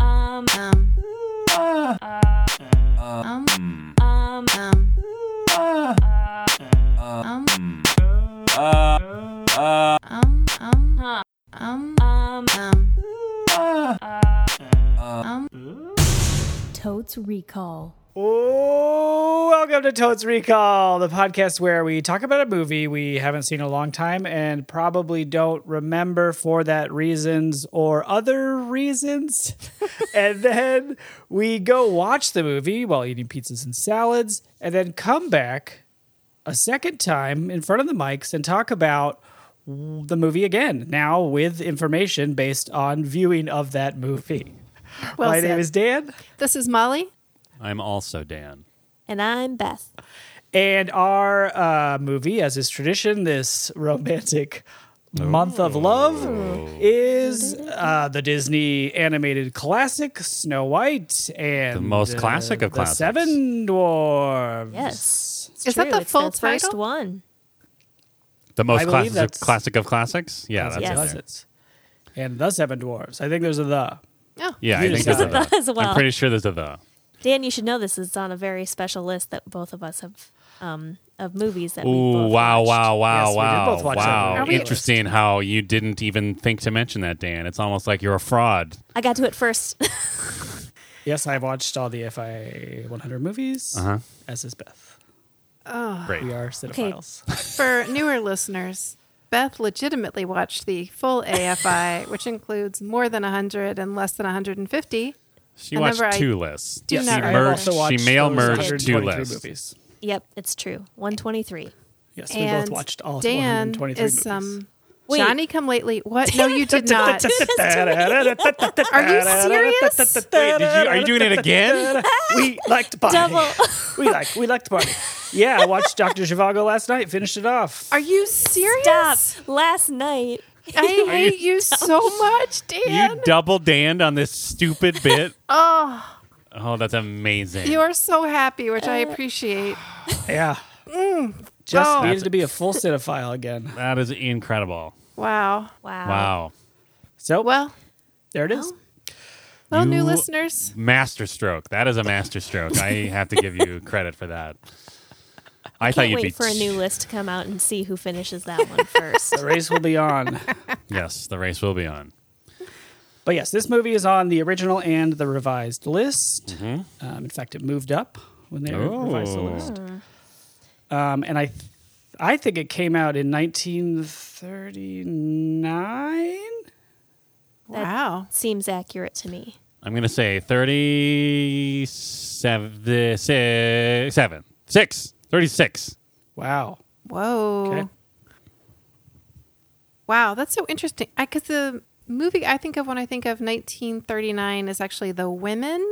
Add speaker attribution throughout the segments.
Speaker 1: Um, um,
Speaker 2: Huh.
Speaker 1: Um.
Speaker 2: Um.
Speaker 1: Um.
Speaker 3: Totes Recall.
Speaker 4: Oh, welcome to Totes Recall, the podcast where we talk about a movie we haven't seen in a long time and probably don't remember for that reasons or other reasons. and then we go watch the movie while eating pizzas and salads and then come back a second time in front of the mics and talk about the movie again, now with information based on viewing of that movie.
Speaker 1: Well
Speaker 4: My
Speaker 1: said.
Speaker 4: name is Dan.
Speaker 1: This is Molly.
Speaker 5: I'm also Dan.
Speaker 6: And I'm Beth.
Speaker 4: And our uh, movie, as is tradition, this romantic month of love is uh, the Disney animated classic Snow White and
Speaker 5: The most classic of
Speaker 4: the
Speaker 5: classics.
Speaker 4: Seven Dwarves.
Speaker 6: Yes.
Speaker 1: Is that the
Speaker 6: it's
Speaker 1: full
Speaker 6: the first
Speaker 1: title?
Speaker 6: one?
Speaker 4: I
Speaker 5: The most
Speaker 4: believe
Speaker 5: classic of,
Speaker 4: that's-
Speaker 5: classic of classics. Yeah, that's
Speaker 4: Classic
Speaker 6: Yes.
Speaker 5: it. there.
Speaker 4: classics. And the Seven Dwarves. I think there's a the.
Speaker 1: Oh,
Speaker 5: Yeah, I
Speaker 4: You just
Speaker 5: think there's
Speaker 4: said
Speaker 5: a
Speaker 6: that
Speaker 5: the.
Speaker 6: as well.
Speaker 5: I'm pretty sure there's a the.
Speaker 6: Dan, you should know this. It's on a very special list that both of us have um, of movies that we
Speaker 5: Ooh,
Speaker 6: both
Speaker 5: wow,
Speaker 6: watched.
Speaker 5: wow, wow,
Speaker 4: Yes, we did
Speaker 5: wow,
Speaker 4: both watch that movie.
Speaker 5: wow!
Speaker 4: Are we-
Speaker 5: Interesting how you didn't even think to mention that, Dan. It's almost like you're a fraud.
Speaker 6: I got to it first.
Speaker 4: Yes, I've watched all the FI 100 movies,
Speaker 5: Uh-huh.
Speaker 4: as is Beth.
Speaker 5: Great.
Speaker 4: We are cinephiles.
Speaker 1: For newer listeners, Beth legitimately watched the full AFI, which includes more than 100 and less than 150.
Speaker 5: She
Speaker 1: I
Speaker 5: watched
Speaker 1: remember I
Speaker 5: two lists.
Speaker 1: do
Speaker 4: Yes,
Speaker 1: not
Speaker 5: she
Speaker 4: I've
Speaker 1: remember.
Speaker 5: merged.
Speaker 4: also watched
Speaker 5: She mail
Speaker 4: those
Speaker 5: merged two
Speaker 4: 123
Speaker 5: lists.
Speaker 4: Movies.
Speaker 6: yep, it's true. 123.
Speaker 4: Yes, we
Speaker 1: and
Speaker 4: both watched all
Speaker 1: Dan
Speaker 4: 123
Speaker 1: is um,
Speaker 4: movies.
Speaker 1: some
Speaker 6: Wait.
Speaker 1: Johnny Come Lately. What? No, you did not. Are you serious?
Speaker 5: Wait, did you, are you doing it again?
Speaker 4: we like to party.
Speaker 6: Double.
Speaker 4: we like we like to party. Yeah, I watched Doctor Zhivago last night. Finished it off.
Speaker 1: Are you serious?
Speaker 6: Stop. Last night.
Speaker 1: I hate you so much, Dan.
Speaker 5: you double danned on this stupid bit.
Speaker 1: oh,
Speaker 5: Oh, that's amazing.
Speaker 1: you are so happy, which
Speaker 6: Uh,
Speaker 1: I appreciate.
Speaker 4: Yeah, just
Speaker 1: Oh.
Speaker 4: needed to be a full cinephile again.
Speaker 5: that is incredible.
Speaker 1: Wow.
Speaker 6: Wow.
Speaker 5: Wow.
Speaker 4: So
Speaker 1: Well,
Speaker 4: there it is.
Speaker 1: well, new
Speaker 5: You-
Speaker 1: listeners.
Speaker 5: Master stroke. That is a master stroke. I have to give you credit for that. I thought
Speaker 6: Can't
Speaker 5: you'd be
Speaker 6: wait for a new list to come out and see who finishes that one first.
Speaker 4: The race will be on.
Speaker 5: Yes, the race will be on.
Speaker 4: But yes, this movie is on the original and the revised list. Um, in fact, it moved up when they revised the
Speaker 5: Mm-hmm. Oh.
Speaker 4: list.
Speaker 1: Hmm.
Speaker 4: Um, and I, th- I think it came out in 1939.
Speaker 1: Wow.
Speaker 6: Seems accurate to me.
Speaker 5: I'm gonna say 37, si- seven, six, 36.
Speaker 4: Wow.
Speaker 1: Whoa.
Speaker 4: Okay.
Speaker 1: Wow, that's so interesting. Because the movie I think of when I think of 1939 is actually The Women,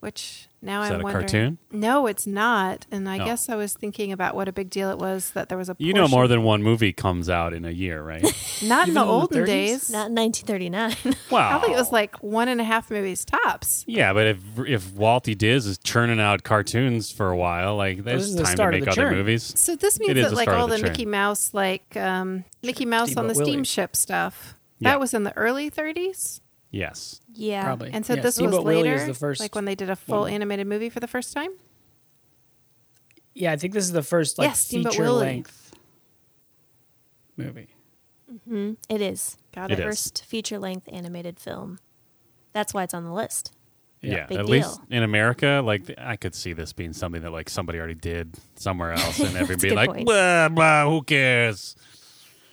Speaker 1: which now
Speaker 5: Is
Speaker 1: I'm
Speaker 5: that a
Speaker 1: wondering.
Speaker 5: cartoon?
Speaker 1: No, it's not. And I
Speaker 5: Oh.
Speaker 1: guess I was thinking about what a big deal it was that there was a.
Speaker 5: You know
Speaker 1: portion-
Speaker 5: more than one movie comes out in a year, right?
Speaker 1: not in the
Speaker 4: Even in Oh. the
Speaker 1: olden
Speaker 4: 30s?
Speaker 1: days.
Speaker 6: Not in 1939.
Speaker 5: Wow.
Speaker 1: Probably it was like one and a half movies tops.
Speaker 5: Yeah, but if if Walty Diz is churning out cartoons for a while, like
Speaker 4: this
Speaker 5: there's
Speaker 4: is the
Speaker 5: time to
Speaker 4: start of
Speaker 5: make
Speaker 4: the
Speaker 5: other
Speaker 4: churn.
Speaker 5: movies.
Speaker 1: So this
Speaker 5: It
Speaker 1: means
Speaker 5: is
Speaker 1: that
Speaker 5: the
Speaker 1: like
Speaker 5: start of
Speaker 1: all
Speaker 5: the
Speaker 1: the,
Speaker 5: train.
Speaker 1: Mickey Mouse, like um, Mickey Mouse on the
Speaker 4: Steamboat Willie.
Speaker 1: steamship stuff.
Speaker 5: Yeah.
Speaker 1: That was in the early 30s.
Speaker 5: Yes.
Speaker 6: yeah.
Speaker 4: Probably.
Speaker 1: And so
Speaker 4: Yeah,
Speaker 1: this was
Speaker 4: Steamboat Willie
Speaker 1: later,
Speaker 4: is the first
Speaker 1: like when they did a full
Speaker 4: one.
Speaker 1: animated movie for the first time.
Speaker 4: Yeah, I think this is the first like
Speaker 1: Yes, Steamboat
Speaker 4: feature
Speaker 1: Willie.
Speaker 4: length movie.
Speaker 6: It is.
Speaker 1: Got
Speaker 5: It
Speaker 1: it.
Speaker 5: is.
Speaker 6: First feature length animated film. That's why it's on the list.
Speaker 5: Yeah.
Speaker 6: Big
Speaker 5: At
Speaker 6: deal.
Speaker 5: least in America, like th- I could see this being something that like somebody already did somewhere else, and
Speaker 6: That's
Speaker 5: everybody be
Speaker 6: a good
Speaker 5: like,
Speaker 6: point.
Speaker 5: blah, blah, who cares?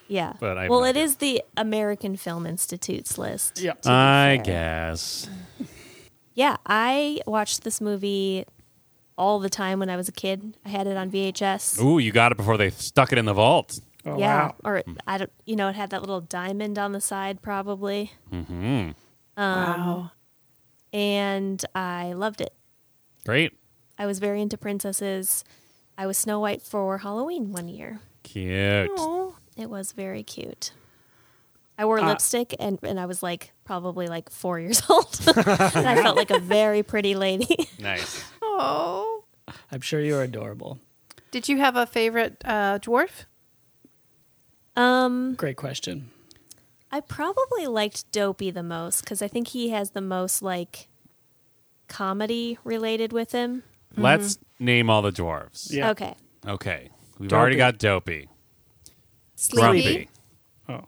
Speaker 6: Yeah.
Speaker 5: But I have
Speaker 6: well,
Speaker 5: no
Speaker 6: it
Speaker 5: idea.
Speaker 6: is the American Film Institute's list.
Speaker 4: Yeah.
Speaker 6: to be
Speaker 5: I
Speaker 6: fair.
Speaker 5: guess.
Speaker 6: Yeah, I watched this movie all the time when I was a kid. I had it on VHS.
Speaker 5: Ooh, you got it before they stuck it in the vault.
Speaker 4: Oh
Speaker 6: yeah,
Speaker 4: wow.
Speaker 6: or it-
Speaker 5: Hmm.
Speaker 6: I don't, you know, it had that little diamond on the side, probably,
Speaker 5: Mm-hmm.
Speaker 6: Um,
Speaker 1: Wow.
Speaker 6: and I loved it.
Speaker 5: Great.
Speaker 6: I was very into princesses. I was Snow White for Halloween one year.
Speaker 5: Cute.
Speaker 1: Oh,
Speaker 6: It was very cute. I
Speaker 4: Uh,
Speaker 6: wore lipstick and, and I was like probably like four years old. and I felt like a very pretty lady.
Speaker 5: Nice.
Speaker 1: oh.
Speaker 4: I'm sure you're adorable.
Speaker 1: Did you have a favorite uh, dwarf? Mm-hmm.
Speaker 6: Um,
Speaker 4: Great question.
Speaker 6: I probably liked Dopey the most because I think he has the most like comedy related with him.
Speaker 5: Let's name all the dwarves.
Speaker 4: Yeah.
Speaker 6: Okay.
Speaker 5: Okay. We've
Speaker 4: Dopey.
Speaker 5: already got Dopey,
Speaker 1: Sleepy.
Speaker 5: Grumpy,
Speaker 4: Oh.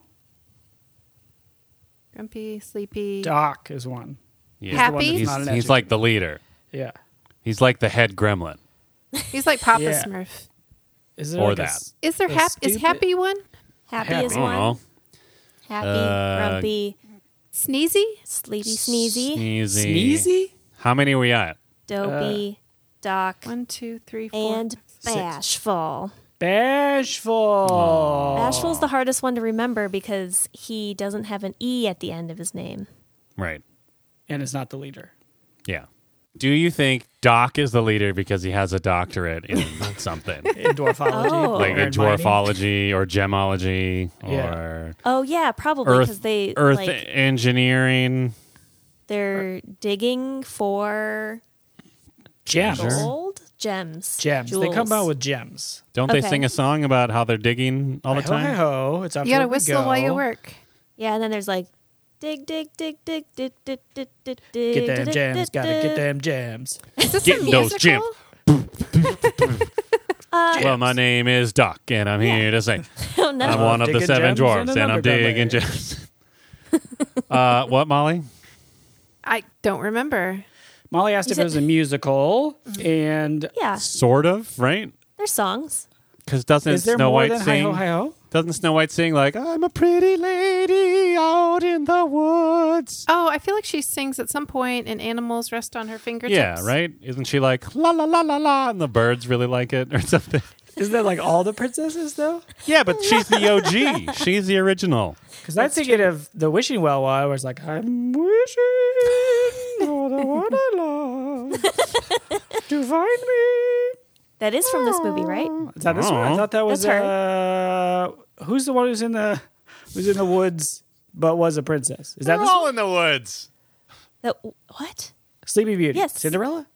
Speaker 1: Grumpy, sleepy.
Speaker 4: Doc is one.
Speaker 5: Yeah.
Speaker 1: Happy? He's-
Speaker 5: He's,
Speaker 4: not an
Speaker 5: he's like the leader.
Speaker 4: Yeah.
Speaker 5: He's like the head gremlin.
Speaker 1: He's like Papa
Speaker 4: Yeah.
Speaker 1: Smurf.
Speaker 4: Is there
Speaker 5: Or
Speaker 4: like a
Speaker 5: that.
Speaker 4: s-
Speaker 1: Is there
Speaker 4: The
Speaker 1: hap- is
Speaker 4: stupid-
Speaker 1: happy one?
Speaker 6: Happy
Speaker 4: Happy.
Speaker 5: I
Speaker 6: is
Speaker 5: don't
Speaker 6: one.
Speaker 5: know.
Speaker 6: Happy,
Speaker 5: Uh,
Speaker 6: grumpy,
Speaker 1: Sneezy?
Speaker 6: sleepy, sneezy,
Speaker 5: Sneezy.
Speaker 4: Sneezy?
Speaker 5: How many are we at?
Speaker 6: dopey, doc,
Speaker 1: One, two, three, four.
Speaker 6: and bashful.
Speaker 4: Bashful.
Speaker 6: Bashful's the hardest one to remember because he doesn't have an E at the end of his name.
Speaker 5: Right.
Speaker 4: And it's not the leader.
Speaker 5: Yeah. Do you think Doc is the leader because he has a doctorate in something?
Speaker 4: In dwarfology.
Speaker 6: Oh.
Speaker 5: like in
Speaker 4: Iron mining.
Speaker 5: dwarfology or gemology
Speaker 4: Yeah.
Speaker 5: or
Speaker 6: Oh yeah, probably because
Speaker 5: earth
Speaker 6: they
Speaker 5: earth
Speaker 6: like
Speaker 5: engineering.
Speaker 6: they're digging for
Speaker 4: Gems.
Speaker 6: gold gems.
Speaker 4: Gems. They
Speaker 6: jewels.
Speaker 4: come out with gems.
Speaker 5: Don't they
Speaker 6: Okay.
Speaker 5: sing a song about how they're digging all the
Speaker 4: Hi-ho,
Speaker 5: time?
Speaker 4: hi-ho. It's up
Speaker 1: You gotta
Speaker 4: where we
Speaker 1: whistle
Speaker 4: go.
Speaker 1: while you work.
Speaker 6: yeah, and then there's like dig, dig, dig, dig, dig, dig, dig, dig,
Speaker 4: Get them
Speaker 6: dig, dig,
Speaker 4: gems.
Speaker 6: dig,
Speaker 4: Gotta get
Speaker 6: dig.
Speaker 4: them gems.
Speaker 1: Is this a
Speaker 5: Getting
Speaker 1: musical?
Speaker 5: those gems.
Speaker 4: Uh,
Speaker 5: Well, my name is Doc, and I'm here to say
Speaker 6: Oh no,
Speaker 5: I'm one of the
Speaker 4: Digging
Speaker 5: seven
Speaker 4: gems in
Speaker 5: dwarfs, and
Speaker 4: another
Speaker 5: I'm digging
Speaker 4: belly.
Speaker 5: gems. uh, what, Molly?
Speaker 1: I don't remember.
Speaker 4: Molly asked
Speaker 6: You
Speaker 4: if it
Speaker 6: said-
Speaker 4: was a musical,
Speaker 1: Mm-hmm.
Speaker 4: and
Speaker 6: yeah,
Speaker 5: Sort of, right?
Speaker 6: there's songs.
Speaker 5: Because doesn't
Speaker 4: is there
Speaker 5: Snow
Speaker 4: more
Speaker 5: White
Speaker 4: than
Speaker 5: sing?
Speaker 4: hi-ho, hi-ho?
Speaker 5: Doesn't Snow White sing like "I'm a pretty lady out in the woods"?
Speaker 1: Oh, I feel like she sings at some point and animals rest on her fingertips.
Speaker 5: Yeah, right. Isn't she like la la la la la, and the birds really like it or something?
Speaker 4: Isn't that like all the princesses, though?
Speaker 5: Yeah, but she's the OG. She's the original.
Speaker 4: Because I'm thinking of the wishing well while I was like, I'm wishing for the one I love to find me.
Speaker 6: That is from this movie, right?
Speaker 4: Is that this one? I
Speaker 5: Oh.
Speaker 4: thought that was
Speaker 6: That's
Speaker 4: uh, who's the one who's in the who's in the woods but was a princess? Is that this one?
Speaker 5: in the woods.
Speaker 6: That what?
Speaker 4: Sleepy Beauty?
Speaker 6: Yes.
Speaker 4: Cinderella.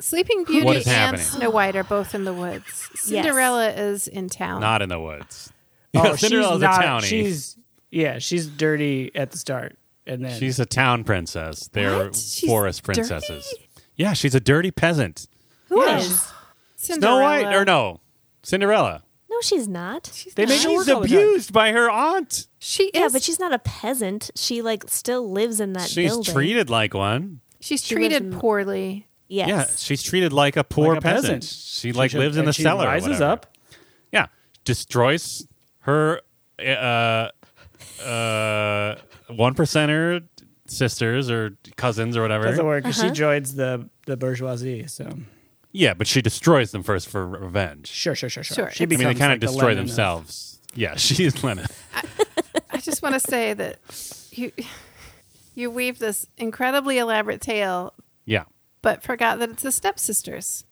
Speaker 1: Sleeping Beauty
Speaker 5: What is
Speaker 1: and
Speaker 5: happening?
Speaker 1: Snow White are both in the woods. Cinderella is in town.
Speaker 5: Not in the woods.
Speaker 4: Oh,
Speaker 5: Cinderella's
Speaker 4: she's
Speaker 5: a townie. She's,
Speaker 4: She's yeah, she's dirty at the start, and then
Speaker 5: a town princess. They're
Speaker 1: What? She's
Speaker 5: forest
Speaker 1: dirty?
Speaker 5: princesses. Yeah, she's a dirty peasant.
Speaker 6: Who
Speaker 4: Yeah,
Speaker 6: is?
Speaker 4: she's-
Speaker 5: Snow
Speaker 1: Cinderella.
Speaker 5: White or no? Cinderella.
Speaker 6: No, she's not.
Speaker 1: She's
Speaker 4: They
Speaker 1: they
Speaker 4: make-
Speaker 1: make-
Speaker 4: She works
Speaker 5: She's
Speaker 4: all the time.
Speaker 5: abused by her aunt.
Speaker 1: she is.
Speaker 6: Yeah, but she's not a peasant. She like still lives in that
Speaker 5: She's
Speaker 6: building.
Speaker 5: treated like one.
Speaker 1: she's
Speaker 6: she lives
Speaker 1: treated
Speaker 6: in-
Speaker 1: poorly.
Speaker 6: Yes.
Speaker 5: Yeah, she's treated like a poor
Speaker 4: Like a
Speaker 5: peasant.
Speaker 4: peasant.
Speaker 5: She like
Speaker 4: she-
Speaker 5: lives in
Speaker 4: and
Speaker 5: the
Speaker 4: she
Speaker 5: cellar. or
Speaker 4: Rises
Speaker 5: whatever.
Speaker 4: up.
Speaker 5: Yeah, destroys her uh uh one percenter sisters or cousins or whatever.
Speaker 4: Doesn't work because
Speaker 6: Uh-huh.
Speaker 4: she joins the the bourgeoisie. So
Speaker 5: Yeah, but she destroys them first for revenge.
Speaker 4: sure, sure, sure, sure.
Speaker 1: Sure.
Speaker 4: She
Speaker 1: I
Speaker 5: I mean, they
Speaker 4: becomes,
Speaker 5: kind of
Speaker 4: like, the
Speaker 5: destroy
Speaker 4: Lenin of-
Speaker 5: themselves. Yeah, she's Lenin.
Speaker 1: I just want to say that you you weave this incredibly elaborate tale,
Speaker 5: Yeah,
Speaker 1: but forgot that it's the stepsisters.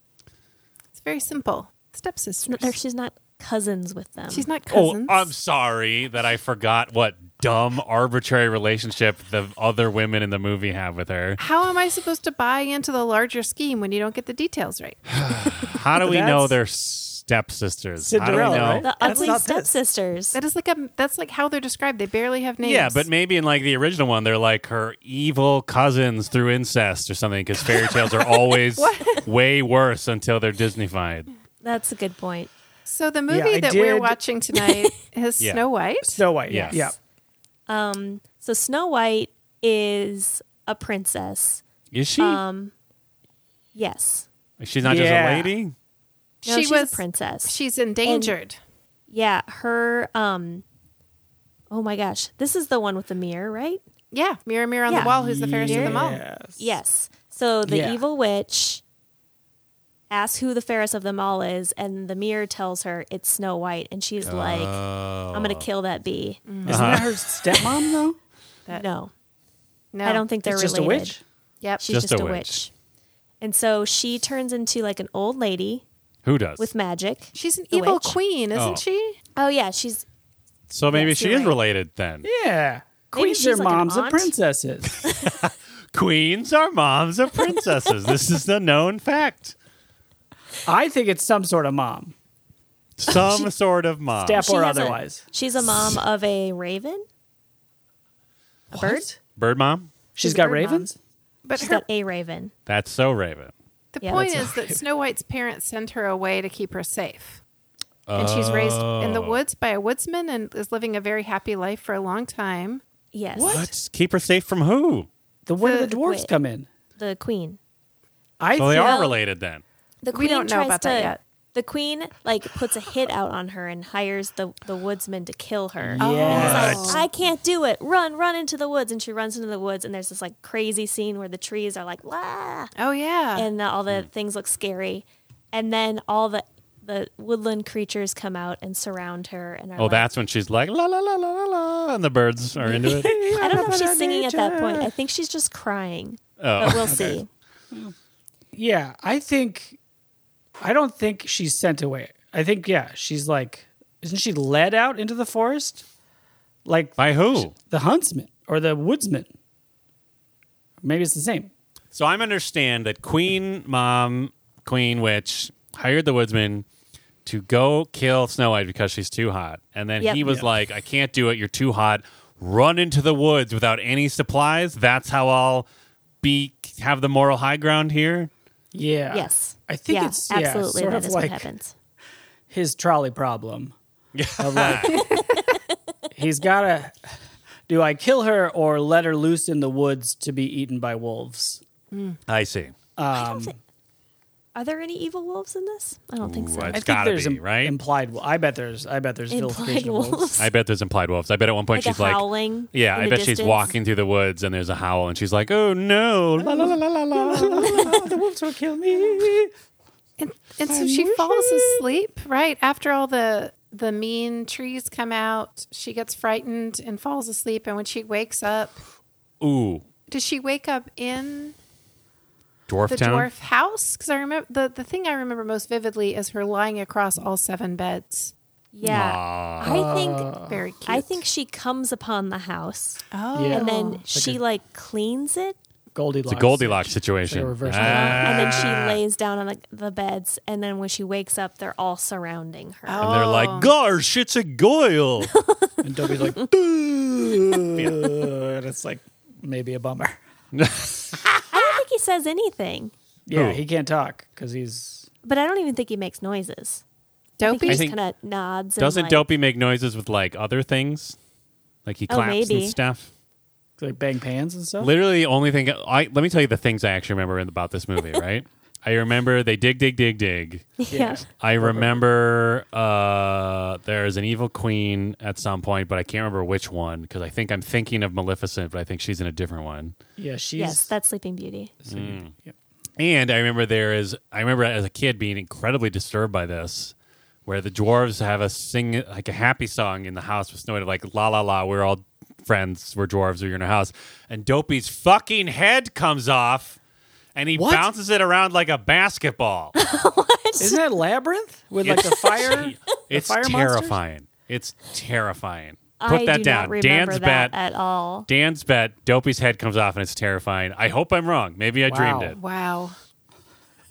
Speaker 1: It's very simple.
Speaker 6: No, they're-
Speaker 1: Stepsisters.
Speaker 6: she's not cousins with them.
Speaker 1: She's not
Speaker 5: Oh,
Speaker 1: cousins.
Speaker 5: I'm sorry that I forgot what dumb, arbitrary relationship the other women in the movie have with her.
Speaker 1: How am I supposed to buy into the larger scheme when you don't get the details right?
Speaker 5: How do we know
Speaker 4: That's-
Speaker 5: they're stepsisters?
Speaker 4: Cinderella,
Speaker 5: How do we
Speaker 4: right?
Speaker 5: know?
Speaker 6: the
Speaker 4: That's
Speaker 6: ugly
Speaker 4: not this.
Speaker 6: stepsisters.
Speaker 1: That is like a that's like how they're described. They barely have names.
Speaker 5: Yeah, but maybe in like the original one, they're like her evil cousins through incest or something. Because fairy tales are always way worse until they're Disneyfied.
Speaker 6: That's a good point.
Speaker 1: so the movie
Speaker 4: I
Speaker 1: that we're
Speaker 4: did-
Speaker 1: watching tonight is
Speaker 5: Yeah.
Speaker 1: Snow White.
Speaker 4: Snow White. Yeah.
Speaker 5: Yes.
Speaker 4: Yeah.
Speaker 6: So Snow White is a princess.
Speaker 5: Is she?
Speaker 6: Yes.
Speaker 5: She's not
Speaker 4: Yeah.
Speaker 5: just a lady.
Speaker 6: No,
Speaker 1: she
Speaker 6: she's
Speaker 1: was
Speaker 6: a princess.
Speaker 1: She's endangered.
Speaker 6: yeah, her um Oh my gosh. This is the one with the mirror, right?
Speaker 1: yeah, mirror, mirror on
Speaker 6: Yeah.
Speaker 1: the wall, who's the fairest of them all?
Speaker 4: Yes.
Speaker 6: Yes. So the
Speaker 4: Yeah.
Speaker 6: evil witch asks who the fairest of them all is, and the mirror tells her it's Snow White, and she's like,
Speaker 5: Uh,
Speaker 6: "I'm gonna kill that bee."
Speaker 4: Isn't that her stepmom though?
Speaker 6: No,
Speaker 1: No,
Speaker 6: I don't think they're
Speaker 4: it's just
Speaker 6: related.
Speaker 4: a witch.
Speaker 1: Yep.
Speaker 6: She's just, a, witch. and so she turns into like an old lady
Speaker 5: Who does?
Speaker 6: with magic.
Speaker 1: She's an
Speaker 6: The
Speaker 1: evil
Speaker 6: witch.
Speaker 1: queen, isn't
Speaker 5: Oh.
Speaker 1: she?
Speaker 6: Oh yeah, she's
Speaker 5: so maybe
Speaker 6: Yes,
Speaker 5: she
Speaker 6: you're
Speaker 5: is
Speaker 6: right.
Speaker 5: related then.
Speaker 4: Yeah. Queens
Speaker 6: she's
Speaker 4: are
Speaker 6: like an
Speaker 4: moms of
Speaker 6: aunt.
Speaker 4: princesses.
Speaker 5: Queens are moms of princesses. this is a known fact.
Speaker 4: I think it's some sort of mom.
Speaker 5: Some sort of mom.
Speaker 4: Step
Speaker 6: she
Speaker 4: or
Speaker 6: has a-
Speaker 4: otherwise.
Speaker 6: she's a mom of a raven. A bird.
Speaker 5: Bird mom.
Speaker 4: She's
Speaker 6: She's
Speaker 4: got
Speaker 6: bird mom.
Speaker 4: ravens?
Speaker 1: But
Speaker 6: She's
Speaker 1: her,
Speaker 6: got a raven.
Speaker 5: That's so Raven.
Speaker 1: the
Speaker 6: Yeah,
Speaker 1: point
Speaker 6: that's
Speaker 1: is that Snow White's parents send her away to keep her safe. And she's raised in the
Speaker 5: Oh.
Speaker 1: woods by a woodsman and is living a very happy life for a long time.
Speaker 6: Yes.
Speaker 5: What? Keep her safe from who?
Speaker 4: The when do the
Speaker 1: The-
Speaker 4: dwarves
Speaker 6: wait.
Speaker 4: come in?
Speaker 6: The queen.
Speaker 4: I
Speaker 5: So they
Speaker 4: think-
Speaker 5: are
Speaker 6: Well-
Speaker 5: related then.
Speaker 6: The
Speaker 1: We
Speaker 6: queen
Speaker 1: don't know
Speaker 6: tries
Speaker 1: about
Speaker 6: to,
Speaker 1: that yet.
Speaker 6: The queen like puts a hit out on her and hires the the woodsman to kill her.
Speaker 4: Yes.
Speaker 1: Oh.
Speaker 6: Like, I can't do it. Run, run into the woods, and she runs into the woods, and there's this like crazy scene where the trees are like la,
Speaker 1: Oh yeah.
Speaker 6: and the, all
Speaker 5: Mm.
Speaker 6: the things look scary, and then all the the woodland creatures come out and surround her, and are
Speaker 5: Oh,
Speaker 6: like,
Speaker 5: that's when she's like la la la la la la, and the birds are into it.
Speaker 6: I don't know if she's singing at that point. I think she's just crying,
Speaker 5: Oh,
Speaker 6: but we'll see.
Speaker 4: Yeah, I think I don't think she's sent away. I think yeah, she's like isn't she led out into the forest? Like
Speaker 5: by who?
Speaker 4: the huntsman or the woodsman. Maybe it's the same.
Speaker 5: So I'm understand that Queen Mom, Queen Witch hired the woodsman to go kill Snow White because she's too hot. And then
Speaker 6: Yep.
Speaker 5: he was
Speaker 4: Yeah.
Speaker 5: like, I can't do it, you're too hot. Run into the woods without any supplies. That's how I'll be have the moral high ground here.
Speaker 4: Yeah.
Speaker 6: Yes,
Speaker 4: I think
Speaker 6: yeah,
Speaker 4: it's yeah,
Speaker 6: absolutely
Speaker 4: sort
Speaker 6: that
Speaker 4: of
Speaker 6: is
Speaker 4: like
Speaker 6: what happens.
Speaker 4: his trolley problem. Of like, he's got to do I kill her or let her loose in the woods to be eaten by wolves?
Speaker 5: I see.
Speaker 4: um,
Speaker 6: Are there any evil wolves in this? I don't think
Speaker 5: Ooh,
Speaker 6: so.
Speaker 5: I-
Speaker 4: I
Speaker 5: It's
Speaker 4: think
Speaker 5: gotta
Speaker 4: there's
Speaker 5: be, right?
Speaker 4: implied. I bet there's I bet there's
Speaker 6: Implied
Speaker 4: vilification of wolves.
Speaker 6: wolves.
Speaker 5: I bet there's implied wolves. I bet at one point
Speaker 6: Like a
Speaker 5: she's like
Speaker 6: howling
Speaker 5: Yeah,
Speaker 6: in
Speaker 5: I
Speaker 6: the
Speaker 5: bet she's
Speaker 6: distance.
Speaker 5: walking through the woods and there's a howl and she's like, "Oh no!" La, la, la, la, la, la.
Speaker 4: the wolves will kill
Speaker 6: Oh.
Speaker 4: me.
Speaker 1: And, and so she falls asleep, right? After all the the mean trees come out, she gets frightened and falls asleep. And when she wakes up,
Speaker 5: Ooh,
Speaker 1: does she wake up in
Speaker 5: dwarf
Speaker 1: the
Speaker 5: town.
Speaker 1: dwarf house? Because I remember the, the thing I remember most vividly is her lying across all seven beds.
Speaker 6: Yeah,
Speaker 5: Aw.
Speaker 6: I think
Speaker 4: Ah,
Speaker 1: Very cute.
Speaker 6: I think she comes upon the house
Speaker 1: Oh,
Speaker 4: Yeah.
Speaker 6: and then
Speaker 4: Like
Speaker 6: she
Speaker 4: a-
Speaker 6: like cleans it
Speaker 4: Goldilocks.
Speaker 5: It's a Goldilocks situation. Ah,
Speaker 4: It's like a reverse
Speaker 6: and then she lays down on the, the beds and then when she wakes up they're all surrounding her.
Speaker 5: and they're
Speaker 1: Oh.
Speaker 5: like, "Gosh, it's a goyle."
Speaker 4: And Dobby's like, "Duh," and it's like maybe a bummer.
Speaker 6: I don't think he says anything,
Speaker 4: Yeah,
Speaker 5: Who?
Speaker 4: he can't talk because he's
Speaker 6: but I don't even think he makes noises.
Speaker 1: Dopey.
Speaker 6: I
Speaker 5: I
Speaker 6: think he
Speaker 5: think-
Speaker 6: just kind of nods. and,
Speaker 5: Doesn't
Speaker 6: like,
Speaker 5: Dopey make noises with like other things? Like he
Speaker 6: Oh,
Speaker 5: claps
Speaker 6: maybe. Oh.
Speaker 5: and stuff.
Speaker 4: like bang pans and stuff.
Speaker 5: Literally, the only thing I let me tell you the things I actually remember about this movie. Right? I remember they dig, dig, dig, dig.
Speaker 6: Yeah.
Speaker 5: I remember uh, there is an evil queen at some point, but I can't remember which one because I think I'm thinking of Maleficent, but I think she's in a different one.
Speaker 4: Yeah, she's
Speaker 6: Yes, that's Sleeping Beauty.
Speaker 5: Mm.
Speaker 4: yeah.
Speaker 5: And I remember there is, I remember as a kid being incredibly disturbed by this, where the dwarves have a sing like a happy song in the house with Snow White, like la la la, we're all friends, we're dwarves, we're in a house, and Dopey's fucking head comes off, and he
Speaker 4: What?
Speaker 5: bounces it around like a basketball.
Speaker 4: Isn't that labyrinth with like the
Speaker 5: It's-
Speaker 4: fire?
Speaker 5: it's
Speaker 4: fire monsters?
Speaker 5: terrifying. It's terrifying. Put
Speaker 6: I
Speaker 5: that
Speaker 6: do
Speaker 5: down.
Speaker 6: Not remember
Speaker 5: Dan's
Speaker 6: that
Speaker 5: bet.
Speaker 6: at all.
Speaker 5: Dan's bet. Dopey's head comes off, and it's terrifying. I hope I'm wrong. Maybe I dreamed
Speaker 4: Wow.
Speaker 5: it.
Speaker 1: Wow.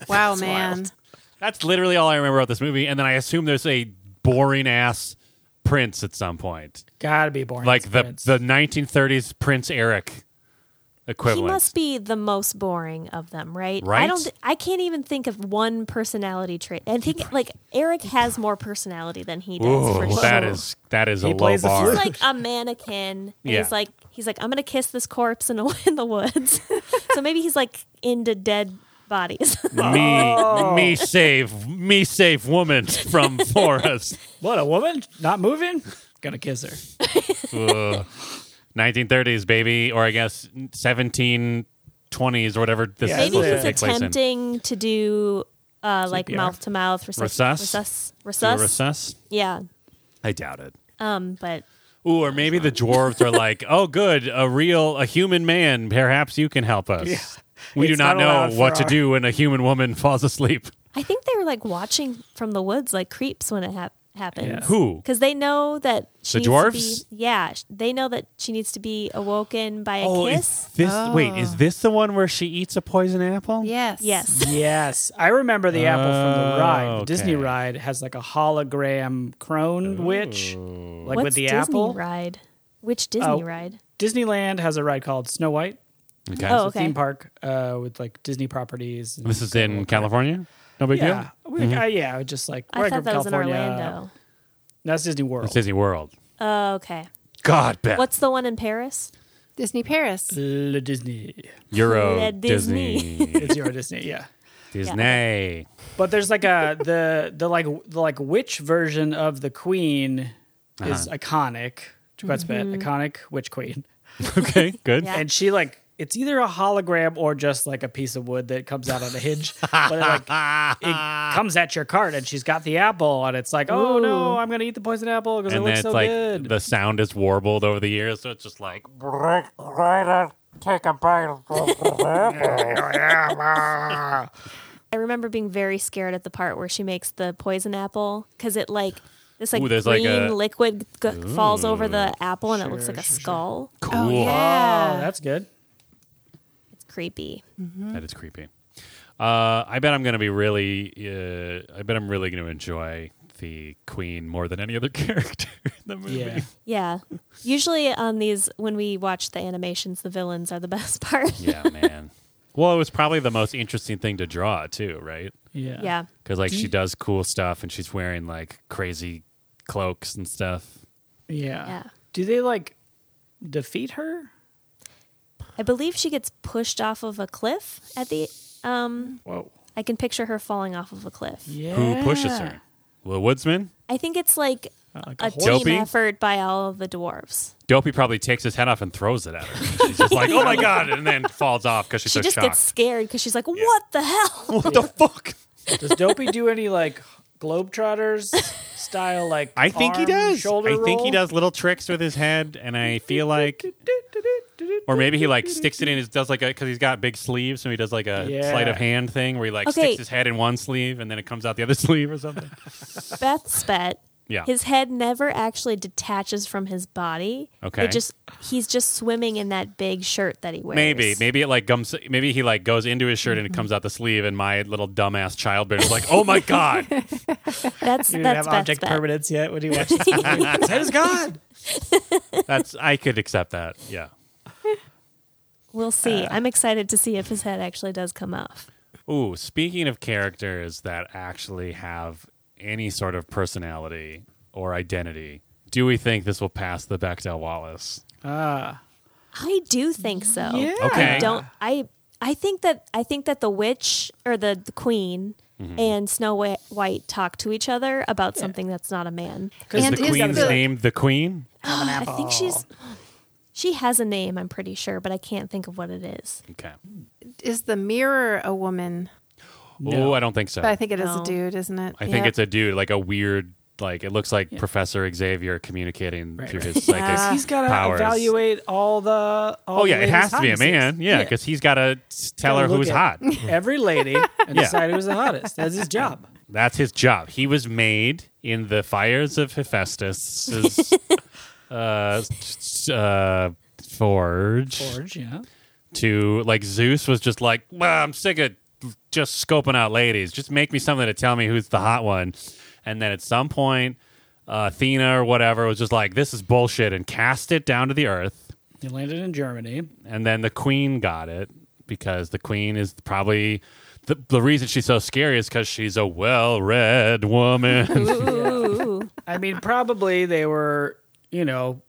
Speaker 1: Wow, man.
Speaker 4: wild.
Speaker 5: That's literally all I remember about this movie. And then I assume there's a boring ass prince at some point,
Speaker 4: Gotta be boring.
Speaker 5: like the
Speaker 4: Prince.
Speaker 5: the 1930s Prince Eric
Speaker 6: He
Speaker 5: equivalent.
Speaker 6: must be the most boring of them, right? I
Speaker 5: Right?
Speaker 6: don't. thi- I can't even think of one personality trait. I think like Eric has more personality than he does. for
Speaker 5: Ooh,
Speaker 6: sure.
Speaker 5: that is that is
Speaker 4: He
Speaker 5: a low
Speaker 4: plays the
Speaker 5: bar.
Speaker 6: He's like a mannequin. And
Speaker 5: Yeah.
Speaker 6: He's like he's like I'm gonna kiss this corpse in the in the woods. so maybe he's like into dead bodies.
Speaker 4: Oh.
Speaker 5: me, me save, me save woman from forest.
Speaker 4: what a woman not moving. Gonna kiss her.
Speaker 5: Ugh. 1930s, baby, or I guess 1720s or whatever. This
Speaker 4: Yeah,
Speaker 5: is
Speaker 6: maybe
Speaker 5: supposed to
Speaker 6: he's
Speaker 5: take place in.
Speaker 6: attempting to do uh, like
Speaker 4: CPR.
Speaker 6: mouth to mouth recess
Speaker 5: Recess?
Speaker 6: recess
Speaker 5: Do a
Speaker 6: recess.
Speaker 5: recess?
Speaker 6: Yeah.
Speaker 5: I doubt it.
Speaker 6: Um. But
Speaker 5: Ooh, or maybe the dwarves are like, "Oh, good, a real, a human man. Perhaps you can help us." We
Speaker 4: It's
Speaker 5: do not,
Speaker 4: not allowed
Speaker 5: know
Speaker 4: for
Speaker 5: what to
Speaker 4: our-
Speaker 5: do when a human woman falls asleep.
Speaker 6: I think they were like watching from the woods like creeps when it hap- happens.
Speaker 4: Yeah.
Speaker 5: Who?
Speaker 6: Because they know that
Speaker 5: The
Speaker 6: she needs to
Speaker 5: dwarves?
Speaker 6: be- yeah, sh- they know that she needs to be awoken by a
Speaker 5: Oh,
Speaker 4: Oh,
Speaker 5: is
Speaker 6: kiss. Oh.
Speaker 5: this? Wait, is this the one where she eats a poison apple?
Speaker 1: Yes.
Speaker 6: Yes.
Speaker 4: Yes, I remember the apple from the ride. The Disney
Speaker 5: Oh, okay.
Speaker 4: ride has like a hologram crone witch, like
Speaker 6: What's
Speaker 4: with the
Speaker 6: Disney
Speaker 4: apple.
Speaker 6: ride? Which Disney
Speaker 4: Oh.
Speaker 6: ride?
Speaker 4: Disneyland has a ride called Snow White
Speaker 5: Okay.
Speaker 6: Oh.
Speaker 4: It's a theme park uh, with like Disney properties. and-
Speaker 5: This is in California. No big
Speaker 4: yeah,
Speaker 5: deal.
Speaker 4: we, uh, yeah, just like where
Speaker 6: I
Speaker 4: grew
Speaker 6: thought
Speaker 4: up
Speaker 6: that was in
Speaker 4: California.
Speaker 6: Orlando.
Speaker 4: That's Disney World.
Speaker 5: It's Disney World.
Speaker 6: Oh, okay.
Speaker 5: God, Beth.
Speaker 6: What's the one in Paris?
Speaker 1: Disney Paris.
Speaker 4: Le Disney.
Speaker 5: Euro
Speaker 6: Red
Speaker 5: Disney.
Speaker 6: Disney.
Speaker 5: Disney.
Speaker 4: It's your Disney, yeah.
Speaker 5: Disney.
Speaker 4: But there's like a the the like the like witch version of the queen is
Speaker 5: Uh-huh.
Speaker 4: iconic. Tourette's bet
Speaker 6: Mm-hmm.
Speaker 4: iconic witch queen,
Speaker 5: Okay, good.
Speaker 6: Yeah.
Speaker 4: and she like it's either a hologram or just like a piece of wood that comes out on a hinge, but it, like it comes at your cart, and she's got the apple, and it's like, oh no, I'm gonna eat the poison apple because it
Speaker 5: And then
Speaker 4: looks
Speaker 5: it's
Speaker 4: so
Speaker 5: like
Speaker 4: good.
Speaker 5: the sound is warbled over the years, so it's just like
Speaker 6: Oh, I remember being very scared at the part where she makes the poison apple because it like this like
Speaker 5: Ooh, there's, like,
Speaker 6: green
Speaker 5: a-
Speaker 6: liquid g- falls over the apple and it looks like a skull.
Speaker 5: cool.
Speaker 1: Oh
Speaker 4: oh,
Speaker 1: yeah.
Speaker 4: that's good.
Speaker 6: It's creepy.
Speaker 5: That is creepy. Uh, I bet I'm going to be really. Uh, I bet I'm really going to enjoy the Queen more than any other character in the movie.
Speaker 4: Yeah,
Speaker 6: Yeah. Usually on these, when we watch the animations, the villains are the best part.
Speaker 5: Yeah, man. well, it was probably the most interesting thing to draw too, right?
Speaker 4: yeah,
Speaker 6: yeah.
Speaker 5: Because like she does cool stuff and she's wearing like crazy cloaks and stuff.
Speaker 4: yeah.
Speaker 6: Yeah.
Speaker 4: Do they like defeat her?
Speaker 6: I believe she gets pushed off of a cliff at the. Um,
Speaker 4: Whoa,
Speaker 6: I can picture her falling off of a cliff.
Speaker 4: yeah.
Speaker 5: Who pushes her? The woodsman.
Speaker 6: I think it's like
Speaker 4: Uh, Like
Speaker 6: a,
Speaker 4: a
Speaker 6: team
Speaker 5: horse? Dopey?
Speaker 6: effort by all of the dwarves.
Speaker 5: Dopey probably takes his head off and throws it at her. She's just like, "Oh my god!" and then falls off because she's
Speaker 6: She
Speaker 5: so
Speaker 6: just
Speaker 5: shocked.
Speaker 6: gets scared because she's like, "What the hell?"
Speaker 5: what the fuck?
Speaker 4: Does Dopey do any like globetrotters style like?
Speaker 5: I think he
Speaker 4: arm,
Speaker 5: does.
Speaker 4: Shoulder
Speaker 5: I think he
Speaker 4: roll?
Speaker 5: does little tricks with his head, and I feel like, or maybe he like sticks it in. His, does like a because he's got big sleeves, so he does like a
Speaker 4: Yeah.
Speaker 5: sleight of hand thing where he like
Speaker 6: Okay.
Speaker 5: sticks his head in one sleeve and then it comes out the other sleeve or something.
Speaker 6: Beth Spet.
Speaker 5: Yeah.
Speaker 6: His head never actually detaches from his body.
Speaker 5: Okay.
Speaker 6: It just he's just swimming in that big shirt that he wears.
Speaker 5: Maybe, maybe it like gums. Maybe he like goes into his shirt and it comes out the sleeve, and my little dumbass child brain is like, "Oh my god!"
Speaker 6: that's
Speaker 4: You didn't
Speaker 6: that's
Speaker 4: have
Speaker 6: Beth's
Speaker 4: object
Speaker 6: bet.
Speaker 4: permanence yet when you watch this movie. His head is gone.
Speaker 5: That's I could accept that. Yeah.
Speaker 6: We'll see. I'm excited to see if his head actually does come off.
Speaker 5: Ooh, speaking of characters that actually have any sort of personality or identity, do we think this will pass the Bechdel Wallace?
Speaker 4: Ah.
Speaker 6: I do think so.
Speaker 4: Yeah.
Speaker 5: Okay.
Speaker 6: I don't I I think that I think that the witch or the, the queen and Snow Whi- White talk to each other about something that's not a man.
Speaker 5: Is
Speaker 1: And
Speaker 5: the
Speaker 1: is
Speaker 5: queen's
Speaker 1: the-
Speaker 5: named the queen?
Speaker 6: Ah, I
Speaker 4: Oh.
Speaker 6: think she's she has a name, I'm pretty sure, but I can't think of what it is.
Speaker 5: Okay.
Speaker 1: Is the mirror a woman?
Speaker 5: Oh, I don't think so.
Speaker 1: But I
Speaker 5: I,
Speaker 1: think it is
Speaker 6: No.
Speaker 1: a dude, isn't it?
Speaker 5: think
Speaker 1: Yeah.
Speaker 5: it's a dude, like a weird, like it looks like Professor Xavier communicating
Speaker 4: Right,
Speaker 5: through
Speaker 4: right.
Speaker 5: his psychic
Speaker 6: uh,
Speaker 1: Yeah.
Speaker 4: He's got to
Speaker 5: powers.
Speaker 4: evaluate all the. All
Speaker 5: Oh yeah,
Speaker 4: the
Speaker 5: it has to be a
Speaker 4: ladies' hotnesses.
Speaker 5: man. Yeah, because he's got to tell her
Speaker 4: Gotta look
Speaker 5: who's
Speaker 4: at
Speaker 5: hot.
Speaker 4: Every lady and
Speaker 5: Yeah.
Speaker 4: decide who's the hottest. That's his job.
Speaker 5: That's his job. He was made in the fires of Hephaestus' uh, s- uh, forge,
Speaker 4: Forge, yeah.
Speaker 5: to like Zeus was just like, well, I'm sick of just scoping out ladies. Just make me something to tell me who's the hot one. And then at some point, uh, Athena or whatever was just like, this is bullshit, and cast it down to the earth.
Speaker 4: He landed in Germany.
Speaker 5: And then the queen got it because the queen is probably. The, the reason she's so scary is because she's a well-read woman.
Speaker 6: Ooh.
Speaker 4: I mean, probably they were, you know,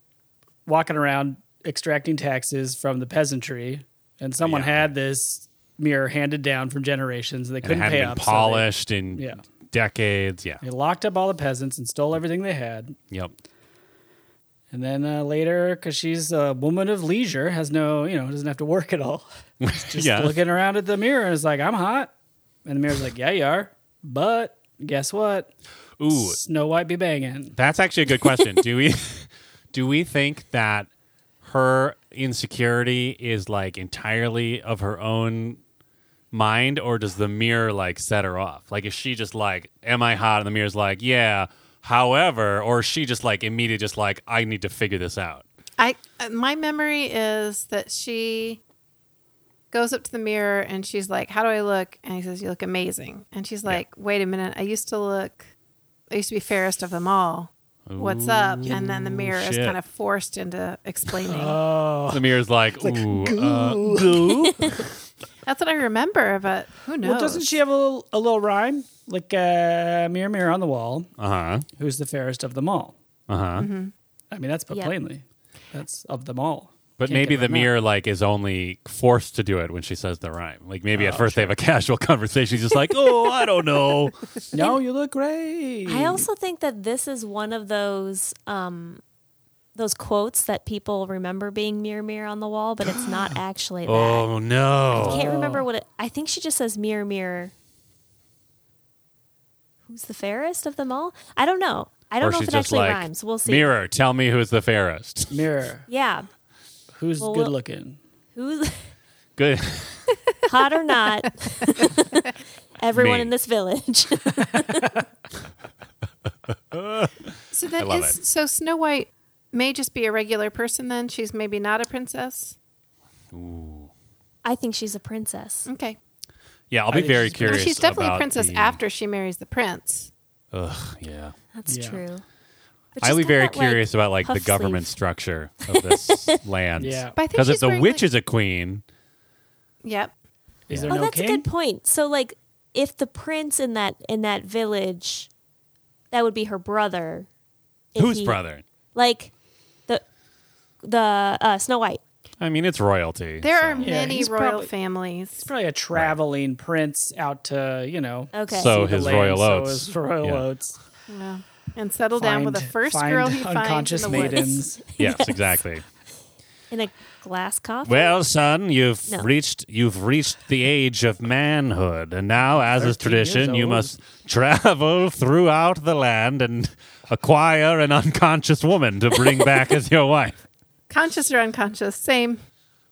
Speaker 4: walking around extracting taxes from the peasantry, and someone
Speaker 5: Yeah.
Speaker 4: had this mirror handed down from generations, and they
Speaker 5: and it
Speaker 4: couldn't
Speaker 5: hadn't
Speaker 4: pay
Speaker 5: been
Speaker 4: up. so they-
Speaker 5: polished in
Speaker 4: Yeah.
Speaker 5: decades. Yeah.
Speaker 4: they, locked up all the peasants and stole everything they had.
Speaker 5: Yep.
Speaker 4: And then uh, later, because she's a woman of leisure, has no, you know, doesn't have to work at all. Just
Speaker 5: yeah.
Speaker 4: looking around at the mirror and is like, I'm hot. And the mirror's like, Yeah, you are. But guess what?
Speaker 5: Ooh,
Speaker 4: Snow White be banging.
Speaker 5: that's actually a good question. do we do we think that her insecurity is like entirely of her own mind or does the mirror like set her off? Like is she just like am I hot and the mirror's like, "Yeah, however," or is she just like immediately just like I need to figure this out?
Speaker 1: I uh, my memory is that she goes up to the mirror and she's like, "How do I look?" And he says, "You look amazing." And she's like, "Wait a minute, I used to look, I used to be fairest of them all. What's up?" And then the mirror is
Speaker 5: shit. Uh,
Speaker 1: kind of forced into explaining.
Speaker 5: The mirror's like, "Ooh, uh, goo."
Speaker 1: That's what I remember, but who knows?
Speaker 4: Well, doesn't she have a little, a little rhyme? Like, uh, mirror, mirror on the wall,
Speaker 5: Uh-huh.
Speaker 4: who's the fairest of them all?
Speaker 5: Uh-huh.
Speaker 4: I mean, that's put
Speaker 6: Yeah.
Speaker 4: plainly. That's of them all.
Speaker 5: But
Speaker 4: Can't
Speaker 5: maybe
Speaker 4: get
Speaker 5: the
Speaker 4: rid of
Speaker 5: mirror like is only forced to do it when she says the rhyme. Like maybe
Speaker 4: Oh,
Speaker 5: at first they have a casual conversation. She's just like, "Oh, I don't know."
Speaker 4: that. No, you look great.
Speaker 6: I also think that this is one of those um, those quotes that people remember being "mirror, mirror on the wall," but it's not actually that.
Speaker 5: oh
Speaker 6: I
Speaker 5: no!
Speaker 6: can't remember what it. I think she just says "mirror, mirror." Who's the fairest of them all? I don't know. I don't
Speaker 5: or
Speaker 6: know
Speaker 5: she's
Speaker 6: if it
Speaker 5: just
Speaker 6: actually
Speaker 5: like,
Speaker 6: rhymes. We'll see.
Speaker 5: Mirror, tell me who's the fairest.
Speaker 4: mirror.
Speaker 6: Yeah.
Speaker 4: Who's
Speaker 6: Well,
Speaker 4: good
Speaker 6: we'll-
Speaker 4: looking?
Speaker 6: Who's
Speaker 5: Good.
Speaker 6: hot or not? Everyone
Speaker 5: Me.
Speaker 6: in this village.
Speaker 1: So then
Speaker 5: love
Speaker 1: is
Speaker 5: it.
Speaker 1: so Snow White may just be a regular person then. She's maybe not a princess.
Speaker 6: I think she's a princess.
Speaker 1: Okay.
Speaker 5: Yeah, I'll be
Speaker 4: think
Speaker 5: very
Speaker 4: she's gonna-
Speaker 5: curious.
Speaker 1: Well, she's definitely a
Speaker 5: about
Speaker 1: princess
Speaker 5: the-
Speaker 1: after she marries the prince.
Speaker 5: Ugh, yeah.
Speaker 6: That's
Speaker 4: Yeah.
Speaker 6: true. But
Speaker 5: I'll
Speaker 6: she's
Speaker 5: be
Speaker 6: got
Speaker 5: very
Speaker 6: that, like,
Speaker 5: curious about like the
Speaker 6: puff
Speaker 5: government
Speaker 6: sleeve.
Speaker 5: structure of this land.
Speaker 4: Yeah. But
Speaker 1: I think
Speaker 5: because
Speaker 1: she's
Speaker 5: if the
Speaker 1: wearing,
Speaker 5: witch
Speaker 1: like-
Speaker 5: is a queen,
Speaker 1: Yep.
Speaker 4: Is
Speaker 5: Yeah.
Speaker 4: there
Speaker 6: Oh,
Speaker 4: no
Speaker 6: that's
Speaker 4: king?
Speaker 6: a good point. So like if the prince in that in that village that would be her brother. if
Speaker 5: whose
Speaker 6: he-
Speaker 5: brother?
Speaker 6: Like the the uh, Snow White.
Speaker 5: I mean, it's royalty.
Speaker 1: There
Speaker 5: so.
Speaker 1: are many
Speaker 4: he's
Speaker 1: royal
Speaker 4: probably-
Speaker 1: families.
Speaker 4: Probably a traveling prince out to you know.
Speaker 6: Okay.
Speaker 5: So
Speaker 4: see the
Speaker 5: Oh, his
Speaker 4: land,
Speaker 5: royal
Speaker 4: so
Speaker 5: oats.
Speaker 4: his royal
Speaker 5: Yeah.
Speaker 4: oats.
Speaker 1: Yeah. And settle down with the
Speaker 4: Find-
Speaker 1: first
Speaker 4: find
Speaker 1: girl he finds in
Speaker 4: unconscious
Speaker 1: the woods.
Speaker 4: maidens.
Speaker 5: yes, exactly.
Speaker 6: in a glass coffin.
Speaker 5: Well, son, you've
Speaker 6: No.
Speaker 5: reached you've reached the age of manhood, and now, as is
Speaker 4: 13 years
Speaker 5: tradition, you
Speaker 4: old.
Speaker 5: must travel throughout the land and acquire an unconscious woman to bring back as your wife.
Speaker 1: Conscious or unconscious, same.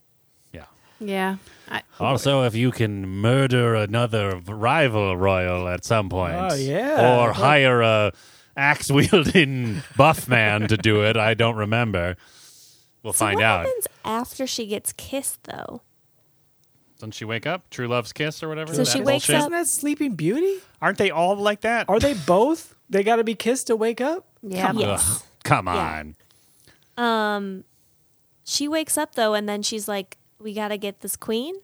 Speaker 5: Yeah.
Speaker 1: Yeah. I,
Speaker 5: Also, if you can murder another rival royal at some point,
Speaker 4: Oh, yeah.
Speaker 5: or
Speaker 4: That-
Speaker 5: hire a axe wielding buff man to do it, I don't remember. We'll
Speaker 6: So
Speaker 5: find
Speaker 6: what
Speaker 5: out.
Speaker 6: happens after she gets kissed though?
Speaker 5: Doesn't she wake up? True love's kiss or whatever.
Speaker 6: So
Speaker 5: that
Speaker 6: she wakes
Speaker 5: bullshit?
Speaker 6: up-
Speaker 4: Isn't that Sleeping Beauty?
Speaker 5: Aren't they all like that?
Speaker 4: Are they both? They got to be kissed to wake up.
Speaker 1: yeah.
Speaker 6: Come on.
Speaker 5: Ugh,
Speaker 6: Yes.
Speaker 5: come
Speaker 6: Yeah.
Speaker 5: on.
Speaker 6: She wakes up though and then she's like we got to get this queen.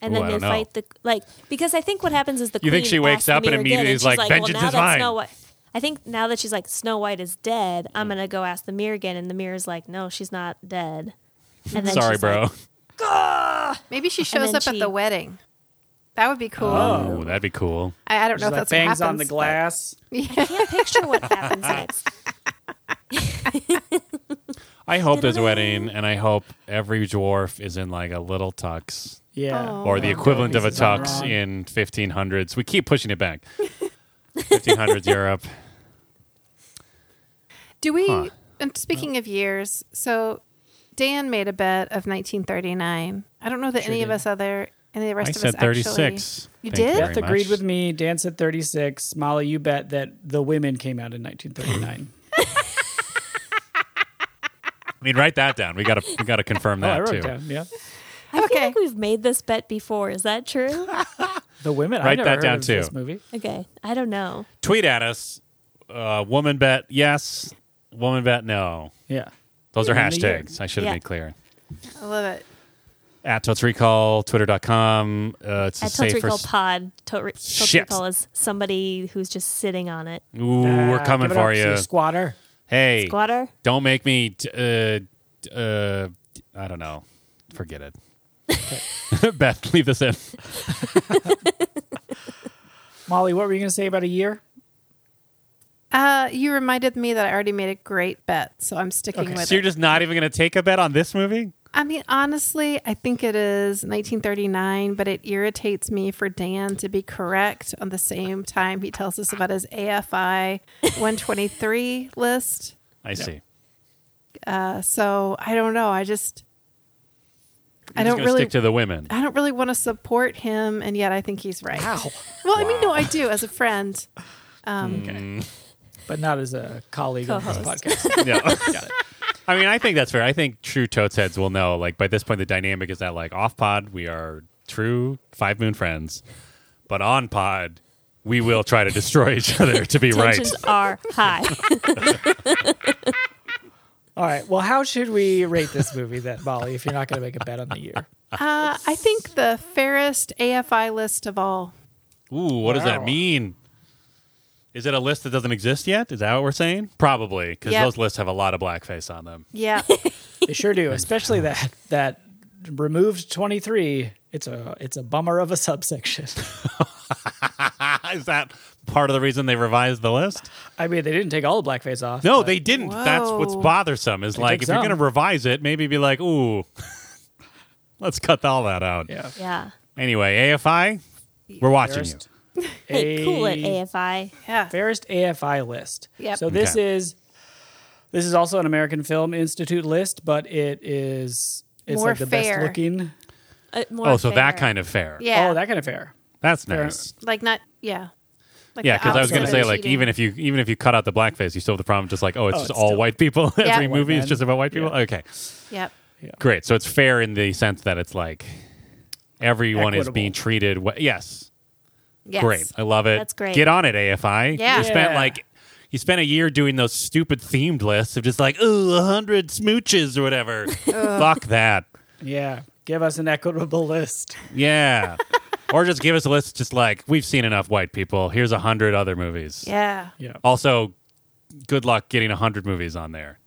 Speaker 6: And
Speaker 5: Ooh,
Speaker 6: then
Speaker 5: I
Speaker 6: they
Speaker 5: don't know.
Speaker 6: fight the like because I think what happens is the
Speaker 5: You
Speaker 6: queen
Speaker 5: think she wakes
Speaker 6: asks
Speaker 5: up and
Speaker 6: Mirror again,
Speaker 5: immediately
Speaker 6: and
Speaker 5: is
Speaker 6: she's
Speaker 5: like,
Speaker 6: like well,
Speaker 5: "Vengeance
Speaker 6: now
Speaker 5: is
Speaker 6: that
Speaker 5: mine."
Speaker 6: Snow White I think now that she's like Snow White is dead,
Speaker 5: Hmm.
Speaker 6: I'm gonna go ask the mirror again, and the mirror's like, no, she's not dead. And then
Speaker 5: Sorry,
Speaker 6: she's
Speaker 5: bro.
Speaker 6: like,
Speaker 1: Maybe she shows
Speaker 6: then
Speaker 1: up at
Speaker 6: she-
Speaker 1: the wedding. That would be cool.
Speaker 5: oh, that'd be cool.
Speaker 1: I, I don't know
Speaker 4: Just
Speaker 1: if
Speaker 4: like bangs
Speaker 1: that's what happens,
Speaker 4: on the
Speaker 1: but-
Speaker 4: glass.
Speaker 6: I can't picture what happens next.
Speaker 5: I hope there's a wedding, and I hope every dwarf is in like a little tux
Speaker 4: Yeah.
Speaker 1: Oh.
Speaker 5: or the equivalent of a
Speaker 4: Pieces are
Speaker 5: tux
Speaker 4: wrong.
Speaker 5: in 1500s. We keep pushing it back. 1500s Europe.
Speaker 1: Do we?
Speaker 5: Huh.
Speaker 1: And speaking of years, so Dan made a bet of 1939. I don't know that any of
Speaker 4: did.
Speaker 1: us other any of the rest
Speaker 5: I
Speaker 1: of us
Speaker 5: said
Speaker 1: actually.
Speaker 5: 36.
Speaker 1: You
Speaker 5: Thank you
Speaker 1: did?
Speaker 5: very
Speaker 4: Beth agreed
Speaker 5: much.
Speaker 4: with me. Dan said 36. Molly, you bet that the women came out in 1939.
Speaker 5: I mean, write that down. We gotta we gotta confirm
Speaker 4: oh, I
Speaker 5: that
Speaker 4: wrote
Speaker 5: too.
Speaker 4: down. Yeah.
Speaker 6: I feel
Speaker 1: Okay.
Speaker 6: like we've made this bet before. Is that true?
Speaker 4: The women.
Speaker 5: Write
Speaker 4: I've never
Speaker 5: that down,
Speaker 4: heard of
Speaker 5: too.
Speaker 4: This movie.
Speaker 6: Okay, I don't know.
Speaker 5: Tweet at us. Uh, woman bet yes. Woman bet no.
Speaker 4: Yeah.
Speaker 5: Those are
Speaker 4: Yeah, in the year.
Speaker 5: hashtags. I should have
Speaker 6: Yeah.
Speaker 5: made clear.
Speaker 1: I love it.
Speaker 5: At Totes Recall, Twitter.com. Uh, it's
Speaker 6: At
Speaker 5: a
Speaker 6: Totes
Speaker 5: safer.
Speaker 6: Recall Pod, Tot- Totes
Speaker 5: Shit.
Speaker 6: Recall is somebody who's just sitting on it.
Speaker 5: Ooh, we're
Speaker 4: Ah,
Speaker 5: coming
Speaker 4: give it up
Speaker 5: for
Speaker 4: to
Speaker 5: you.
Speaker 4: squatter.
Speaker 5: Hey,
Speaker 6: Squatter?
Speaker 5: don't make me. T- uh, t- uh, I don't know. Forget it. Beth, leave this in.
Speaker 4: Molly, what were you going to say about a year?
Speaker 1: Uh, you reminded me that I already made a great bet, so I'm sticking
Speaker 4: Okay.
Speaker 1: with
Speaker 5: So you're
Speaker 1: it.
Speaker 5: just not even going to take a bet on this movie?
Speaker 1: I mean, honestly, I think it is 1939, but it irritates me for Dan to be correct on the same time he tells us about his AFI 123 list.
Speaker 5: I see.
Speaker 1: Uh, so I don't know. I just I
Speaker 5: You're just
Speaker 1: don't
Speaker 5: gonna
Speaker 1: really
Speaker 5: stick to the women.
Speaker 1: I don't really want to support him, and yet I think he's right.
Speaker 4: Wow.
Speaker 1: Well, I mean, no, I do as a friend. Um,
Speaker 4: But not as a colleague on this
Speaker 6: Co-host.
Speaker 4: podcast.
Speaker 5: No. I mean, I think that's fair. I think true totes heads will know. Like by this point, the dynamic is that like off pod, we are true five moon friends, but on pod, we will try to destroy each other to be right.
Speaker 6: Tensions are high.
Speaker 4: All right. Well, how should we rate this movie then, Molly, if you're not going to make a bet on the year?
Speaker 1: uh, I think the fairest AFI list of all.
Speaker 5: Ooh, what does that
Speaker 4: Wow.
Speaker 5: mean? Is it a list that doesn't exist yet? Is that what we're saying? Probably, because
Speaker 1: Yep.
Speaker 5: those lists have a lot of blackface on them.
Speaker 1: Yeah,
Speaker 4: They sure do, especially that that removed 23. It's a it's a bummer of a subsection.
Speaker 5: Is that part of the reason they revised the list?
Speaker 4: I mean, they didn't take all the blackface off.
Speaker 5: No, they didn't. That's what's
Speaker 1: Whoa.
Speaker 5: bothersome. Is like
Speaker 4: took
Speaker 5: if you're
Speaker 4: some.
Speaker 5: going to revise it, maybe be like, ooh, let's cut all that out.
Speaker 4: Yeah.
Speaker 6: Yeah.
Speaker 5: Anyway, AFI, we're watching you.
Speaker 4: Fairest,
Speaker 6: Hey, cool it, AFI.
Speaker 1: Yeah.
Speaker 4: fairest AFI list.
Speaker 1: Yep.
Speaker 4: So this
Speaker 5: Okay.
Speaker 4: is this is also an American Film Institute list, but it is it's
Speaker 1: More
Speaker 4: like the
Speaker 1: fair.
Speaker 4: best looking.
Speaker 6: Uh, more
Speaker 5: Oh, so that
Speaker 6: fair.
Speaker 5: kind of fair.
Speaker 1: Yeah.
Speaker 4: Oh, that kind of fair.
Speaker 5: That's
Speaker 4: Fair.
Speaker 5: nice.
Speaker 1: like not yeah. Like
Speaker 5: Yeah,
Speaker 1: the
Speaker 5: because I was
Speaker 1: opposite
Speaker 5: going to
Speaker 1: of
Speaker 5: say like
Speaker 1: cheating.
Speaker 5: even if you even if you cut out the blackface, you still have the problem. Just like oh, it's
Speaker 4: Oh,
Speaker 5: just
Speaker 4: it's
Speaker 5: all
Speaker 4: still-
Speaker 5: white people.
Speaker 1: Yeah.
Speaker 5: Every
Speaker 1: White
Speaker 5: movie is
Speaker 4: men.
Speaker 5: just about white people.
Speaker 4: Yeah.
Speaker 5: Okay,
Speaker 1: Yep.
Speaker 5: great. So it's fair in the sense that it's like everyone is
Speaker 4: Equitable.
Speaker 5: being treated. Wh- yes,
Speaker 1: Yes.
Speaker 5: Great. I love it.
Speaker 6: That's great.
Speaker 5: Get on it, AFI.
Speaker 1: Yeah.
Speaker 5: You spent
Speaker 4: Yeah.
Speaker 5: like you spent a year doing those stupid themed lists of just like, ooh, a hundred smooches or whatever. Fuck that.
Speaker 4: Yeah. Give us an equitable list.
Speaker 5: Yeah. or just give us a list just like, we've seen enough white people. Here's a hundred other movies.
Speaker 1: Yeah.
Speaker 4: Yeah.
Speaker 5: Also, good luck getting a hundred movies on there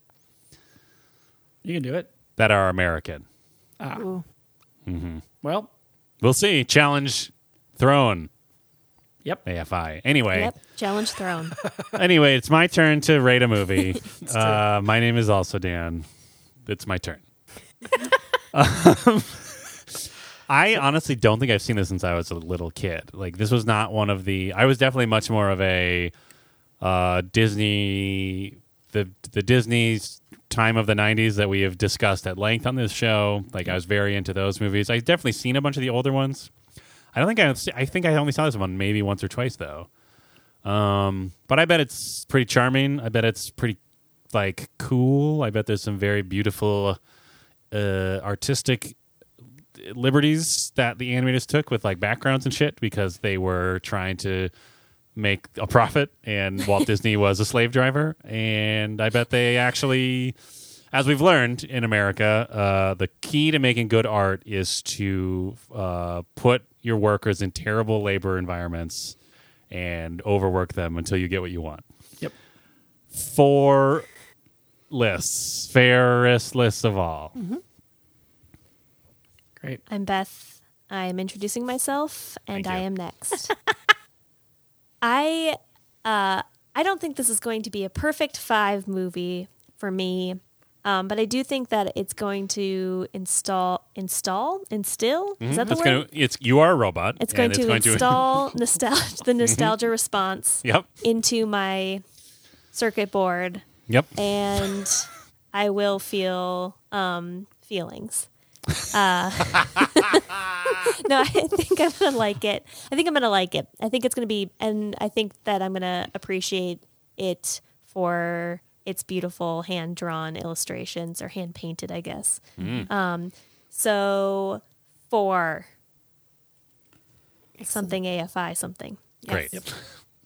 Speaker 4: You can do it.
Speaker 5: that are American.
Speaker 1: Ooh.
Speaker 4: Well,
Speaker 5: We'll see. Challenge thrown.
Speaker 4: yep.
Speaker 5: AFI. Anyway.
Speaker 6: Yep. Challenge thrown.
Speaker 5: Anyway, it's my turn to rate a movie. uh, my name is also Dan. It's my turn. Um, I honestly don't think I've seen this since I was a little kid. Like this was not one of the. I was definitely much more of a uh, Disney, the the Disney's time of the '90s that we have discussed at length on this show. Like I was very into those movies. I've definitely seen a bunch of the older ones. I don't think I. I think I only saw this one maybe once or twice though. Um, but I bet it's pretty charming. I bet it's pretty like cool. I bet there's some very beautiful uh, artistic liberties that the animators took with like backgrounds and shit because they were trying to make a profit and Walt Disney was a slave driver and I bet they actually as we've learned in America uh, the key to making good art is to uh, put your workers in terrible labor environments and overwork them until you get what you want
Speaker 4: Yep.
Speaker 5: four lists fairest lists of all
Speaker 6: Mm-hmm.
Speaker 4: Great.
Speaker 6: I'm Beth. I'm introducing myself, and
Speaker 5: Thank
Speaker 6: I
Speaker 5: you.
Speaker 6: am next. I, uh, I don't think this is going to be a perfect five movie for me, um, but I do think that it's going to install, install, instill. Is that the
Speaker 5: Hmm? it's
Speaker 6: word?
Speaker 5: going to it's you are a robot
Speaker 6: it's
Speaker 5: and
Speaker 6: going to Mm-hmm. install nostalgia, the nostalgia response
Speaker 5: yep
Speaker 6: into my circuit board,
Speaker 5: yep
Speaker 6: and I will feel um, feelings. Uh, no, I think I'm gonna like it. I think I'm gonna like it. I think it's gonna be, and I think that I'm gonna appreciate it for its beautiful hand drawn illustrations or hand painted, I guess. Um,
Speaker 5: Mm.
Speaker 6: so four, something AFI, something.
Speaker 5: great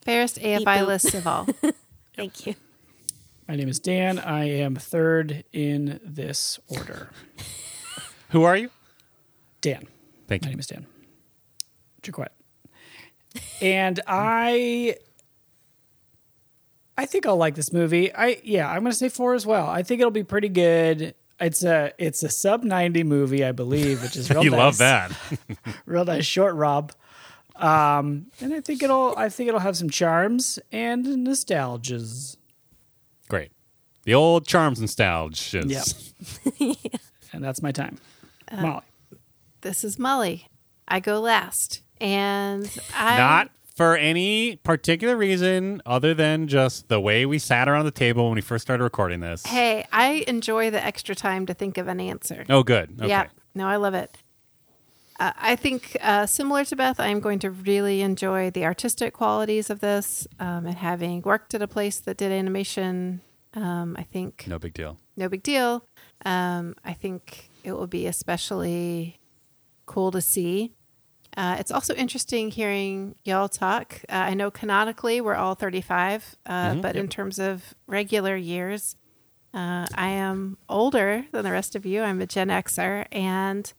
Speaker 1: Fairest AFI
Speaker 6: boop.
Speaker 1: list of all.
Speaker 6: Thank you.
Speaker 4: My name is Dan. I am third in this order.
Speaker 5: who are you
Speaker 4: Dan.
Speaker 5: thank
Speaker 4: My
Speaker 5: you
Speaker 4: name is Dan. Jaquette. And I I think I'll like this movie. I yeah, I'm gonna say four as well. I think it'll be pretty good. It's a it's a sub ninety movie, I believe, which is real
Speaker 5: you
Speaker 4: nice.
Speaker 5: love that
Speaker 4: Real nice short rob. Um and I think it'll I think it'll have some charms and nostalgias.
Speaker 5: great the old charms and styles
Speaker 4: Yep. And that's my time. Molly.
Speaker 1: this is Molly. I go last. And I
Speaker 5: not for any particular reason other than just the way we sat around the table when we first started recording this
Speaker 1: Hey, I enjoy the extra time to think of an answer.
Speaker 5: oh good okay
Speaker 1: Yeah. No, I love it. Uh, I think uh, similar to Beth, I'm going to really enjoy the artistic qualities of this um, and having worked at a place that did animation. Um, I think
Speaker 5: no big deal
Speaker 1: no big deal. Um, I think it will be especially cool to see. Uh, it's also interesting hearing y'all talk. Uh, I know canonically we're all 35, uh, but in terms of regular years, uh, I am older than the rest of you. I'm a Gen Xer. And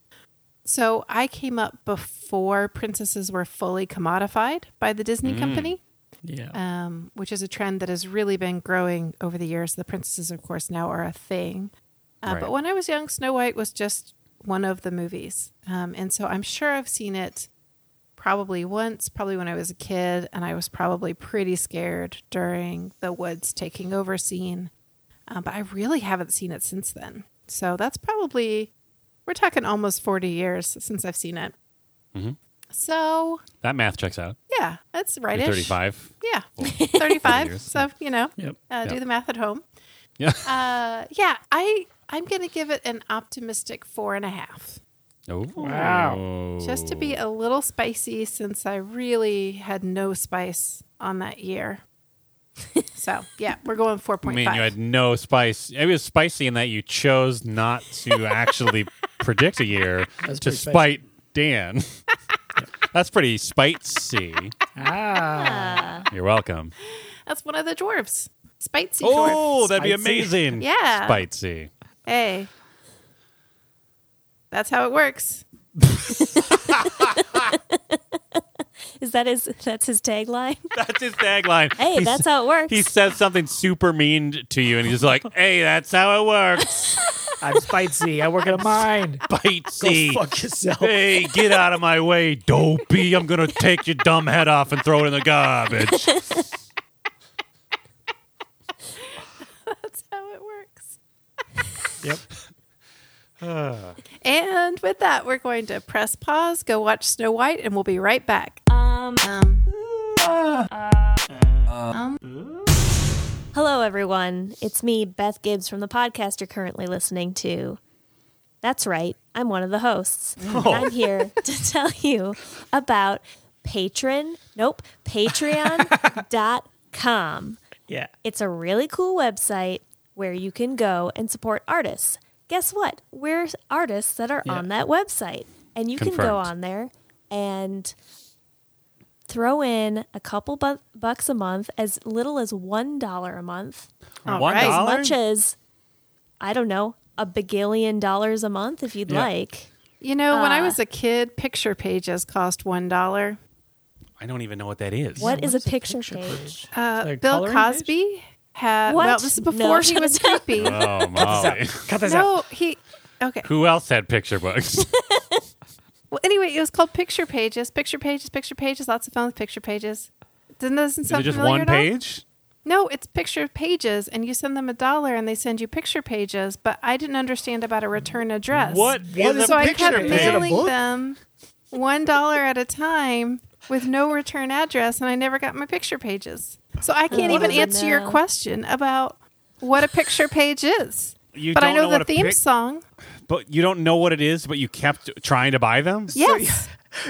Speaker 1: so I came up before princesses were fully commodified by the Disney company
Speaker 4: Yeah.
Speaker 1: um, which is a trend that has really been growing over the years. The princesses, of course, now are a thing. Uh,
Speaker 5: Right.
Speaker 1: But when I was young, Snow White was just one of the movies. Um, and so I'm sure I've seen it probably once, probably when I was a kid, and I was probably pretty scared during the woods taking over scene. Um, but I really haven't seen it since then. So that's probably, we're talking almost 40 years since I've seen it.
Speaker 5: Mm-hmm.
Speaker 1: So
Speaker 5: That math checks out.
Speaker 1: yeah, that's right.
Speaker 5: You're 35.
Speaker 1: Yeah,
Speaker 5: Forty
Speaker 1: 35.
Speaker 5: years.
Speaker 1: so, you know,
Speaker 4: Yep.
Speaker 1: uh, do
Speaker 5: Yep.
Speaker 1: the math at home.
Speaker 5: Yeah.
Speaker 1: Uh, yeah, I I'm gonna give it an optimistic four and a half,
Speaker 5: Oh.
Speaker 4: Wow.
Speaker 1: just to be a little spicy, since I really had no spice on that year. so yeah, we're going four
Speaker 5: I
Speaker 1: point
Speaker 5: mean, you
Speaker 1: five.
Speaker 5: had no spice. It was spicy in that you chose not to actually predict a year
Speaker 4: That's
Speaker 5: to
Speaker 4: pretty spicy.
Speaker 5: spite Dan. That's pretty spicy.
Speaker 4: Ah.
Speaker 5: You're welcome.
Speaker 1: That's one of the dwarves, spicy
Speaker 5: Oh,
Speaker 1: dwarves.
Speaker 5: that'd be
Speaker 4: Spicy.
Speaker 5: amazing.
Speaker 1: Yeah.
Speaker 5: Spicy.
Speaker 1: hey, that's how it works.
Speaker 6: Is that his? That's his tagline.
Speaker 5: That's his tagline.
Speaker 6: Hey,
Speaker 5: He's-
Speaker 6: that's how it works.
Speaker 5: he says something super mean to you, and he's like, "Hey, that's how it works."
Speaker 4: I'm spicy. I work in a mine. Go
Speaker 5: Spicy.
Speaker 4: fuck yourself.
Speaker 5: Hey, get out of my way, dopey. I'm going to take your dumb head off and throw it in the garbage.
Speaker 1: That's how it works.
Speaker 4: Yep.
Speaker 1: And with that, we're going to press pause, go watch Snow White, and we'll be right back.
Speaker 6: Hello, everyone. It's me, Beth Gibbs from the podcast you're currently listening to. That's right, I'm one of the hosts. And I'm here to tell you about Patron, nope, Patreon.com.
Speaker 4: Yeah.
Speaker 6: It's a really cool website where you can go and support artists. Guess what? We're artists that are on that website. And you can go
Speaker 5: Confirmed.
Speaker 6: on there and throw in a couple bu- bucks a month, as little as $1 a month,
Speaker 1: All
Speaker 5: One
Speaker 1: right.
Speaker 6: as
Speaker 5: dollar?
Speaker 6: much as, I don't know, a bagillion dollars a month if you'd
Speaker 4: Yeah.
Speaker 6: like.
Speaker 1: You know,
Speaker 6: Uh.
Speaker 1: when I was a kid, picture pages cost one dollar.
Speaker 5: I don't even know what that is.
Speaker 6: what is, a picture, page?
Speaker 1: Uh,
Speaker 4: Like
Speaker 1: Bill
Speaker 4: coloring page?
Speaker 1: Cosby had.
Speaker 6: What?
Speaker 1: Well, this is
Speaker 6: No,
Speaker 1: before he
Speaker 6: shut
Speaker 1: was
Speaker 6: it down.
Speaker 1: creepy.
Speaker 5: Oh, Molly.
Speaker 4: Cut this out.
Speaker 1: no, he. Okay.
Speaker 5: Who else had picture books?
Speaker 1: Well, anyway, it was called picture pages. Picture pages. Picture pages. Lots of fun with picture pages. Doesn't doesn't
Speaker 5: Is it
Speaker 1: sound
Speaker 5: just
Speaker 1: familiar
Speaker 5: one
Speaker 1: at all?
Speaker 5: page?
Speaker 1: No, it's picture pages, and you send them a dollar, and they send you picture pages. But I didn't understand about a return address.
Speaker 5: What
Speaker 4: What
Speaker 5: is
Speaker 4: is
Speaker 1: so
Speaker 5: a
Speaker 1: I
Speaker 5: picture
Speaker 1: kept
Speaker 4: Is it a
Speaker 5: page?
Speaker 1: mailing
Speaker 4: book?
Speaker 1: them one dollar at a time with no return address, and I never got my picture pages. So I can't
Speaker 6: Oh,
Speaker 1: even
Speaker 6: no.
Speaker 1: answer your question about what a picture page is.
Speaker 5: You
Speaker 1: but I
Speaker 5: don't
Speaker 1: know,
Speaker 5: know what
Speaker 1: the
Speaker 5: a
Speaker 1: theme
Speaker 5: pic-
Speaker 1: song.
Speaker 5: But you don't know what it is, but you kept trying to buy them?
Speaker 1: Yes,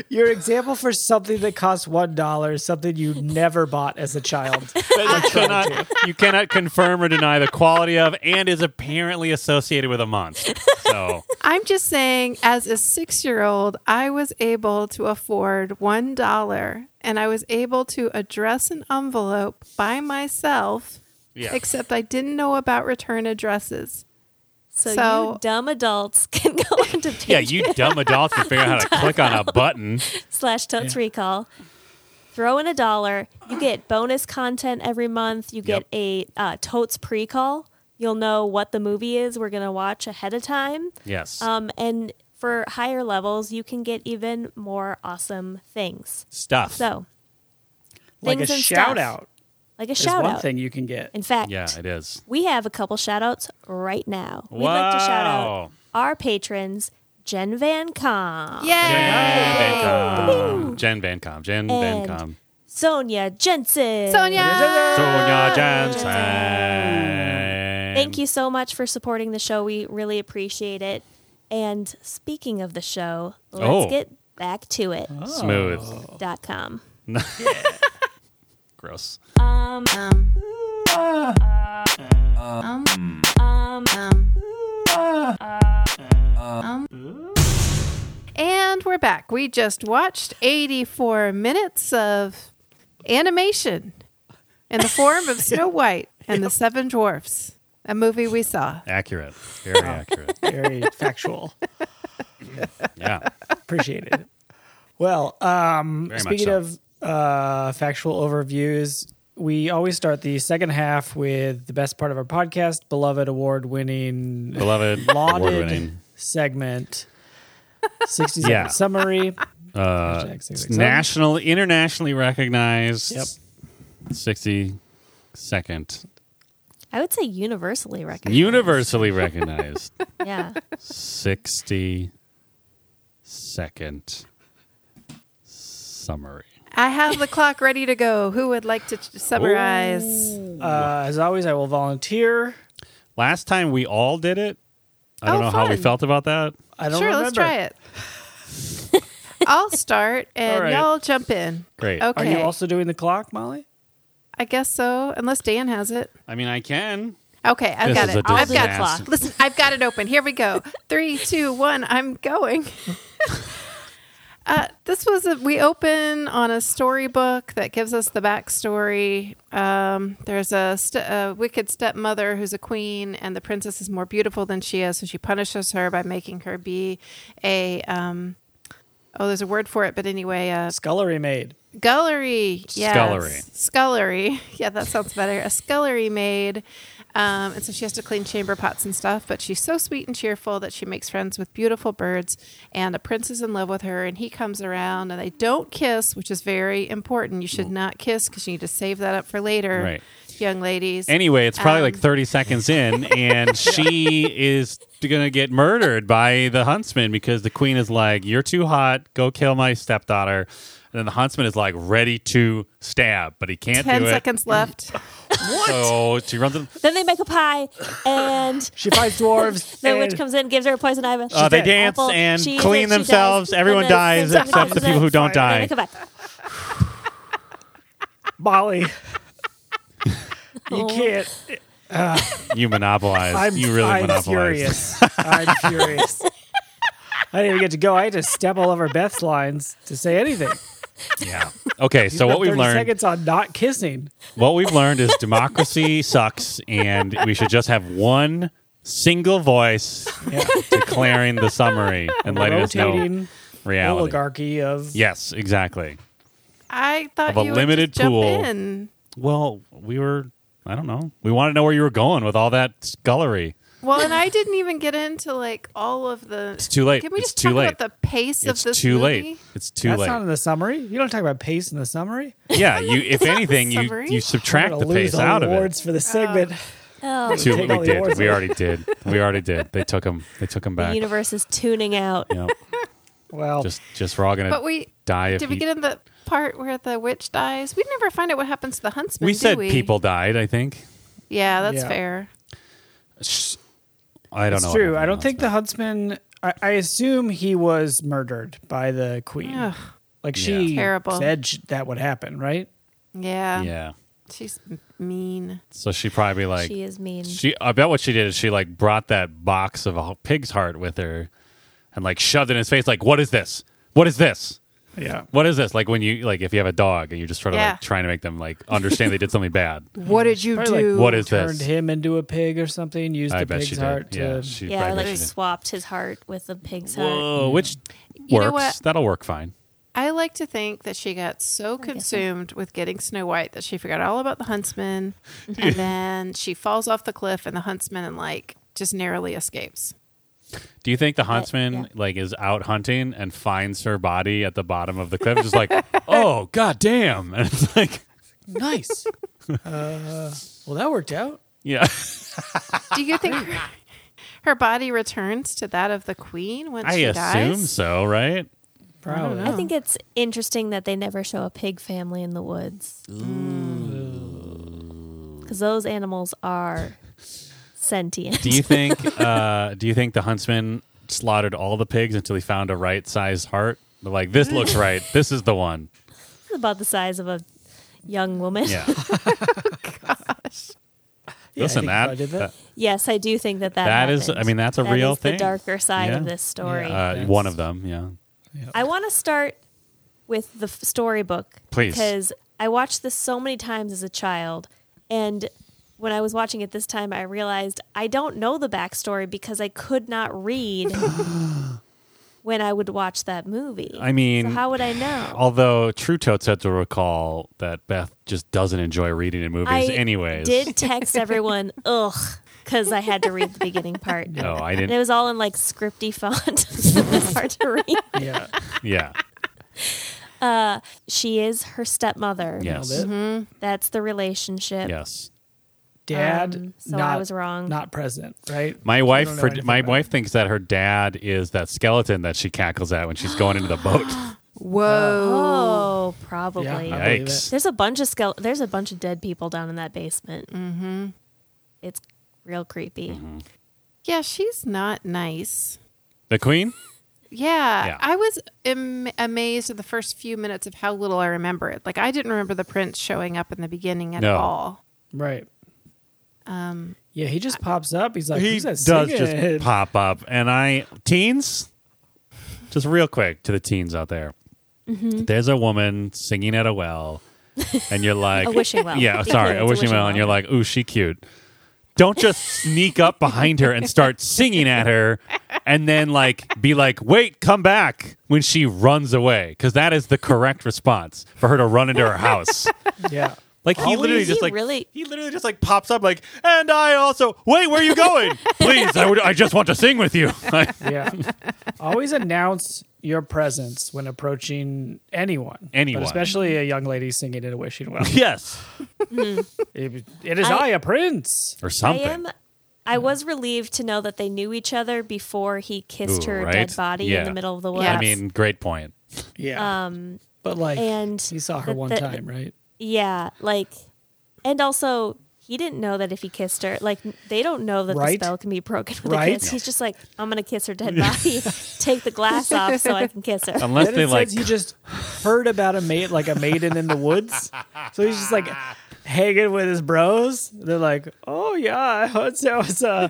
Speaker 4: Your example for something that costs one dollar is something you never bought as a child.
Speaker 5: That you, cannot, you cannot confirm or deny the quality of and is apparently associated with a month. So
Speaker 1: I'm just saying, as a six year old, I was able to afford one dollar, and I was able to address an envelope by myself.
Speaker 5: Yeah.
Speaker 1: Except I didn't know about return addresses.
Speaker 6: So,
Speaker 1: So-
Speaker 6: you dumb adults can go onto Patreon
Speaker 5: Yeah, you dumb adults can figure out how to click on a button.
Speaker 6: slash Totes Recall. Throw in a dollar. You get bonus content every month. You get
Speaker 5: Yep.
Speaker 6: a uh, Totes pre-call. You'll know what the movie is we're going to watch ahead of time.
Speaker 5: Yes.
Speaker 6: Um, and for higher levels, you can get even more awesome things.
Speaker 5: Stuff.
Speaker 6: So,
Speaker 4: like a
Speaker 6: things and
Speaker 4: shout
Speaker 6: stuff.
Speaker 4: out
Speaker 6: Like a
Speaker 4: is
Speaker 6: shout
Speaker 4: one
Speaker 6: out.
Speaker 4: thing you can get.
Speaker 6: In fact,
Speaker 5: yeah, it is.
Speaker 6: we have a couple shout outs right now. We'd like to shout out
Speaker 5: Wow.
Speaker 6: our patrons, Jen Van Com.
Speaker 5: Jen Vancom. Jen Vancom. Jen
Speaker 6: And-
Speaker 5: Vancom.
Speaker 6: Sonia Jensen.
Speaker 1: Sonia.
Speaker 5: Sonia Jansen.
Speaker 6: Thank you so much for supporting the show. We really appreciate it. And speaking of the show, let's
Speaker 5: Oh.
Speaker 6: get back to it.
Speaker 5: Smooth.
Speaker 6: Dot com.
Speaker 5: Gross.
Speaker 1: um,
Speaker 3: Um,
Speaker 1: um, And we're back. We just watched 84 minutes of animation in the form of Snow White and the Seven Dwarfs, a movie we saw.
Speaker 5: Accurate.
Speaker 1: Oh.
Speaker 5: Very accurate.
Speaker 4: Very factual.
Speaker 5: Yeah.
Speaker 4: Appreciate it. Well, um,
Speaker 5: Very much
Speaker 4: speaking
Speaker 5: so.
Speaker 4: of uh, factual overviews, we always start the second half with the best part of our podcast, beloved award winning,
Speaker 5: Beloved,
Speaker 4: lauded
Speaker 5: award-winning.
Speaker 4: segment, 60 second
Speaker 5: Yeah.
Speaker 4: summary.
Speaker 5: Uh,
Speaker 4: Hashtag six,
Speaker 5: it's
Speaker 4: six,
Speaker 5: national, internationally recognized.
Speaker 4: Yep.
Speaker 5: Sixty second,
Speaker 6: I would say universally recognized.
Speaker 5: universally recognized.
Speaker 6: yeah.
Speaker 5: Sixty second summary.
Speaker 1: I have the clock ready to go. Who would like to t- summarize?
Speaker 4: Uh, as always, I will volunteer.
Speaker 5: Last time we all did it. I don't
Speaker 1: Oh,
Speaker 5: know how we
Speaker 1: fun.
Speaker 5: felt about that.
Speaker 4: I don't
Speaker 1: sure,
Speaker 4: remember.
Speaker 1: let's try it. I'll start and
Speaker 4: All right.
Speaker 1: y'all jump in.
Speaker 5: Great.
Speaker 1: Okay.
Speaker 4: Are you also doing the clock, Molly?
Speaker 1: I guess so, unless Dan has it.
Speaker 5: I mean, I can.
Speaker 1: Okay, I've
Speaker 5: This
Speaker 1: got
Speaker 5: is
Speaker 1: it.
Speaker 5: a
Speaker 1: I've got
Speaker 5: disaster.
Speaker 1: it. Listen, I've got it open. Here we go. Three, two, one. I'm going. uh, this was a, we open on a storybook that gives us the backstory. Um, there's a, st- a wicked stepmother who's a queen, and the princess is more beautiful than she is, so she punishes her by making her be a. Um, oh, there's a word for it, but anyway, a
Speaker 4: Scullery maid.
Speaker 1: Scullery. Yes.
Speaker 5: Scullery.
Speaker 1: Scullery. Yeah, that sounds better. A scullery maid. Um, and so she has to clean chamber pots and stuff, but she's so sweet and cheerful that she makes friends with beautiful birds. And a prince is in love with her, and he comes around, and they don't kiss, which is very important. You should not kiss because you need to save that up for later,
Speaker 5: Mm. Right.
Speaker 1: young ladies.
Speaker 5: Anyway, it's probably like
Speaker 1: Um,
Speaker 5: 30 seconds in, and she is going to get murdered by the huntsman because the queen is like, You're too hot. Go kill my stepdaughter. And then the huntsman is like, Ready to stab, but he can't
Speaker 1: Ten
Speaker 5: do
Speaker 1: seconds left.
Speaker 5: it. So she runs. in-
Speaker 6: Then they make a pie, and
Speaker 4: She fights dwarves.
Speaker 6: the witch
Speaker 4: and-
Speaker 6: comes in, gives her a poison ivy.
Speaker 5: Uh, they
Speaker 4: dead.
Speaker 5: dance
Speaker 6: Apple,
Speaker 5: and
Speaker 6: she- she
Speaker 5: clean
Speaker 6: dies,
Speaker 5: themselves.
Speaker 6: and
Speaker 5: Everyone
Speaker 6: then
Speaker 5: dies
Speaker 6: something
Speaker 5: except the
Speaker 6: comes
Speaker 5: people
Speaker 6: in.
Speaker 5: who don't
Speaker 6: They
Speaker 5: die.
Speaker 6: make a pie.
Speaker 4: Molly. you can't.
Speaker 5: You monopolize.
Speaker 4: I'm,
Speaker 5: you really
Speaker 4: I'm
Speaker 5: monopolize.
Speaker 4: furious. I'm furious. I didn't even get to go. I had to step all over Beth's lines to say anything.
Speaker 5: Yeah. Okay, so what
Speaker 4: Got
Speaker 5: we've
Speaker 4: 30
Speaker 5: learned
Speaker 4: Seconds on not kissing.
Speaker 5: What we've learned is democracy sucks, and we should just have one single voice declaring the summary and letting us know
Speaker 4: Rotating
Speaker 5: reality.
Speaker 4: oligarchy of
Speaker 5: Yes, exactly.
Speaker 1: I thought
Speaker 5: Of a
Speaker 1: you
Speaker 5: limited
Speaker 1: would just
Speaker 5: pool.
Speaker 1: jump in.
Speaker 5: Well, we were. I don't know. We want to know where you were going with all that scullery.
Speaker 1: Well, and I didn't even get into like all of the. It's
Speaker 5: too late.
Speaker 1: Can we
Speaker 5: It's
Speaker 1: just
Speaker 5: too
Speaker 1: talk
Speaker 5: late.
Speaker 1: about the pace
Speaker 5: It's
Speaker 1: of this
Speaker 5: too
Speaker 1: movie?
Speaker 5: late. It's too
Speaker 4: That's
Speaker 5: late.
Speaker 4: not in the summary. You don't talk about pace in the summary.
Speaker 5: yeah, you. If anything, you
Speaker 1: summary.
Speaker 5: you
Speaker 4: We're
Speaker 5: subtract
Speaker 4: gonna
Speaker 5: the
Speaker 4: lose
Speaker 5: pace
Speaker 4: all
Speaker 5: out of
Speaker 4: awards
Speaker 5: it.
Speaker 4: for the segment.
Speaker 6: Oh,
Speaker 5: Too,
Speaker 4: Take all
Speaker 5: we
Speaker 4: the
Speaker 5: did.
Speaker 4: awards
Speaker 5: We
Speaker 4: away.
Speaker 5: already did. We already did. They took him. They took him
Speaker 6: the
Speaker 5: back.
Speaker 6: universe is tuning out.
Speaker 5: Yep.
Speaker 4: well,
Speaker 5: Just just we're all gonna
Speaker 1: But we
Speaker 5: die if
Speaker 1: Did we
Speaker 5: he-
Speaker 1: get in the part where the witch dies? We never find out what happens to the huntsman.
Speaker 5: we
Speaker 1: do
Speaker 5: said
Speaker 1: we?
Speaker 5: people died. I think.
Speaker 1: Yeah, that's
Speaker 4: Yeah.
Speaker 1: fair.
Speaker 5: I don't
Speaker 4: it's
Speaker 5: know.
Speaker 4: true. I don't think the huntsman. I, I assume he was murdered by the queen.
Speaker 1: Ugh.
Speaker 4: Like she
Speaker 5: Yeah.
Speaker 1: Terrible.
Speaker 4: said sh- that would happen, right?
Speaker 1: Yeah.
Speaker 5: Yeah.
Speaker 1: she's m- mean.
Speaker 5: So she probably like
Speaker 6: she is mean.
Speaker 5: She, I bet what she did is she like brought that box of a pig's heart with her, and like shoved it in his face. Like, what is this? What is this?
Speaker 4: Yeah.
Speaker 5: What is this? Like when you like if you have a dog and you're just sort of
Speaker 1: Yeah.
Speaker 5: like trying to make them like understand they did something bad.
Speaker 1: What did you
Speaker 4: Probably, like,
Speaker 1: do?
Speaker 5: What is
Speaker 4: Turned
Speaker 5: this?
Speaker 4: him into a pig or something. Used
Speaker 5: I
Speaker 4: the
Speaker 5: bet she
Speaker 4: pig's
Speaker 5: did.
Speaker 4: heart to.
Speaker 5: yeah, she,
Speaker 6: yeah,
Speaker 5: I bet
Speaker 6: like
Speaker 5: she did.
Speaker 6: swapped his heart with the pig's heart.
Speaker 5: Whoa, which
Speaker 1: You
Speaker 5: works.
Speaker 1: know what?
Speaker 5: That'll work fine.
Speaker 1: I like to think that she got so consumed with getting Snow White that she forgot all about the huntsman, and then she falls off the cliff, and the huntsman and like just narrowly escapes.
Speaker 5: Do you think the huntsman
Speaker 6: yeah.
Speaker 5: like is out hunting and finds her body at the bottom of the cliff? Just like, oh god damn! And it's like,
Speaker 4: Nice. uh, well, that worked out.
Speaker 5: yeah.
Speaker 1: Do you think her, her body returns to that of the queen when
Speaker 5: I
Speaker 1: she
Speaker 5: assume
Speaker 1: dies?
Speaker 5: so, right?
Speaker 4: Probably.
Speaker 5: Uh-huh.
Speaker 6: I think it's interesting that they never show a pig family in the woods. Because those animals are sentient.
Speaker 5: Do you think? uh, do you think the huntsman slaughtered all the pigs until he found a right-sized heart? They're like, this looks right. This is the one.
Speaker 6: It's about the size of a young woman.
Speaker 5: Yeah.
Speaker 4: Yeah, I
Speaker 5: Listen,
Speaker 4: think
Speaker 5: that,
Speaker 4: I did that.
Speaker 5: that-
Speaker 6: Yes, I do think that that
Speaker 5: That is-
Speaker 6: happened.
Speaker 5: I mean, that's a
Speaker 6: That
Speaker 5: real
Speaker 6: is
Speaker 5: thing.
Speaker 6: The darker side
Speaker 5: Yeah.
Speaker 6: of this story.
Speaker 4: Yeah.
Speaker 5: uh, one of them. Yeah.
Speaker 6: I want to start with the f- storybook.
Speaker 5: Please.
Speaker 6: Because I watched this so many times as a child. And when I was watching it this time, I realized I don't know the backstory because I could not read when I would watch that movie.
Speaker 5: I mean,
Speaker 6: so how would I know?
Speaker 5: Although True Totes had to recall that Beth just doesn't enjoy reading in movies,
Speaker 6: I
Speaker 5: anyways.
Speaker 6: did text everyone, ugh, because I had to read the beginning part.
Speaker 5: No, Oh, I
Speaker 6: And it
Speaker 5: didn't.
Speaker 6: was all in like scripty font. it was hard to read.
Speaker 4: Yeah.
Speaker 5: yeah.
Speaker 6: She is her stepmother.
Speaker 5: Yes.
Speaker 4: Nailed it.
Speaker 6: Mm-hmm. That's the relationship.
Speaker 5: Yes.
Speaker 4: Dad,
Speaker 6: Um, so I
Speaker 4: not,
Speaker 6: was wrong.
Speaker 4: Not present, right?
Speaker 5: My wife,
Speaker 4: know
Speaker 5: for,
Speaker 4: anything
Speaker 5: my
Speaker 4: about
Speaker 5: wife thinks that her dad is that skeleton that she cackles at when she's going into the boat.
Speaker 1: Whoa.
Speaker 6: Oh, probably.
Speaker 4: Yeah. I believe
Speaker 5: Yikes!
Speaker 6: There's a bunch of skele- There's a bunch of dead people down in that basement. Mm-hmm. It's real creepy.
Speaker 5: Mm-hmm.
Speaker 1: Yeah, she's not nice.
Speaker 5: The queen?
Speaker 1: Yeah,
Speaker 5: Yeah.
Speaker 1: I was am- amazed at the first few minutes of how little I remember it. Like I didn't remember the prince showing up in the beginning at
Speaker 5: No.
Speaker 1: all.
Speaker 4: Right.
Speaker 1: Um,
Speaker 4: Yeah, he just pops up. He's like,
Speaker 5: he
Speaker 4: "Who's that
Speaker 5: does
Speaker 4: singing?"
Speaker 5: just pop up, and I teens. Just real quick to the teens out there.
Speaker 6: Mm-hmm.
Speaker 5: There's a woman singing at a well, and you're like
Speaker 6: A wishing well.
Speaker 5: Yeah,
Speaker 6: Be
Speaker 5: sorry,
Speaker 6: clear,
Speaker 5: a
Speaker 6: it's
Speaker 5: wishing, well, and you're like, ooh, she cute. Don't just sneak up behind her and start singing at her, and then like be like, wait, come back when she runs away, because that is the correct response for her to run into her house.
Speaker 4: yeah.
Speaker 5: Like he
Speaker 6: Always?
Speaker 5: literally just
Speaker 6: He
Speaker 5: like
Speaker 6: really-
Speaker 5: he literally just like pops up like and I also wait where are you going please I would I just want to sing with you Like,
Speaker 4: Yeah. Always announce your presence when approaching anyone.
Speaker 5: Anyone.
Speaker 4: But especially a young lady singing at a wishing well.
Speaker 5: yes
Speaker 4: it, it is I,
Speaker 6: I-
Speaker 4: a prince.
Speaker 5: or
Speaker 6: I
Speaker 5: something
Speaker 6: am. I was relieved to know that they knew each other before he kissed
Speaker 5: Ooh,
Speaker 6: her
Speaker 5: right?
Speaker 6: dead body
Speaker 5: Yeah.
Speaker 6: in the middle of the woods.
Speaker 1: Yeah.
Speaker 5: I mean great point
Speaker 4: Yeah.
Speaker 6: um,
Speaker 4: but like,
Speaker 6: and
Speaker 4: he saw her
Speaker 6: that-
Speaker 4: one
Speaker 6: that-
Speaker 4: time, right?
Speaker 6: yeah, like, and also he didn't know that if he kissed her, like, they don't know that
Speaker 4: Right.
Speaker 6: the spell can be broken with
Speaker 4: Right.
Speaker 6: a kiss. He's just like, I'm gonna kiss her dead body, take the glass off so I can kiss her.
Speaker 5: unless
Speaker 4: Then
Speaker 5: they
Speaker 4: it
Speaker 5: like
Speaker 4: says he just heard about a mate like a maiden in the woods. So he's just like hanging with his bros. They're like, "Oh yeah, what's so it's a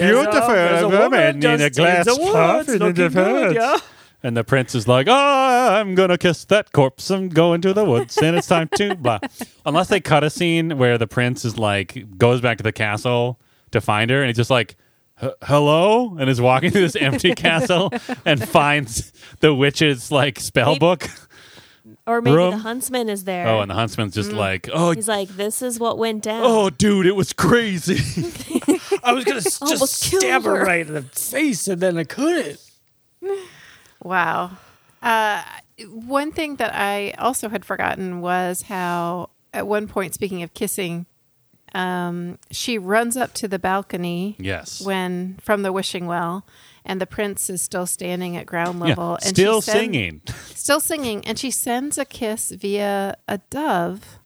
Speaker 5: beautiful woman in a glass cup in the woods." and the prince is like oh I'm gonna kiss that corpse I'm going to the woods and it's time to blah unless they cut a scene where the prince is like goes back to the castle to find her and he's just like "H- hello and is walking through this empty castle and finds the witch's like spell
Speaker 6: Maybe-
Speaker 5: book
Speaker 6: Or maybe
Speaker 5: Room.
Speaker 6: the huntsman is there.
Speaker 5: Oh, and the huntsman's just
Speaker 1: Mm.
Speaker 5: like, oh,
Speaker 6: He's like, this is what went down.
Speaker 5: oh, dude, it was crazy.
Speaker 4: I was gonna s- just
Speaker 6: Almost killed
Speaker 4: stab her
Speaker 6: her.
Speaker 4: right in the face, and then I couldn't.
Speaker 1: Wow. Uh, one thing that I also had forgotten was how, at one point, speaking of kissing, um, she runs up to the balcony.
Speaker 5: yes.
Speaker 1: When from the wishing well, and the prince is still standing at ground
Speaker 5: Yeah,
Speaker 1: level, and she
Speaker 5: Still
Speaker 1: send-
Speaker 5: singing.
Speaker 1: still singing, and she sends a kiss via a dove.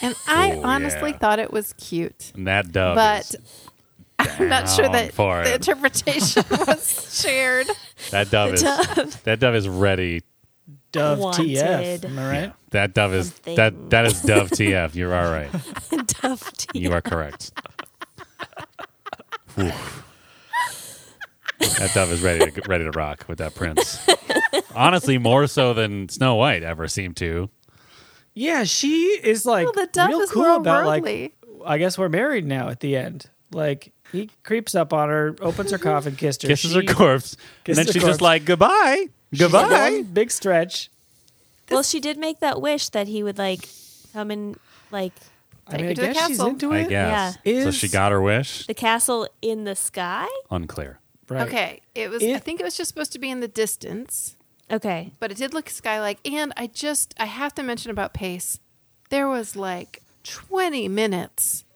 Speaker 1: And I
Speaker 5: Oh,
Speaker 1: honestly
Speaker 5: yeah.
Speaker 1: thought it was cute,
Speaker 5: And that dove.
Speaker 1: but
Speaker 5: is-
Speaker 1: I'm not sure
Speaker 5: down
Speaker 1: that
Speaker 5: for
Speaker 1: the
Speaker 5: it.
Speaker 1: interpretation was shared.
Speaker 5: that dove is that dove is ready.
Speaker 4: Dove TF,
Speaker 6: Wanted.
Speaker 4: am I right?
Speaker 5: That dove is
Speaker 6: Something.
Speaker 5: that that is dove TF. You're all right.
Speaker 6: Tough tea.
Speaker 5: You are correct. Oof. that dove is ready to ready to rock with that prince. Honestly, more so than Snow White ever seemed to.
Speaker 4: Yeah, she is like
Speaker 1: Well, the dove
Speaker 4: real
Speaker 1: is
Speaker 4: cool
Speaker 1: more
Speaker 4: about
Speaker 1: worldly.
Speaker 4: like. I guess we're married now. At the end, like he creeps up on her, opens her coffin, kissed her,
Speaker 5: Kisses
Speaker 4: she,
Speaker 5: her corpse, and
Speaker 4: Kisses
Speaker 5: then
Speaker 4: her
Speaker 5: she's
Speaker 4: corpse.
Speaker 5: just like, "Goodbye,
Speaker 4: Like,
Speaker 5: goodbye."
Speaker 4: one big stretch.
Speaker 6: Well, she did make that wish that he would like come and like
Speaker 4: I mean,
Speaker 1: her
Speaker 4: I
Speaker 1: to the
Speaker 4: guess she's
Speaker 1: castle.
Speaker 4: into
Speaker 5: I
Speaker 4: it.
Speaker 5: guess.
Speaker 4: Yeah.
Speaker 5: So
Speaker 4: Is-
Speaker 5: she got her wish?
Speaker 6: the castle in the sky.
Speaker 5: Unclear.
Speaker 4: Right.
Speaker 1: Okay, it was. I
Speaker 4: It-
Speaker 1: think it was just supposed to be in the distance,
Speaker 6: Okay.
Speaker 1: but it did look sky-like. And I just, I have to mention about pace. There was like 20 minutes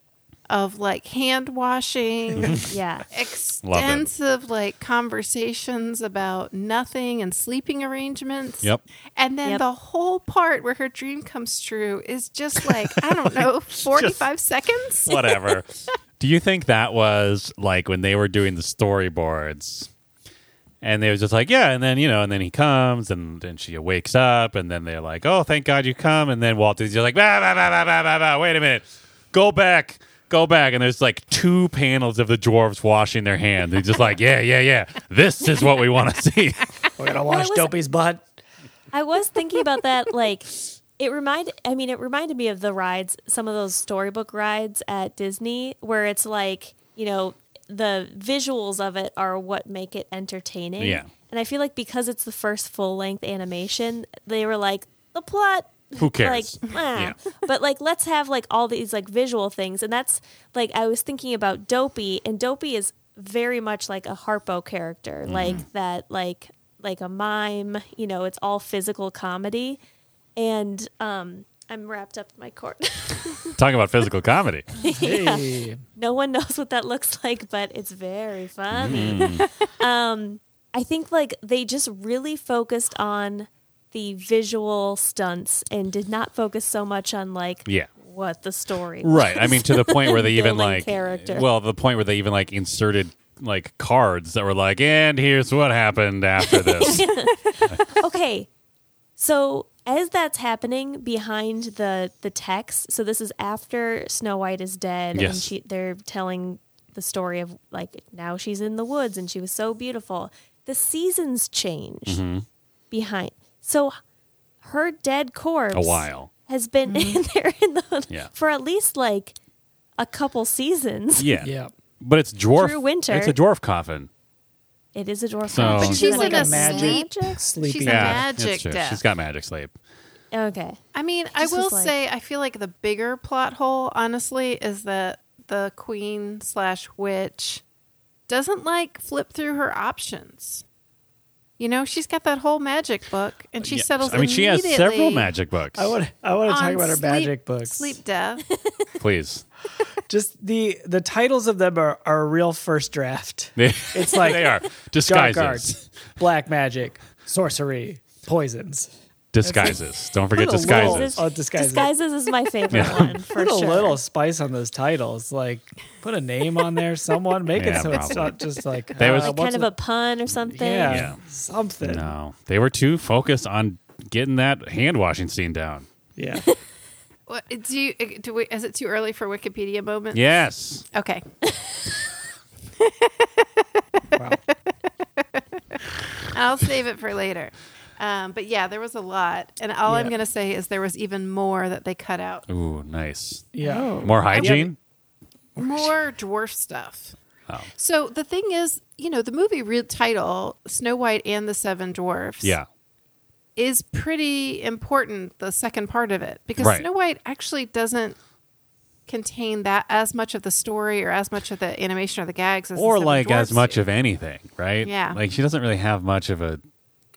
Speaker 1: of like hand washing,
Speaker 6: Yeah.
Speaker 1: extensive like conversations about nothing and sleeping arrangements.
Speaker 5: Yep.
Speaker 1: And then
Speaker 6: Yep.
Speaker 1: the whole part where her dream comes true is just like, I don't know, 45 seconds?
Speaker 5: Whatever. Do you think that was like when they were doing the storyboards? And they was just like, yeah, and then you know, and then he comes, and then she wakes up, and then they're like, oh, thank God you come, and then Walt Disney's just like, bah, bah, bah, bah, bah, bah, bah, wait a minute, go back, go back, and there's like two panels of the dwarves washing their hands. They're just like, yeah, yeah, yeah, this is what we want to see.
Speaker 4: We're gonna wash
Speaker 6: it was-
Speaker 4: Dopey's butt.
Speaker 6: I was thinking about that. Like, it reminded. I mean, it reminded me of the rides, some of those storybook rides at Disney, where it's like you know the visuals of it are what make it entertaining.
Speaker 5: Yeah.
Speaker 6: And I feel like because it's the first full length animation, they were like, the plot
Speaker 5: Who cares?
Speaker 6: like, ah. but like, let's have like all these like visual things, and that's like I was thinking about Dopey, and Dopey is very much like a Harpo character, like that, like like a mime. You know, it's all physical comedy, and um, I'm wrapped up in my cord.
Speaker 5: Talking about physical comedy.
Speaker 4: Hey.
Speaker 6: no one knows what that looks like, but it's very funny. um, I think like they just really focused on the visual stunts and did not focus so much on like
Speaker 5: Yeah.
Speaker 6: what the story was.
Speaker 5: Right. I mean, to the point where they even
Speaker 6: Building
Speaker 5: like
Speaker 6: character.
Speaker 5: Well, the point where they even like inserted like cards that were like, and here's what happened after this.
Speaker 6: okay. So as that's happening behind the the text, so this is after Snow White is dead,
Speaker 5: Yes.
Speaker 6: and she they're telling the story of like now she's in the woods and she was so beautiful. The seasons change
Speaker 5: Mm-hmm.
Speaker 6: behind, so her dead corpse
Speaker 5: A while.
Speaker 6: has been in there in the
Speaker 5: Yeah.
Speaker 6: for at least like a couple seasons.
Speaker 5: Yeah.
Speaker 4: yeah.
Speaker 5: But it's dwarf.
Speaker 6: Through winter.
Speaker 5: It's a dwarf coffin.
Speaker 6: It is a dwarf.
Speaker 5: So-
Speaker 6: coffin.
Speaker 5: But
Speaker 6: Is
Speaker 1: she's
Speaker 6: it
Speaker 1: in a
Speaker 6: magic-
Speaker 4: Sleepy.
Speaker 1: She's
Speaker 5: Yeah,
Speaker 1: Magic
Speaker 5: that's true.
Speaker 1: death.
Speaker 5: She's got magic sleep.
Speaker 6: Okay.
Speaker 1: I mean, I
Speaker 6: This is
Speaker 1: will
Speaker 6: like-
Speaker 1: say, I feel like the bigger plot hole, honestly, is that the queen slash witch doesn't like flip through her options. You know, she's got that whole magic book, and she
Speaker 5: Yeah.
Speaker 1: settles.
Speaker 5: Uh, I mean, she has several
Speaker 1: immediately
Speaker 5: magic books.
Speaker 4: I want I want to talk
Speaker 1: on
Speaker 4: about her
Speaker 1: sleep-
Speaker 4: magic books.
Speaker 1: Sleep death.
Speaker 5: Please.
Speaker 4: Just the the titles of them are, are a real first draft.
Speaker 5: They,
Speaker 4: It's like
Speaker 5: they are
Speaker 4: dark
Speaker 5: disguises.
Speaker 4: arts, black magic, sorcery, poisons.
Speaker 5: Disguises. Don't forget
Speaker 4: What a little-
Speaker 5: disguises.
Speaker 4: Oh, disguises.
Speaker 6: Disguises is my favorite
Speaker 5: Yeah.
Speaker 6: one for
Speaker 4: Put a
Speaker 6: sure.
Speaker 4: little spice on those titles. Like put a name on there. Someone make
Speaker 5: Yeah,
Speaker 4: it so it's
Speaker 5: probably.
Speaker 4: not just like
Speaker 5: There was-
Speaker 4: uh,
Speaker 5: Like
Speaker 4: what's
Speaker 6: kind of a pun or something.
Speaker 4: yeah,
Speaker 5: Yeah.
Speaker 4: something.
Speaker 5: No, they were too focused on getting that hand washing scene down.
Speaker 4: Yeah.
Speaker 1: What- do you? eh, Do we, is it too early for Wikipedia moment?
Speaker 5: Yes.
Speaker 1: Okay.
Speaker 4: Wow.
Speaker 1: I'll save it for later. Um, but yeah, there was a lot, and all I'm
Speaker 4: Yeah.
Speaker 1: going to say is there was even more that they cut out.
Speaker 5: Ooh, nice.
Speaker 4: Yeah.
Speaker 6: Oh.
Speaker 5: More hygiene.
Speaker 1: more dwarf stuff.
Speaker 5: Oh.
Speaker 1: So the thing is, you know, the movie real title Snow White and the Seven Dwarfs
Speaker 5: Yeah.
Speaker 1: is pretty important the second part of it because
Speaker 5: Right.
Speaker 1: Snow White actually doesn't contain that as much of the story or as much of the animation or the gags as the
Speaker 5: Or
Speaker 1: Seven
Speaker 5: like as
Speaker 1: Dwarfs
Speaker 5: much
Speaker 1: do.
Speaker 5: of anything, right?
Speaker 1: Yeah.
Speaker 5: Like she doesn't really have much of a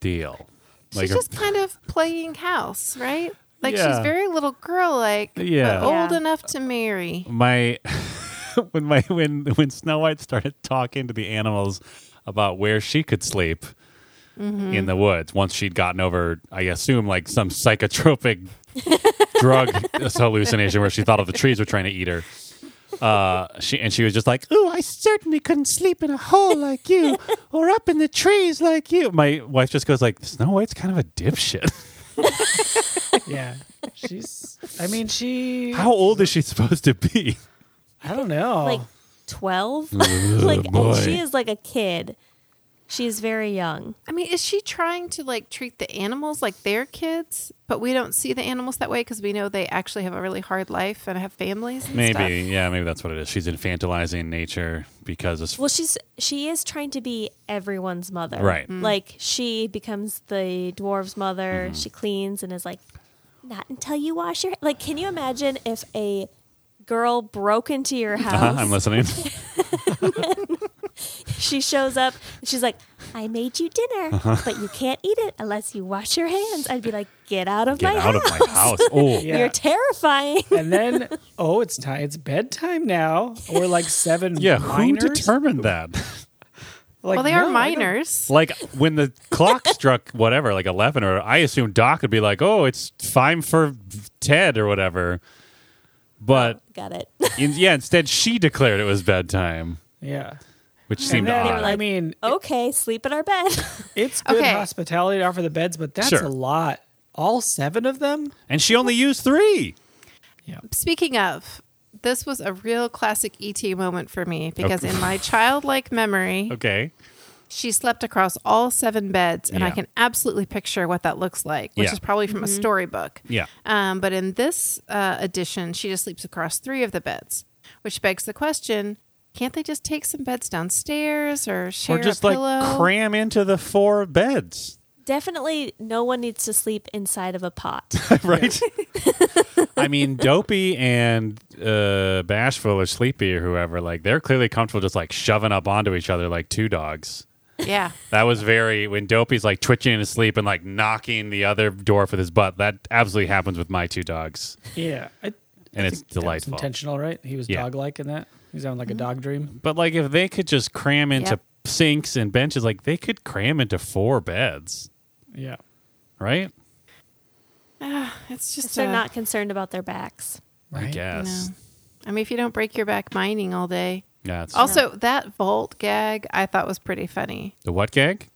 Speaker 5: deal. Like
Speaker 1: she's just kind of playing house, right? Like
Speaker 5: Yeah.
Speaker 1: she's very little girl like but
Speaker 5: Yeah.
Speaker 1: old
Speaker 6: Yeah.
Speaker 1: enough to marry.
Speaker 5: my when my when when Snow White started talking to the animals about where she could sleep in the woods once she'd gotten over, I assume, like some psychotropic drug hallucination where she thought all the trees were trying to eat her. Uh, she and she was just like, "Oh, I certainly couldn't sleep in a hole like you, or up in the trees like you." My wife just goes like, "Snow White's kind of a dipshit.
Speaker 4: Yeah. She's I mean she
Speaker 5: How old is she supposed to be?"
Speaker 4: I don't know.
Speaker 6: like 12 like and
Speaker 5: boy.
Speaker 6: she is like a kid she's very young
Speaker 1: I mean, is she trying to like treat the animals like their kids, but we don't see the animals that way because we know they actually have a really hard life and have families? And
Speaker 5: Maybe,
Speaker 1: stuff?
Speaker 5: yeah, maybe that's what it is. She's infantilizing nature because it's
Speaker 6: well she's she is trying to be everyone's mother
Speaker 5: Right.
Speaker 6: like she becomes the dwarf's
Speaker 5: Mm-hmm.
Speaker 6: mother she cleans and is like not until you wash your like can you imagine if a girl broke into your house
Speaker 5: Uh-huh, I'm listening.
Speaker 6: she shows up and she's like i made you dinner
Speaker 5: Uh-huh.
Speaker 6: but you can't eat it unless you wash your hands i'd be like get out of
Speaker 5: Get
Speaker 6: my
Speaker 5: out
Speaker 6: house
Speaker 5: of my house. Oh,
Speaker 4: Yeah.
Speaker 6: you're terrifying
Speaker 4: and then oh it's time it's bedtime now. We're like seven
Speaker 5: yeah. Who
Speaker 4: minors.
Speaker 5: determined that?
Speaker 4: Like,
Speaker 1: Well, they
Speaker 4: no,
Speaker 1: are
Speaker 4: I
Speaker 1: minors.
Speaker 5: like when the clock struck whatever, like eleven, or I assume Doc would be like, "Oh, it's time for Ted" or whatever. But
Speaker 6: got it
Speaker 5: in, yeah, instead she declared it was bedtime,
Speaker 4: don't- Yeah.
Speaker 5: which
Speaker 4: And
Speaker 5: seemed
Speaker 4: then,
Speaker 5: odd.
Speaker 4: I
Speaker 6: like-
Speaker 4: mean,
Speaker 6: okay sleep in our bed
Speaker 4: it's good
Speaker 1: Okay.
Speaker 4: hospitality to offer the beds, but that's
Speaker 5: Sure.
Speaker 4: a lot. All seven of them?
Speaker 5: and she only used three.
Speaker 1: Speaking of, this was a real classic ET moment for me because in my childlike memory,
Speaker 5: Okay,
Speaker 1: she slept across all seven beds, and I
Speaker 5: Yeah.
Speaker 1: can absolutely picture what that looks like, which
Speaker 5: Yeah.
Speaker 1: is probably from a
Speaker 4: Mm-hmm.
Speaker 1: storybook.
Speaker 5: yeah,
Speaker 1: Um, but in this uh, edition, she just sleeps across three of the beds, which begs the question Can't they just take some beds downstairs or share
Speaker 5: or just
Speaker 1: a
Speaker 5: like
Speaker 1: pillow?
Speaker 5: cram into the four beds,
Speaker 6: Definitely, no one needs to sleep inside of a pot.
Speaker 5: right? I mean, Dopey and uh, Bashful or Sleepy or whoever, like they're clearly comfortable just like shoving up onto each other like two dogs.
Speaker 1: yeah.
Speaker 5: That was very when Dopey's like twitching in his sleep and like knocking the other dwarf with his butt. That absolutely happens with my two dogs.
Speaker 4: Yeah. I,
Speaker 5: And it's
Speaker 4: think that was
Speaker 5: delightful.
Speaker 4: intentional, right? He was
Speaker 5: Yeah.
Speaker 4: dog like in that. He was having like a dog dream.
Speaker 5: But like if they could just cram into
Speaker 1: Yep.
Speaker 5: sinks and benches, like they could cram into four beds,
Speaker 1: Mm-hmm.
Speaker 4: Yeah.
Speaker 5: right?
Speaker 1: Ah, It's
Speaker 6: If
Speaker 1: just
Speaker 6: they're
Speaker 1: a-
Speaker 6: not concerned about their backs.
Speaker 5: I
Speaker 4: Right.
Speaker 1: you know.
Speaker 5: guess.
Speaker 1: I mean, if you don't break your back mining all day.
Speaker 5: Yeah. It's
Speaker 1: Also, that vault gag I thought was pretty funny.
Speaker 5: the what gag?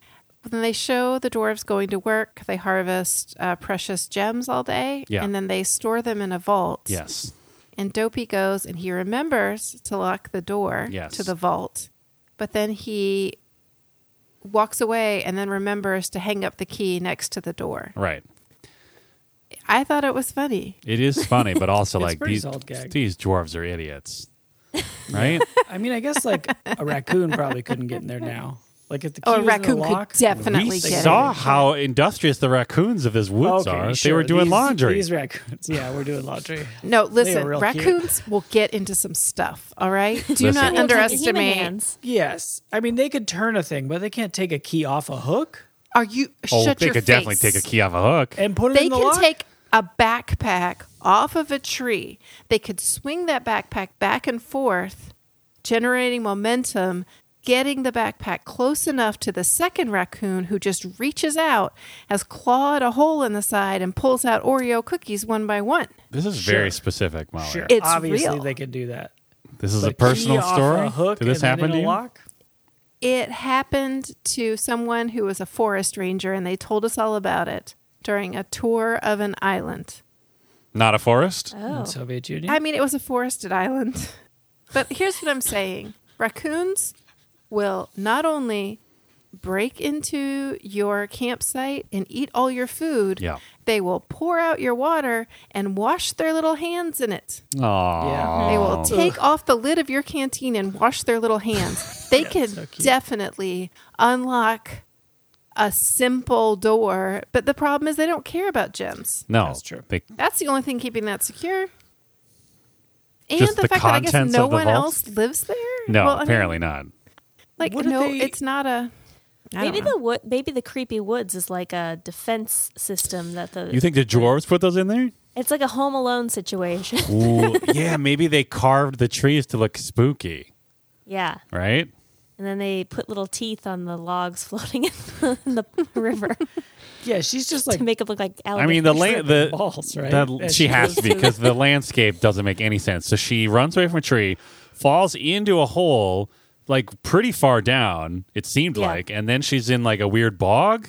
Speaker 1: When they show the dwarves going to work, they harvest uh, precious gems all day,
Speaker 5: Yeah.
Speaker 1: and then they store them in a vault.
Speaker 5: Yes.
Speaker 1: And Dopey goes and he remembers to lock the door
Speaker 5: Yes.
Speaker 1: to the vault, but then he walks away and then remembers to hang up the key next to the door.
Speaker 5: Right.
Speaker 1: I thought it was funny.
Speaker 5: It is funny, but also
Speaker 4: It's
Speaker 5: like
Speaker 4: pretty
Speaker 5: these
Speaker 4: solid gag.
Speaker 5: these dwarves are idiots, right?
Speaker 4: I mean, I guess like a raccoon probably couldn't get in there now. Like if the key
Speaker 1: Oh, a
Speaker 4: was in
Speaker 1: raccoon
Speaker 4: the lock,
Speaker 1: could definitely
Speaker 5: we
Speaker 1: get it.
Speaker 5: saw how industrious the raccoons of this woods
Speaker 4: Okay,
Speaker 5: are.
Speaker 4: sure.
Speaker 5: They were doing
Speaker 4: These-
Speaker 5: laundry.
Speaker 4: These raccoons. Yeah, we're doing laundry.
Speaker 1: No, listen,
Speaker 4: real cute.
Speaker 1: raccoons will get into some stuff. All right, do
Speaker 5: Listen. They
Speaker 6: We'll take
Speaker 1: not
Speaker 6: human
Speaker 1: underestimate.
Speaker 6: hands.
Speaker 4: Yes. I mean, they could turn a thing, but they can't take a key off a hook
Speaker 1: Are you
Speaker 5: oh,
Speaker 1: shut
Speaker 5: they
Speaker 1: your
Speaker 5: could
Speaker 1: face.
Speaker 5: definitely take a key off a hook.
Speaker 4: and put it
Speaker 1: They
Speaker 4: in the
Speaker 1: can
Speaker 4: lock.
Speaker 1: take a backpack off of a tree. They could swing that backpack back and forth, generating momentum, getting the backpack close enough to the second raccoon who just reaches out, has clawed a hole in the side, and pulls out Oreo cookies one by one.
Speaker 5: this is very specific, Molly.
Speaker 4: sure.
Speaker 1: It's
Speaker 4: Obviously,
Speaker 1: real.
Speaker 4: they could do that.
Speaker 5: This is
Speaker 4: But
Speaker 5: a personal
Speaker 4: key off
Speaker 5: story.
Speaker 4: A hook
Speaker 5: Did this
Speaker 4: and then
Speaker 5: happen
Speaker 4: in
Speaker 5: to
Speaker 4: a
Speaker 5: you?
Speaker 4: Lock?
Speaker 1: It happened to someone who was a forest ranger, and they told us all about it during a tour of an island.
Speaker 5: Not a forest.
Speaker 6: Oh,
Speaker 4: In Soviet Union.
Speaker 1: I mean, it was a forested island. But here's what I'm saying raccoons will not only break into your campsite and eat all your food,
Speaker 5: Yeah.
Speaker 1: they will pour out your water and wash their little hands in it.
Speaker 5: Aww.
Speaker 1: They
Speaker 4: Oh.
Speaker 1: will take off the lid of your canteen and wash their little hands. They can
Speaker 4: so cute.
Speaker 1: definitely unlock a simple door, but the problem is they don't care about gems.
Speaker 5: No,
Speaker 4: That's true.
Speaker 5: They,
Speaker 1: That's the only thing keeping that secure. And
Speaker 5: Just
Speaker 1: the,
Speaker 5: the
Speaker 1: fact that I guess
Speaker 5: contents
Speaker 1: no
Speaker 5: of the
Speaker 1: one
Speaker 5: vault?
Speaker 1: else lives there.
Speaker 5: no,
Speaker 1: Well, I mean,
Speaker 5: apparently not.
Speaker 1: like
Speaker 4: What if
Speaker 1: no,
Speaker 4: they-
Speaker 1: it's not a. I
Speaker 6: maybe
Speaker 1: don't know.
Speaker 6: the wood, maybe the creepy woods is like a defense system that the
Speaker 5: You think the dwarves put those in there?
Speaker 6: it's like a Home Alone situation.
Speaker 5: Ooh, yeah, maybe they carved the trees to look spooky,
Speaker 6: yeah,
Speaker 5: right?
Speaker 6: and then they put little teeth on the logs floating in the, in the river
Speaker 4: yeah, she's just like
Speaker 6: to make it look like
Speaker 5: I
Speaker 6: alligators.
Speaker 5: mean, the la-
Speaker 4: Strip
Speaker 5: the
Speaker 4: balls, right?
Speaker 5: that-
Speaker 4: Yeah,
Speaker 5: she
Speaker 4: she
Speaker 5: has to be because the landscape doesn't make any sense. So she runs away from a tree, falls into a hole, like pretty far down. It seemed
Speaker 6: Yeah.
Speaker 5: like, and then she's in like a weird bog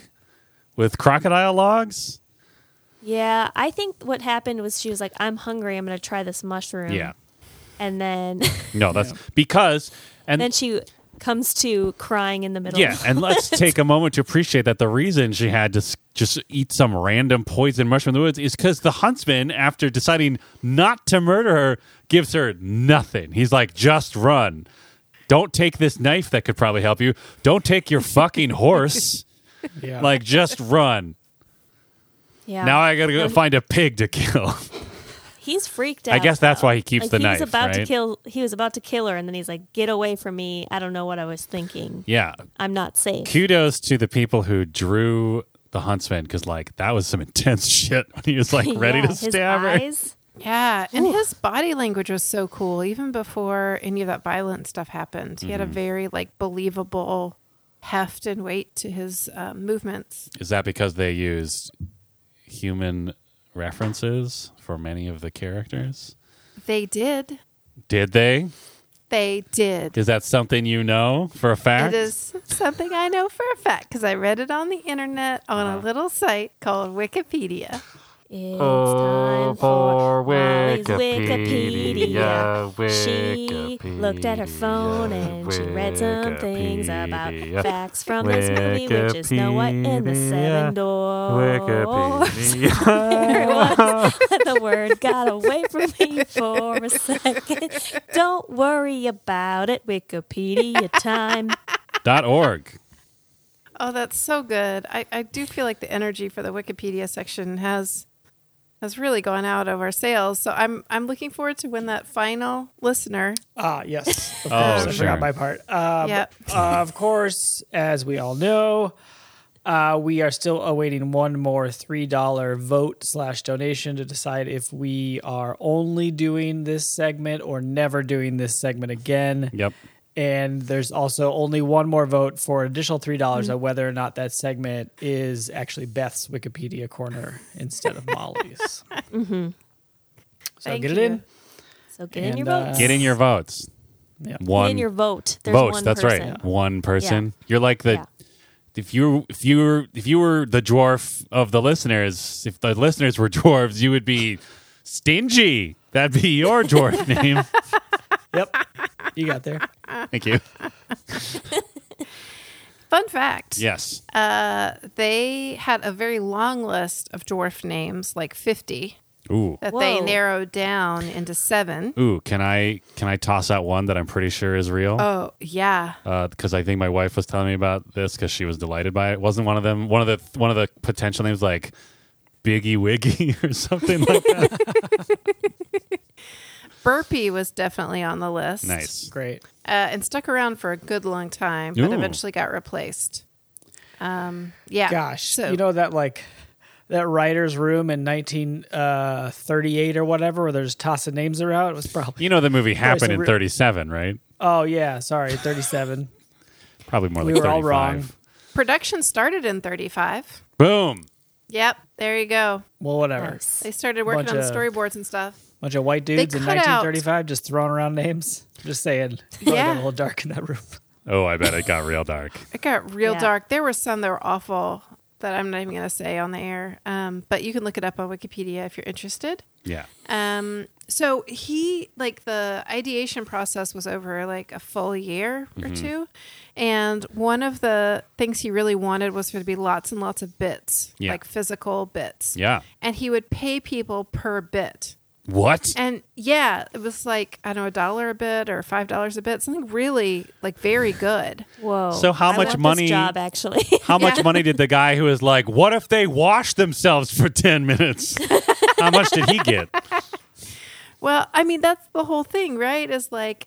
Speaker 5: with crocodile logs.
Speaker 6: yeah. I think what happened was she was like, "I'm hungry. I'm going to try this mushroom."
Speaker 5: Yeah,
Speaker 6: and then
Speaker 5: no, that's because and
Speaker 6: then she comes to crying in the middle.
Speaker 5: Yeah, and let's take a moment to appreciate that the reason she had to s- just eat some random poison mushroom in the woods is because the huntsman, after deciding not to murder her, gives her nothing. He's like, just run. Don't take this knife that could probably help you. Don't take your fucking horse.
Speaker 4: yeah.
Speaker 5: Like, just run.
Speaker 6: yeah.
Speaker 5: Now I gotta go find a pig to kill.
Speaker 6: He's freaked out.
Speaker 5: I guess that's
Speaker 6: though.
Speaker 5: why he keeps
Speaker 6: like,
Speaker 5: the
Speaker 6: he
Speaker 5: knife.
Speaker 6: was about
Speaker 5: right?
Speaker 6: to kill. He was about to kill her, and then he's like, "Get away from me! I don't know what I was thinking.
Speaker 5: Yeah.
Speaker 6: I'm not safe."
Speaker 5: Kudos to the people who drew the huntsman because, like, that was some intense shit when he was like ready
Speaker 6: Yeah,
Speaker 5: to
Speaker 6: his
Speaker 5: stab her.
Speaker 6: eyes.
Speaker 1: yeah, and his body language was so cool. Even before any of that violent stuff happened, he
Speaker 5: Mm-hmm.
Speaker 1: had a very like believable heft and weight to his uh, movements.
Speaker 5: Is that because they used human references for many of the characters?
Speaker 1: They did.
Speaker 5: Did they?
Speaker 1: They did.
Speaker 5: Is that something you know for a fact?
Speaker 1: It is something I
Speaker 5: Uh-huh.
Speaker 1: know for a fact because I read it on the internet on a little site called Wikipedia.
Speaker 6: It's
Speaker 2: Oh,
Speaker 6: time for
Speaker 2: for
Speaker 6: Molly's
Speaker 2: Wikipedia,
Speaker 6: Wikipedia. She looked at her phone
Speaker 2: Wikipedia,
Speaker 6: and she read some things about
Speaker 2: Wikipedia,
Speaker 6: facts from this movie, which is Snow White and the Seven
Speaker 2: Wikipedia,
Speaker 6: Doors.
Speaker 2: Wikipedia.
Speaker 6: There it was. the word got away from me for a second. Don't worry about it. Wikipedia time.
Speaker 5: Dot org.
Speaker 1: Oh, that's so good. I, I do feel like the energy for the Wikipedia section has has really gone out of our sales. So I'm I'm looking forward to when that final listener.
Speaker 4: Ah, yes. Of
Speaker 5: Oh,
Speaker 4: course. I
Speaker 5: sure.
Speaker 4: forgot my part. Um,
Speaker 1: Yep.
Speaker 4: uh, of course, as we all know, uh, we are still awaiting one more $3 vote slash donation to decide if we are only doing this segment or never doing this segment again.
Speaker 5: Yep.
Speaker 4: And there's also only one more vote for an additional $3
Speaker 1: Mm-hmm.
Speaker 4: on whether or not that segment is actually Beth's Wikipedia corner instead of Molly's. So
Speaker 1: Mm-hmm. Thank
Speaker 4: get it
Speaker 1: you.
Speaker 4: in.
Speaker 6: So get in
Speaker 4: And,
Speaker 6: your
Speaker 4: uh,
Speaker 6: votes.
Speaker 5: Get in your votes.
Speaker 4: Yeah.
Speaker 5: One
Speaker 6: Get in your vote. There's
Speaker 5: votes.
Speaker 6: one
Speaker 5: That's
Speaker 6: person.
Speaker 5: right. One person. You're like the
Speaker 6: Yeah.
Speaker 5: if you if you were if you were the dwarf of the listeners, if the listeners were dwarves, you would be stingy. That'd be your dwarf name.
Speaker 4: Yep. You got there.
Speaker 5: Thank you.
Speaker 1: Fun fact.
Speaker 5: Yes.
Speaker 1: Uh, they had a very long list of dwarf names, like 50,
Speaker 5: Ooh.
Speaker 1: that they
Speaker 6: Whoa.
Speaker 1: narrowed down into seven.
Speaker 5: Ooh. Can I can I toss out one that I'm pretty sure is real?
Speaker 1: Oh, yeah.
Speaker 5: because I think my wife was telling me about this because she was delighted by it. Wasn't one of them one of the one of the potential names like Biggie Wiggy or something like that?
Speaker 1: Burpee was definitely on the list.
Speaker 5: nice.
Speaker 4: Great.
Speaker 1: uh, and stuck around for a good long time, but
Speaker 5: Ooh.
Speaker 1: eventually got replaced. Um, yeah.
Speaker 4: Gosh,
Speaker 1: So,
Speaker 4: you know that like that writer's room in 1938 or whatever, where they're just tossing names around. It was probably
Speaker 5: You know the movie happened
Speaker 4: so
Speaker 5: in
Speaker 4: we're-
Speaker 5: '37, right?
Speaker 4: oh yeah, sorry, 37.
Speaker 5: Probably more
Speaker 4: We
Speaker 5: like
Speaker 4: were all
Speaker 5: 35.
Speaker 4: wrong.
Speaker 1: production started in 35.
Speaker 5: Boom.
Speaker 1: Yep. There you go.
Speaker 4: well, whatever.
Speaker 6: Nice.
Speaker 1: They started working
Speaker 4: Bunch
Speaker 1: on the
Speaker 4: of-
Speaker 1: storyboards and stuff.
Speaker 4: Bunch of white dudes in
Speaker 1: cut out-
Speaker 4: 1935 just throwing around names. Just saying, Probably
Speaker 1: Yeah.
Speaker 4: got a little dark in that room.
Speaker 5: Oh, I bet it got real dark.
Speaker 1: It got real
Speaker 6: Yeah.
Speaker 1: dark. There were some that were awful that I'm not even going to say on the air, um, but you can look it up on Wikipedia if you're interested.
Speaker 5: Yeah.
Speaker 1: Um, so he like the ideation process was over like a full year or two, and one of the things he really wanted was for there to be lots and lots of bits,
Speaker 5: Yeah.
Speaker 1: like physical bits.
Speaker 5: Yeah.
Speaker 1: and he would pay people per bit.
Speaker 5: What?
Speaker 1: And yeah, it was like I don't know a dollar a bit or five dollars a bit, something really like very good.
Speaker 6: Whoa.
Speaker 5: So how much
Speaker 6: I want this
Speaker 5: money-
Speaker 6: job actually.
Speaker 5: How much money did the guy who was like, "What if they wash themselves for ten minutes?" How much did he get?
Speaker 1: Well, I mean, that's the whole thing, right? Is like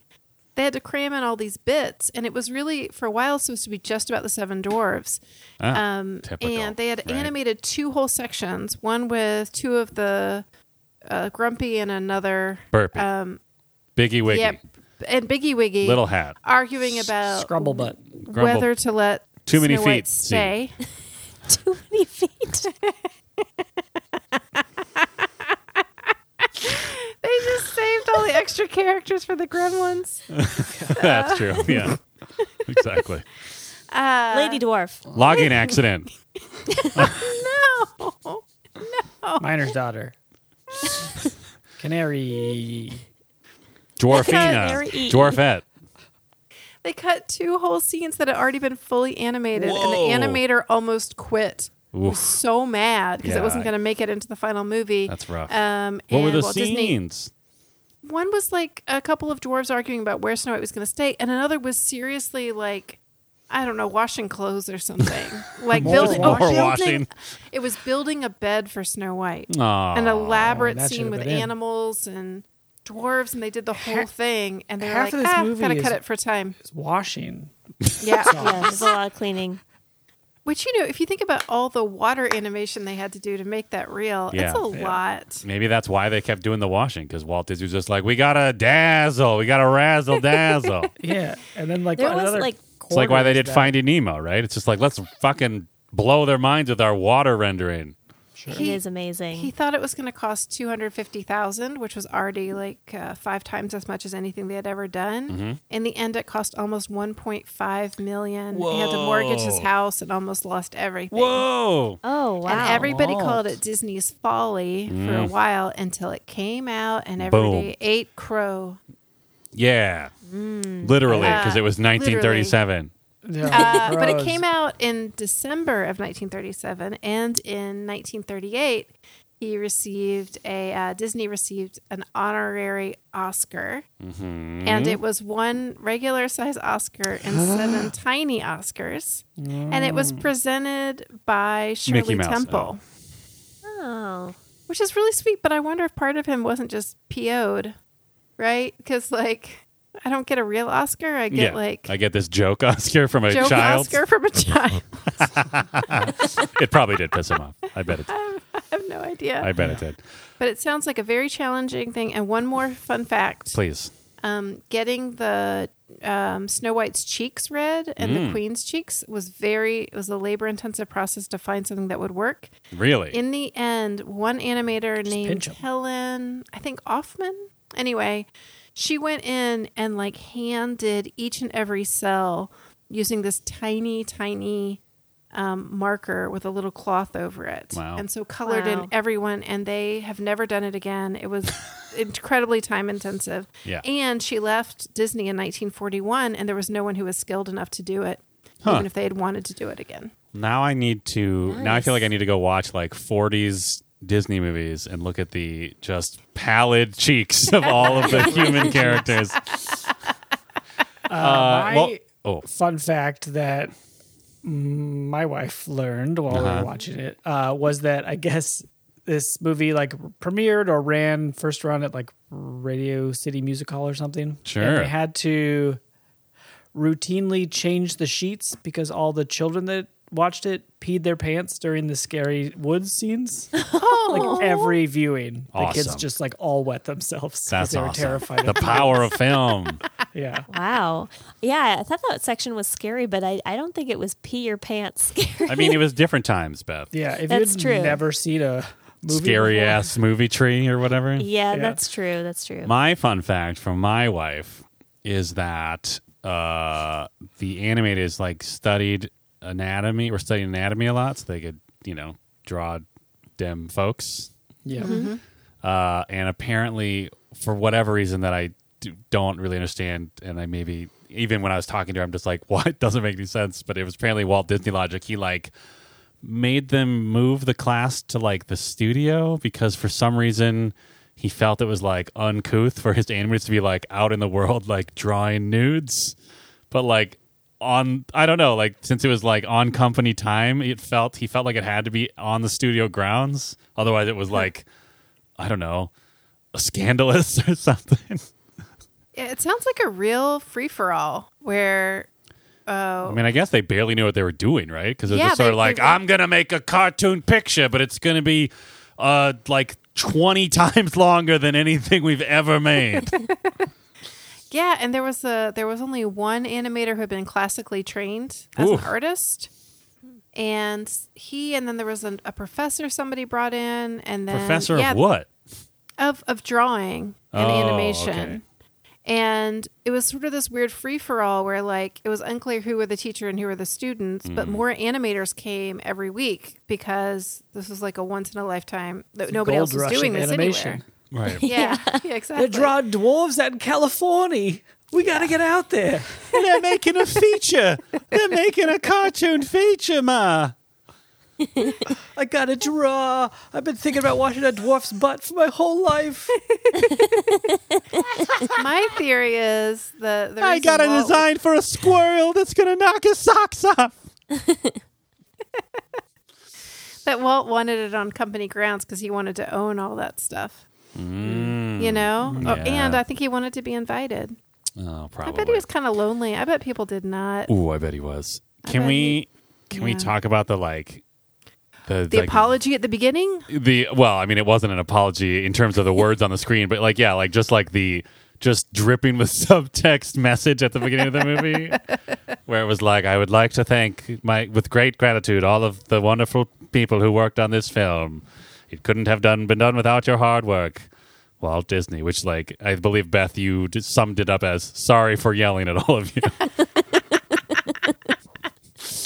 Speaker 1: they had to cram in all these bits, and it was really for a while supposed to be just about the seven dwarves.
Speaker 5: Ah,
Speaker 1: um,
Speaker 5: typical,
Speaker 1: and they had
Speaker 5: right.
Speaker 1: animated two whole sections, one with two of the uh, Grumpy and another
Speaker 5: Burpee.
Speaker 1: Um,
Speaker 5: Biggie Wiggy.
Speaker 1: yep, and Biggie Wiggy,
Speaker 5: Little hat.
Speaker 1: arguing about
Speaker 4: Scrumble butt.
Speaker 1: whether to let
Speaker 5: Too many
Speaker 1: Snow White
Speaker 5: feet scene.
Speaker 1: stay.
Speaker 6: Too many feet.
Speaker 1: they just saved all the extra characters for the Gremlins.
Speaker 5: That's true. Yeah. exactly.
Speaker 1: Uh,
Speaker 6: Lady Dwarf.
Speaker 5: Logging accident.
Speaker 1: no. Oh.
Speaker 4: Miner's daughter. Canary.
Speaker 5: Dwarfina.
Speaker 6: Very-
Speaker 5: Dwarfette.
Speaker 1: They cut two whole scenes that had already been fully animated,
Speaker 5: Whoa.
Speaker 1: and the animator almost quit. He was
Speaker 5: Oof.
Speaker 1: so mad because
Speaker 5: Yeah.
Speaker 1: it wasn't going to make it into the final movie.
Speaker 5: That's rough.
Speaker 1: Um,
Speaker 5: What were
Speaker 1: and
Speaker 5: the
Speaker 1: Walt Disney,
Speaker 5: scenes?
Speaker 1: one was like a couple of dwarves arguing about where Snow White was going to stay, and another was seriously like, I don't know, washing clothes or something. like
Speaker 4: More
Speaker 1: building,
Speaker 4: washing.
Speaker 1: oh, building-
Speaker 5: More washing.
Speaker 1: It was building a bed for Snow White,
Speaker 5: Aw.
Speaker 1: an elaborate
Speaker 4: that
Speaker 1: scene
Speaker 4: should've
Speaker 1: with
Speaker 4: been in.
Speaker 1: animals and dwarves, and they did the whole thing. And they were
Speaker 4: half
Speaker 1: like,
Speaker 4: of this
Speaker 1: ah,
Speaker 4: movie
Speaker 1: gotta
Speaker 4: is-
Speaker 1: cut it for time.
Speaker 4: It's washing.
Speaker 1: Yeah,
Speaker 6: Yeah, there's a lot of cleaning.
Speaker 1: Which you know, if you think about all the water animation they had to do to make that real,
Speaker 5: Yeah.
Speaker 1: it's a
Speaker 5: Yeah.
Speaker 1: lot.
Speaker 5: Maybe that's why they kept doing the washing because Walt Disney was just like, we got to dazzle. We got to razzle dazzle. it's
Speaker 4: Yeah, and then like
Speaker 6: There was,
Speaker 4: another
Speaker 6: like-
Speaker 5: like why they did
Speaker 4: find.
Speaker 5: Finding Nemo, right? It's just like, let's fucking blow their minds with our water rendering.
Speaker 6: It
Speaker 1: He-
Speaker 6: is amazing.
Speaker 1: He thought it was going to cost two hundred fifty thousand, which was already like uh, five times as much as anything they had ever done.
Speaker 4: Mm-hmm.
Speaker 1: In the end, it cost almost one point five million. He had to mortgage his
Speaker 5: Whoa.
Speaker 1: house and almost lost everything.
Speaker 5: Whoa!
Speaker 6: oh wow!
Speaker 1: And everybody
Speaker 4: Walt.
Speaker 1: called it Disney's Folly for a while until it came out and everybody
Speaker 5: Mm. Boom.
Speaker 1: ate crow.
Speaker 5: Yeah, literally because
Speaker 1: Uh,
Speaker 5: it was 1937.
Speaker 1: Uh, but it came out in December of 1937, and in 1938, he received a uh, Disney received an honorary Oscar,
Speaker 5: Mm-hmm.
Speaker 1: and it was one regular size Oscar and seven tiny Oscars, and it was presented by Shirley
Speaker 5: Mouse,
Speaker 1: Temple,
Speaker 6: oh,
Speaker 1: which is really sweet. But I wonder if part of him wasn't just PO'd, right? Because like. I don't get a real Oscar. I
Speaker 5: yeah,
Speaker 1: get like
Speaker 5: I get this joke Oscar from a
Speaker 1: joke
Speaker 5: child.
Speaker 1: Oscar from a child.
Speaker 5: It probably did piss him off. I bet it. Did.
Speaker 1: I have no idea.
Speaker 5: I bet it did.
Speaker 1: But it sounds like a very challenging thing. And one more fun fact:
Speaker 5: Please.
Speaker 1: um, getting the um, Snow White's cheeks red and
Speaker 5: Mm.
Speaker 1: the Queen's cheeks was very it was a labor intensive process to find something that would work.
Speaker 5: Really?
Speaker 1: In the end, one animator named
Speaker 4: pinch 'em.
Speaker 1: Helen, I think Hoffman. Anyway, she went in and like handed each and every cell using this tiny, tiny um, marker with a little cloth over it,
Speaker 5: Wow.
Speaker 1: and so colored
Speaker 6: Wow.
Speaker 1: in everyone. And they have never done it again. It was incredibly time intensive.
Speaker 5: Yeah.
Speaker 1: And she left Disney in 1941, and there was no one who was skilled enough to do it,
Speaker 5: Huh.
Speaker 1: even if they had wanted to do it again.
Speaker 5: Now I need to. Now I feel
Speaker 6: Nice.
Speaker 5: like I need to go watch like 40s Disney movies and look at the just pallid cheeks of all of the human characters. Uh, well-
Speaker 4: my-
Speaker 5: oh,
Speaker 4: fun fact that my wife learned while we
Speaker 5: Uh-huh.
Speaker 4: were watching it uh, was that I guess this movie like premiered or ran first run at like Radio City Music Hall or something.
Speaker 5: Sure.
Speaker 4: And they had to routinely change the sheets because all the children that watched it peed their pants during the scary woods scenes. like every viewing, the kids
Speaker 5: Awesome.
Speaker 4: just like all wet themselves because
Speaker 5: that's
Speaker 4: they were
Speaker 5: awesome.
Speaker 4: terrified.
Speaker 5: The
Speaker 4: of
Speaker 5: power of film.
Speaker 4: yeah.
Speaker 6: wow! Yeah, I thought that section was scary, but I, I don't think it was pee your pants scary.
Speaker 5: I mean, it was different times, Beth.
Speaker 4: Yeah, if
Speaker 6: That's
Speaker 4: you'd
Speaker 6: true.
Speaker 4: never seen a movie
Speaker 5: Scary
Speaker 4: before-
Speaker 5: ass movie tree or whatever.
Speaker 6: yeah,
Speaker 4: Yeah.
Speaker 6: that's true. That's true.
Speaker 5: My fun fact from my wife is that uh, the animators like studied anatomy or studied anatomy a lot, so they could you know draw them folks.
Speaker 4: Yeah,
Speaker 6: Mm-hmm.
Speaker 5: Uh, and apparently, for whatever reason that I do, don't really understand, and I maybe even when I was talking to her, I'm just like, "What?" Doesn't make any sense. But it was apparently Walt Disney logic. He like made them move the class to like the studio because for some reason he felt it was like uncouth for his animators to be like out in the world like drawing nudes but like on i don't know like since it was like on company time it felt he felt like it had to be on the studio grounds otherwise it was like i don't know scandalous or something
Speaker 1: Yeah, It sounds like a real free for all where uh,
Speaker 5: i mean i guess they barely knew what they were doing right because it was
Speaker 1: Yeah,
Speaker 5: just sort
Speaker 1: they-
Speaker 5: of like
Speaker 1: they-
Speaker 5: i'm gonna make a cartoon picture but it's gonna be uh like 20 times longer than anything we've ever made
Speaker 1: yeah, and there was a there was only one animator who had been classically trained as
Speaker 5: Ooh.
Speaker 1: an artist. And he and then there was an, a professor somebody brought in and then
Speaker 5: professor
Speaker 1: yeah,
Speaker 5: of what
Speaker 1: Of of drawing and
Speaker 5: Oh,
Speaker 1: animation.
Speaker 5: okay.
Speaker 1: And it was sort of this weird free for all where like it was unclear who were the teacher and who were the students, but
Speaker 5: Mm-hmm.
Speaker 1: more animators came every week because this was like a once in a lifetime that nobody
Speaker 4: Gold
Speaker 1: else was
Speaker 4: rush
Speaker 1: doing
Speaker 4: of
Speaker 1: this
Speaker 4: animation.
Speaker 1: anywhere.
Speaker 5: right
Speaker 1: Yeah, yeah, exactly.
Speaker 4: They're drawing dwarves out in California. We got to get out there.
Speaker 5: They're making a feature. They're making a cartoon feature, Ma.
Speaker 4: I got to draw. I've been thinking about watching a dwarf's butt for my whole life.
Speaker 1: My theory is the, the
Speaker 5: I
Speaker 1: reason
Speaker 5: got a
Speaker 1: Walt-
Speaker 5: design for a squirrel that's gonna knock his socks off.
Speaker 1: that Walt wanted it on company grounds because he wanted to own all that stuff. you know, Oh,
Speaker 5: Mm. yeah.
Speaker 1: and I think he wanted to be invited.
Speaker 5: Oh,
Speaker 1: I
Speaker 5: probably.
Speaker 1: bet he was kind of lonely. I bet people did not.
Speaker 5: Ooh, I bet he was. Can
Speaker 1: bet
Speaker 5: we? Can we
Speaker 1: yeah.
Speaker 5: talk about the like? The,
Speaker 1: The
Speaker 5: like,
Speaker 1: apology at the beginning.
Speaker 5: the well i mean it wasn't an apology in terms of the words on the screen but like yeah like just like the just dripping with subtext message at the beginning of the movie where it was like i would like to thank my with great gratitude all of the wonderful people who worked on this film. It couldn't have done been done without your hard work. Walt Disney, which like I believe Beth, you d- summed it up as "sorry for yelling at all of you,"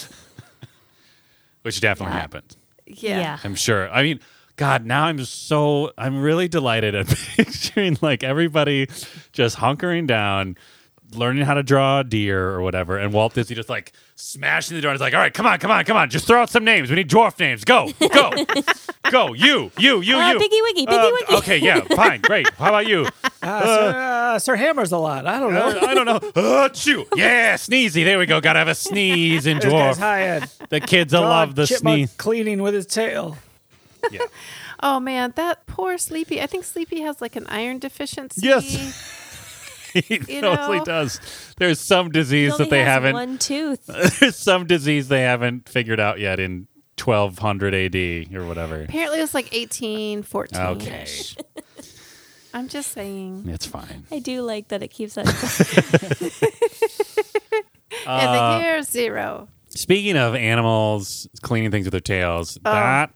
Speaker 5: which definitely happened.
Speaker 1: Yeah.
Speaker 6: Yeah.
Speaker 5: I'm sure. I mean, God, now I'm so I'm really delighted at picturing like everybody just hunkering down, learning how to draw a deer or whatever, and Walt Disney just like smashing the door. He's like, "All right, come on, come on, come on, just throw out some names. We need dwarf names. Go, go, go. You, you, you,
Speaker 6: Uh,
Speaker 5: you.
Speaker 6: Piggy Wiggy, Piggy Wiggy.
Speaker 5: Okay, yeah, fine, great. How about you?
Speaker 4: Uh, Sir, uh, Sir Hammer's a lot. I don't know.
Speaker 5: Uh, I don't know. Achoo. Yeah, sneezy. There we go. Gotta have a sneeze in
Speaker 4: This guy's
Speaker 5: dwarf.
Speaker 4: high end.
Speaker 5: The kids will love the
Speaker 4: chipmunk
Speaker 5: sneeze.
Speaker 4: cleaning with his tail.
Speaker 5: Yeah.
Speaker 1: Oh man, that poor Sleepy. I think Sleepy has like an iron deficiency.
Speaker 5: Yes. He
Speaker 1: You
Speaker 5: totally
Speaker 1: know?
Speaker 5: does. There's some
Speaker 6: He
Speaker 5: disease
Speaker 6: only
Speaker 5: that they
Speaker 6: has
Speaker 5: haven't.
Speaker 6: One tooth.
Speaker 5: There's some disease they haven't figured out yet in 1200 AD or whatever.
Speaker 1: Apparently it was like 18, 14.
Speaker 5: Okay,
Speaker 1: I'm just saying.
Speaker 5: it's fine.
Speaker 6: I do like that it keeps that.
Speaker 5: Uh,
Speaker 1: In the year zero.
Speaker 5: Speaking of animals cleaning things with their tails, that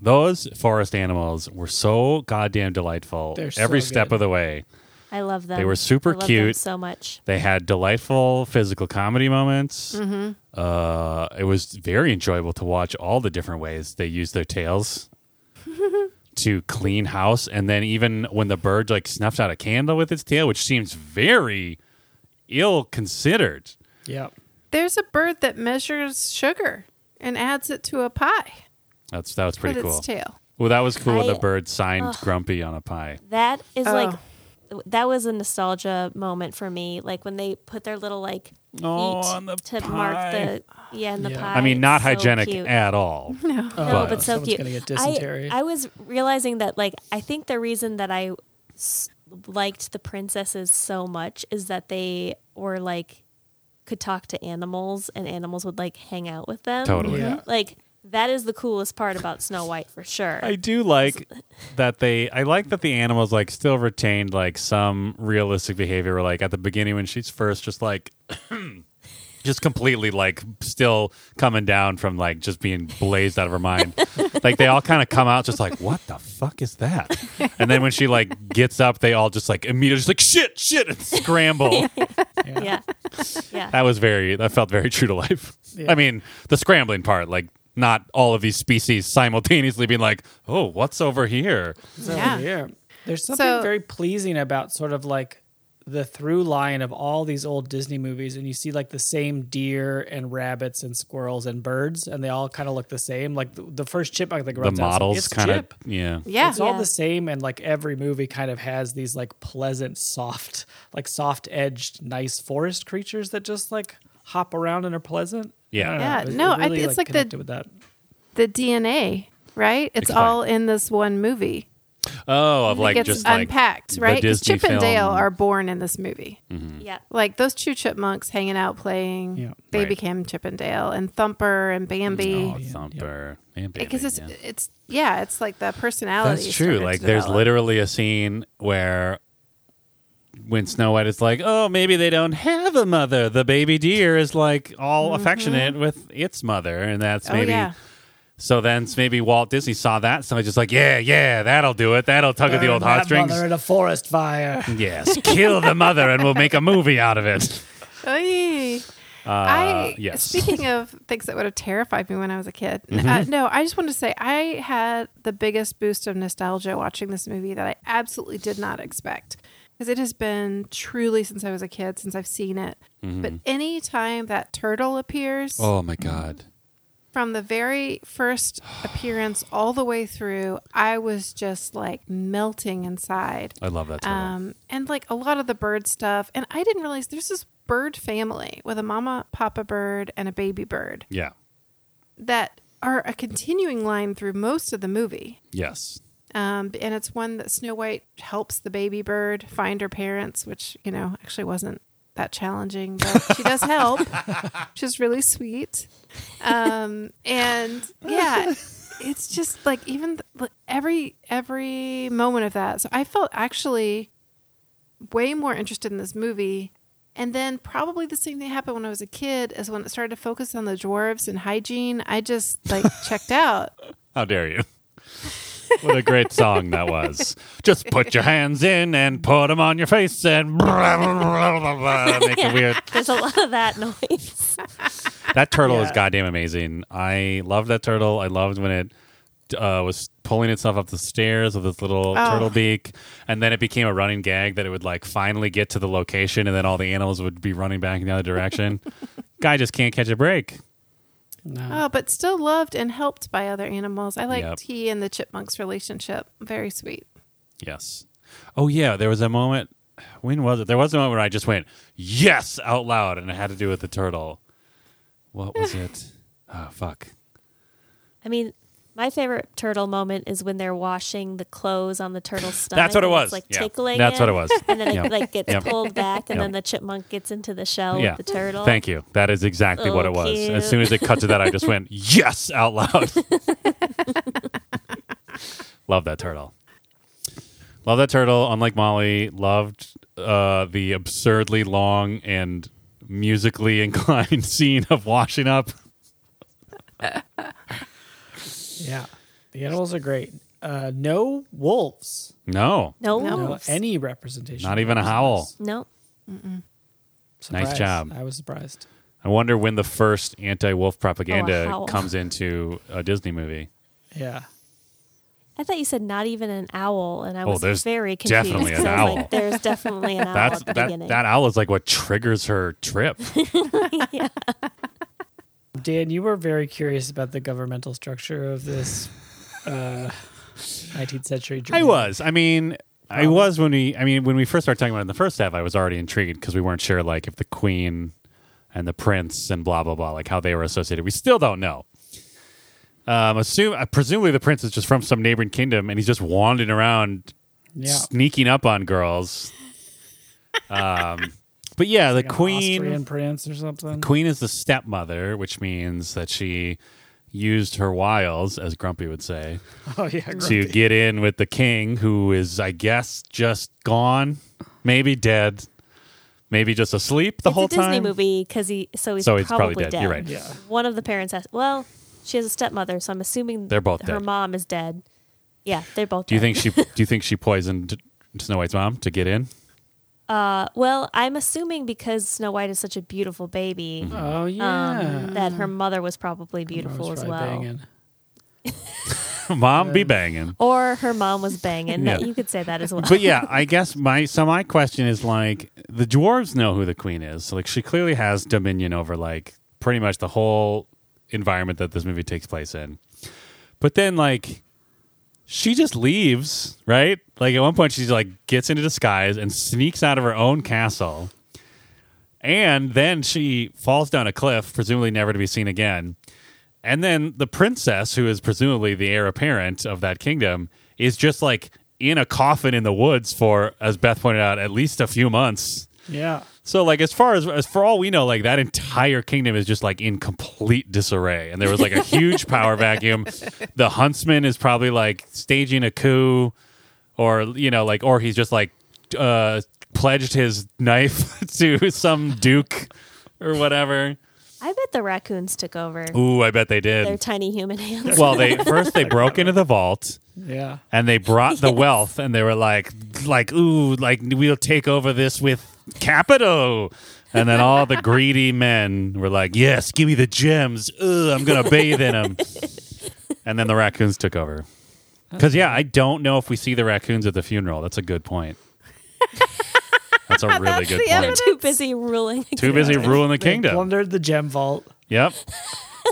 Speaker 5: those forest animals were so goddamn delightful
Speaker 4: They're so
Speaker 5: every step
Speaker 4: good.
Speaker 5: of the way.
Speaker 6: I love them.
Speaker 5: They were super
Speaker 6: I love them
Speaker 5: cute.
Speaker 6: so much.
Speaker 5: They had delightful physical comedy moments. Uh, it was very enjoyable to watch all the different ways they use their tails to clean house, and then even when the bird like snuffs out a candle with its tail, which seems very ill considered.
Speaker 4: Yep.
Speaker 1: There's a bird that measures sugar and adds it to a pie
Speaker 5: That's that was pretty
Speaker 1: with
Speaker 5: cool.
Speaker 1: its tail.
Speaker 5: Well, that was cool when the
Speaker 6: I-
Speaker 5: bird signed Grumpy on a pie.
Speaker 6: That is
Speaker 1: Oh.
Speaker 6: like that was a nostalgia moment for me. Like when they put their little like feet
Speaker 5: Oh, on the
Speaker 6: to
Speaker 5: pie.
Speaker 6: mark the yeah, and the
Speaker 4: Yeah.
Speaker 6: pie.
Speaker 5: I mean, not
Speaker 6: It's so
Speaker 5: hygienic
Speaker 6: cute.
Speaker 5: at all.
Speaker 6: No,
Speaker 5: But-
Speaker 6: but so
Speaker 4: Uh, Someone's
Speaker 6: cute.
Speaker 4: gonna get
Speaker 6: I-
Speaker 4: dysentery.
Speaker 6: I, was realizing that, like, I think the reason that I s- liked the princesses so much is that they were like could talk to animals, and animals would like hang out with them.
Speaker 5: Totally.
Speaker 4: Yeah.
Speaker 6: Like that is the coolest part about Snow White for sure.
Speaker 5: I do like that they. I like that the animals like still retained like some realistic behavior. Where, Like at the beginning when she's first, just like, just completely like still coming down from like just being blazed out of her mind. like they all kind of come out just like, what the fuck is that? And then when she like gets up, they all just like immediately just like shit, shit, and scramble.
Speaker 6: yeah, yeah.
Speaker 5: That was very. That felt very true to life.
Speaker 4: Yeah.
Speaker 5: I mean, the scrambling part, like. Not all of these species simultaneously being like, "Oh, what's over here?"
Speaker 1: Yeah.
Speaker 4: yeah. There's something
Speaker 1: So-
Speaker 4: very pleasing about sort of like the through line of all these old Disney movies, and you see like the same deer and rabbits and squirrels and birds, and they all kind of look the same. Like the, the first chipmunk that
Speaker 5: the
Speaker 4: runs out, it's like,
Speaker 5: models
Speaker 4: "It's
Speaker 5: kind of
Speaker 4: Chip."
Speaker 5: yeah
Speaker 1: Yeah.
Speaker 4: It's all
Speaker 6: Yeah.
Speaker 4: the same, and like every movie kind of has these like pleasant, soft, like soft edged, nice forest creatures that just like hop around and are pleasant.
Speaker 5: Yeah.
Speaker 4: I don't know.
Speaker 1: Yeah,
Speaker 4: It- it
Speaker 1: no, I-
Speaker 4: really,
Speaker 1: it's like the-
Speaker 4: connected with that.
Speaker 1: The DNA, right? It's
Speaker 5: Explain.
Speaker 1: all in this one movie.
Speaker 5: oh of
Speaker 1: It
Speaker 5: like
Speaker 1: gets
Speaker 5: just like
Speaker 1: unpacked,
Speaker 5: the
Speaker 1: right? 'Cause
Speaker 5: Disney
Speaker 1: Chip and Dale
Speaker 5: film. Mm.
Speaker 1: are born in this movie.
Speaker 6: yeah.
Speaker 1: Like those two chipmunks hanging out playing,
Speaker 4: Yeah.
Speaker 1: they
Speaker 5: Right.
Speaker 1: became Chip and Dale and Thumper and Bambi.
Speaker 5: oh, thumper and Bambi,
Speaker 1: because it's
Speaker 5: yeah.
Speaker 1: it's yeah, it's like the personality.
Speaker 5: that's true
Speaker 1: started
Speaker 5: like
Speaker 1: to
Speaker 5: there's
Speaker 1: develop.
Speaker 5: literally a scene where when Snow White is like oh maybe they don't have a mother the baby deer is like all affectionate with its mother and that's
Speaker 1: Mm-hmm. Oh,
Speaker 5: maybe
Speaker 1: yeah.
Speaker 5: so then s- maybe Walt Disney saw that so he's just like yeah yeah that'll do it that'll tug at the old
Speaker 4: Burn that
Speaker 5: heartstrings
Speaker 4: mother in a forest fire.
Speaker 5: yes kill the mother and we'll make a movie out of it Uh,
Speaker 1: Oy. I
Speaker 5: yes.
Speaker 1: speaking of things that would have terrified me when I was a kid. Uh,
Speaker 5: Mm-hmm.
Speaker 1: no, I just wanted to say I had the biggest boost of nostalgia watching this movie that I absolutely did not expect because it has been truly since I was a kid since I've seen it. But any time that turtle appears
Speaker 5: Mm-hmm. oh my god
Speaker 1: from the very first appearance all the way through, I was just like melting inside.
Speaker 5: I love that title.
Speaker 1: um, and like a lot of the bird stuff. And I didn't realize there's this bird family with a mama, papa bird, and a baby bird
Speaker 5: yeah
Speaker 1: that are a continuing line through most of the movie.
Speaker 5: yes
Speaker 1: Um, and it's one that Snow White helps the baby bird find her parents, which you know actually wasn't that challenging, but she does help, which is really sweet. Um, and yeah, it's just like even th- every every moment of that. So I felt actually way more interested in this movie. And then probably the same thing happened when I was a kid is when it started to focus on the dwarves and hygiene. I just like checked out.
Speaker 5: How dare you? What a great song that was. Just put your hands in and put them on your face and blah, blah, blah, blah, blah, make a weird.
Speaker 6: There's a lot of that noise.
Speaker 5: That turtle is
Speaker 4: Yeah.
Speaker 5: goddamn amazing. I loved that turtle. I loved when it uh, was pulling itself up the stairs with its little
Speaker 1: Oh.
Speaker 5: turtle beak, and then it became a running gag that it would like finally get to the location, and then all the animals would be running back in the other direction. Guy just can't catch a break.
Speaker 1: Oh, but still loved and helped by other animals. I liked
Speaker 5: Yep.
Speaker 1: he and the chipmunk's relationship. Very sweet.
Speaker 5: Yes. Oh yeah, there was a moment. When was it? There was a moment where I just went yes out loud, and it had to do with the turtle. What was it? Oh fuck.
Speaker 6: I mean, my favorite turtle moment is when they're washing the clothes on the turtle's stomach.
Speaker 5: That's what it
Speaker 6: and
Speaker 5: was.
Speaker 6: It's like
Speaker 5: Yeah.
Speaker 6: tickling.
Speaker 5: That's
Speaker 6: it,
Speaker 5: what it was.
Speaker 6: And then
Speaker 5: Yeah.
Speaker 6: it like gets
Speaker 5: Yeah.
Speaker 6: pulled back, and
Speaker 5: Yeah.
Speaker 6: then the chipmunk gets into the shell
Speaker 5: Yeah.
Speaker 6: of Oh, the turtle.
Speaker 5: Thank you. That is exactly what
Speaker 6: Oh,
Speaker 5: it was.
Speaker 6: cute.
Speaker 5: As soon as it cut to that, I just went yes out loud. Love that turtle. Love that turtle. Unlike Molly, loved uh, the absurdly long and musically inclined scene of washing up.
Speaker 4: Yeah. The animals are great. Uh, no wolves.
Speaker 5: No,
Speaker 6: No.
Speaker 1: No.
Speaker 4: No
Speaker 6: wolves.
Speaker 4: any representation.
Speaker 5: Not
Speaker 4: of
Speaker 5: even a
Speaker 4: wolves in
Speaker 5: howl.
Speaker 4: this.
Speaker 6: No.
Speaker 5: Nice
Speaker 4: Surprised.
Speaker 5: job.
Speaker 4: I was surprised.
Speaker 5: I wonder when the first anti-wolf propaganda
Speaker 6: howl.
Speaker 5: comes into a Disney movie.
Speaker 4: Yeah.
Speaker 6: I thought you said not even an owl, and I
Speaker 5: Oh,
Speaker 6: was
Speaker 5: there's
Speaker 6: very confused.
Speaker 5: definitely an
Speaker 6: 'cause I was like,
Speaker 5: owl.
Speaker 6: there's definitely an owl
Speaker 5: That's
Speaker 6: Uh, at the
Speaker 5: that,
Speaker 6: beginning.
Speaker 5: that owl is like what triggers her trip.
Speaker 4: Dan, you were very curious about the governmental structure of this uh, 19th century.
Speaker 5: I
Speaker 4: Germany.
Speaker 5: was. I mean, I was when we. I mean, when we first started talking about it in the first half, I was already intrigued because we weren't sure, like, if the queen and the prince and blah blah blah, like how they were associated. We still don't know. Um, assume uh, presumably the prince is just from some neighboring kingdom and he's just wandering around,
Speaker 4: Yeah.
Speaker 5: sneaking up on girls. Um, but yeah, the
Speaker 4: Like an
Speaker 5: queen.
Speaker 4: Austrian prince or something.
Speaker 5: Queen is the stepmother, which means that she used her wiles, as Grumpy would say,
Speaker 4: Oh yeah.
Speaker 5: to
Speaker 4: Grumpy.
Speaker 5: get in with the king, who is, I guess, just gone, maybe dead, maybe just asleep the
Speaker 6: it's
Speaker 5: whole
Speaker 6: a Disney
Speaker 5: time.
Speaker 6: movie because he so he's,
Speaker 5: So he's probably
Speaker 6: probably,
Speaker 5: dead. You're right.
Speaker 4: Yeah.
Speaker 6: One of the parents has. Well, she has a stepmother, so I'm assuming
Speaker 5: They're both
Speaker 6: her
Speaker 5: dead.
Speaker 6: mom is dead. Yeah, they're both.
Speaker 5: Do you think
Speaker 6: dead.
Speaker 5: she? do you think she poisoned Snow White's mom to get in?
Speaker 6: Uh, well, I'm assuming because Snow White is such a beautiful baby,
Speaker 4: Oh
Speaker 6: um,
Speaker 4: yeah.
Speaker 6: that her mother was probably beautiful
Speaker 4: Mom's
Speaker 6: as
Speaker 4: probably
Speaker 6: well,
Speaker 4: banging.
Speaker 5: mom be banging.
Speaker 6: or her mom was banging.
Speaker 5: Yeah.
Speaker 6: You could say that as well.
Speaker 5: but yeah, I guess my so my question is like the dwarves know who the queen is. So, like she clearly has dominion over like pretty much the whole environment that this movie takes place in. But then like she just leaves, right? Like at one point she's like gets into disguise and sneaks out of her own castle. And then she falls down a cliff, presumably never to be seen again. And then the princess, who is presumably the heir apparent of that kingdom, is just like in a coffin in the woods for, as Beth pointed out, at least a few months.
Speaker 4: Yeah.
Speaker 5: So, like, as far as, as for all we know, like that entire kingdom is just like in complete disarray, and there was like a huge power vacuum. The huntsman is probably like staging a coup, or you know, like, or he's just like uh, pledged his knife to some duke or whatever.
Speaker 6: I bet the raccoons took over.
Speaker 5: Ooh, I bet they did.
Speaker 6: Their tiny human hands.
Speaker 5: Well, they first they broke into the vault
Speaker 4: Yeah.
Speaker 5: and they brought the wealth and they were like like ooh, like we'll take over this with capital. And then all the greedy men were like, "Yes, give me the gems. Ugh, I'm going to bathe in them." And then the raccoons took over. Cuz yeah, I don't know if we see the raccoons at the funeral. That's a good point. That's a really
Speaker 1: That's
Speaker 5: good
Speaker 1: the
Speaker 5: point.
Speaker 6: They're too busy ruling.
Speaker 5: Too busy ruling the
Speaker 4: They
Speaker 5: kingdom.
Speaker 4: plundered the gem vault
Speaker 5: Yep.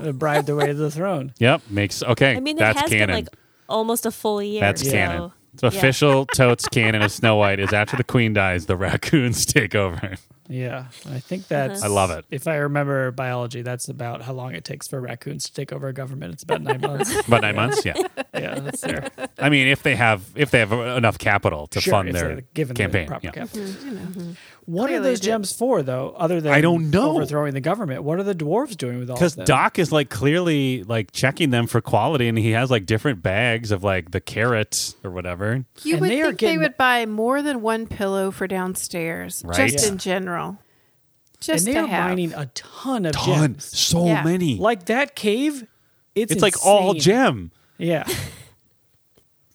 Speaker 4: and bribed their way to the throne.
Speaker 5: Yep, makes okay.
Speaker 6: I mean, it
Speaker 5: that's
Speaker 6: has
Speaker 5: canon.
Speaker 6: been like almost a full year.
Speaker 5: That's
Speaker 6: so-
Speaker 5: canon. It's
Speaker 6: yeah.
Speaker 5: official totes canon of Snow White is after the queen dies, the raccoons take over.
Speaker 4: Yeah. I think
Speaker 6: Uh-huh.
Speaker 4: that's.
Speaker 5: I love it.
Speaker 4: If I remember biology, that's about how long it takes for raccoons to take over a government. It's about nine months.
Speaker 5: About nine months, yeah.
Speaker 4: Yeah, that's fair.
Speaker 5: I mean, if they have if they have enough capital to
Speaker 4: Sure,
Speaker 5: fund
Speaker 4: if
Speaker 5: their
Speaker 4: they're given the
Speaker 5: campaign,
Speaker 4: proper
Speaker 5: yeah.
Speaker 4: capital.
Speaker 6: Mm-hmm.
Speaker 4: What are
Speaker 1: Clearly
Speaker 4: those
Speaker 1: they-
Speaker 4: gems for, though? Other than
Speaker 5: I don't know.
Speaker 4: overthrowing the government, what are the dwarves doing with all
Speaker 5: Because
Speaker 4: of them?
Speaker 5: Doc is like clearly like checking them for quality, and he has like different bags of like the carrot or whatever.
Speaker 1: You
Speaker 4: And
Speaker 1: would
Speaker 4: they are
Speaker 1: think they
Speaker 4: getting-
Speaker 1: would buy more than one pillow for downstairs,
Speaker 5: Right.
Speaker 1: just
Speaker 4: Yeah.
Speaker 1: in general.
Speaker 4: and
Speaker 1: Just
Speaker 4: they
Speaker 1: to
Speaker 4: are
Speaker 1: have.
Speaker 4: mining a ton of
Speaker 5: Ton,
Speaker 4: gems.
Speaker 5: so
Speaker 1: Yeah.
Speaker 5: many.
Speaker 4: Like that cave, it's
Speaker 5: it's like all
Speaker 4: insane.
Speaker 5: gem.
Speaker 4: Yeah.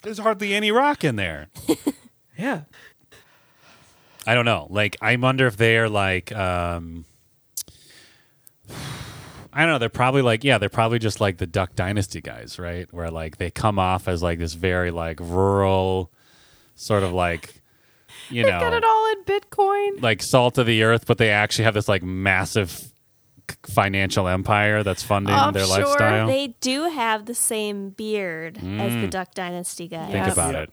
Speaker 5: There's hardly any rock in there.
Speaker 4: Yeah.
Speaker 5: I don't know. Like, I wonder if they're like, um, I don't know. They're probably like, yeah, they're probably just like the Duck Dynasty guys, right? Where like they come off as like this very like rural, sort of like, you know,
Speaker 1: Got it all in Bitcoin.
Speaker 5: like salt of the earth, but they actually have this like massive c- financial empire that's funding their
Speaker 1: Offshore,
Speaker 5: lifestyle.
Speaker 6: They do have the same beard as the Duck Dynasty guy.
Speaker 5: Mm. Think
Speaker 1: Yes.
Speaker 5: about
Speaker 4: Yeah.
Speaker 5: it.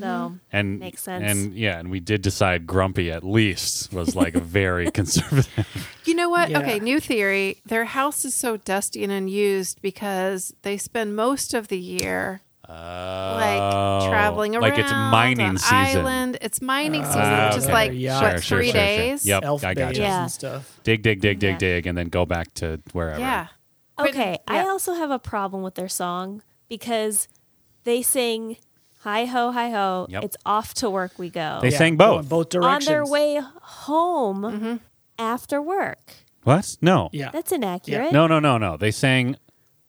Speaker 6: So
Speaker 5: And
Speaker 6: Makes sense.
Speaker 5: And yeah, and we did decide Grumpy at least was like very conservative.
Speaker 1: You know what?
Speaker 4: Yeah.
Speaker 1: Okay, new theory. Their house is so dusty and unused because they spend most of the year like
Speaker 5: Oh,
Speaker 1: traveling around.
Speaker 5: like it's mining
Speaker 1: on
Speaker 5: season.
Speaker 1: Island. It's mining season,
Speaker 5: Ah,
Speaker 1: which is
Speaker 5: okay.
Speaker 1: like
Speaker 4: Yeah.
Speaker 1: what
Speaker 5: Sure, sure,
Speaker 1: three
Speaker 5: sure, sure.
Speaker 1: days.
Speaker 5: Yep.
Speaker 4: Elf
Speaker 5: I gotcha.
Speaker 4: bears
Speaker 6: Yeah.
Speaker 4: and stuff.
Speaker 5: Dig, dig, dig, dig,
Speaker 6: Yeah.
Speaker 5: dig, and then go back to wherever.
Speaker 1: Yeah.
Speaker 6: Okay, I
Speaker 1: Yeah.
Speaker 6: also have a problem with their song because they sing "Hi ho, hi ho."
Speaker 5: Yep.
Speaker 6: It's off to work we go
Speaker 5: They
Speaker 4: Yeah,
Speaker 5: sang
Speaker 4: go in
Speaker 5: both.
Speaker 4: both
Speaker 6: on
Speaker 4: directions.
Speaker 6: their way home
Speaker 1: Mm-hmm.
Speaker 6: after work.
Speaker 5: What? No.
Speaker 4: Yeah.
Speaker 6: That's inaccurate.
Speaker 5: No, no, no, no. They sang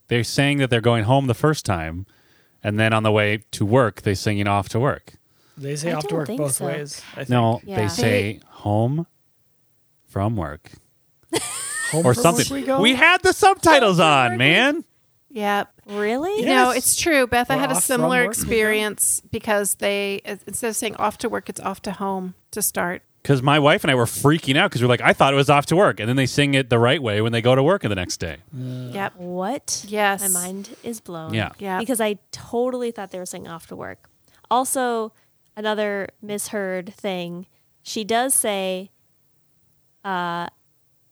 Speaker 5: they sang that they're going home the first time and then on the way to work they singing off to work.
Speaker 4: They say
Speaker 6: I
Speaker 4: off to
Speaker 6: don't
Speaker 4: work
Speaker 6: think
Speaker 4: both
Speaker 6: so.
Speaker 4: ways. I think.
Speaker 5: No,
Speaker 6: Yeah.
Speaker 5: they
Speaker 6: They-
Speaker 5: say home from work
Speaker 4: Home
Speaker 5: or
Speaker 4: from
Speaker 5: something.
Speaker 4: work we
Speaker 5: We,
Speaker 4: go?
Speaker 5: had the subtitles on, man.
Speaker 1: Yep.
Speaker 6: Really?
Speaker 4: Yeah.
Speaker 1: No,
Speaker 4: Yes.
Speaker 1: it's true. Beth, I
Speaker 4: We're
Speaker 1: had a
Speaker 4: off from
Speaker 1: similar
Speaker 4: work.
Speaker 1: experience because they instead of saying off to work, it's off to home to start.
Speaker 5: Because my wife and I were freaking out because we are like, I thought it was off to work, and then they sing it the right way when they go to work the next day.
Speaker 1: Yep.
Speaker 6: What?
Speaker 1: Yes.
Speaker 6: My mind is blown.
Speaker 5: Yeah.
Speaker 1: Yeah.
Speaker 6: Because I totally thought they were saying off to work. Also, another misheard thing. She does say "Who's the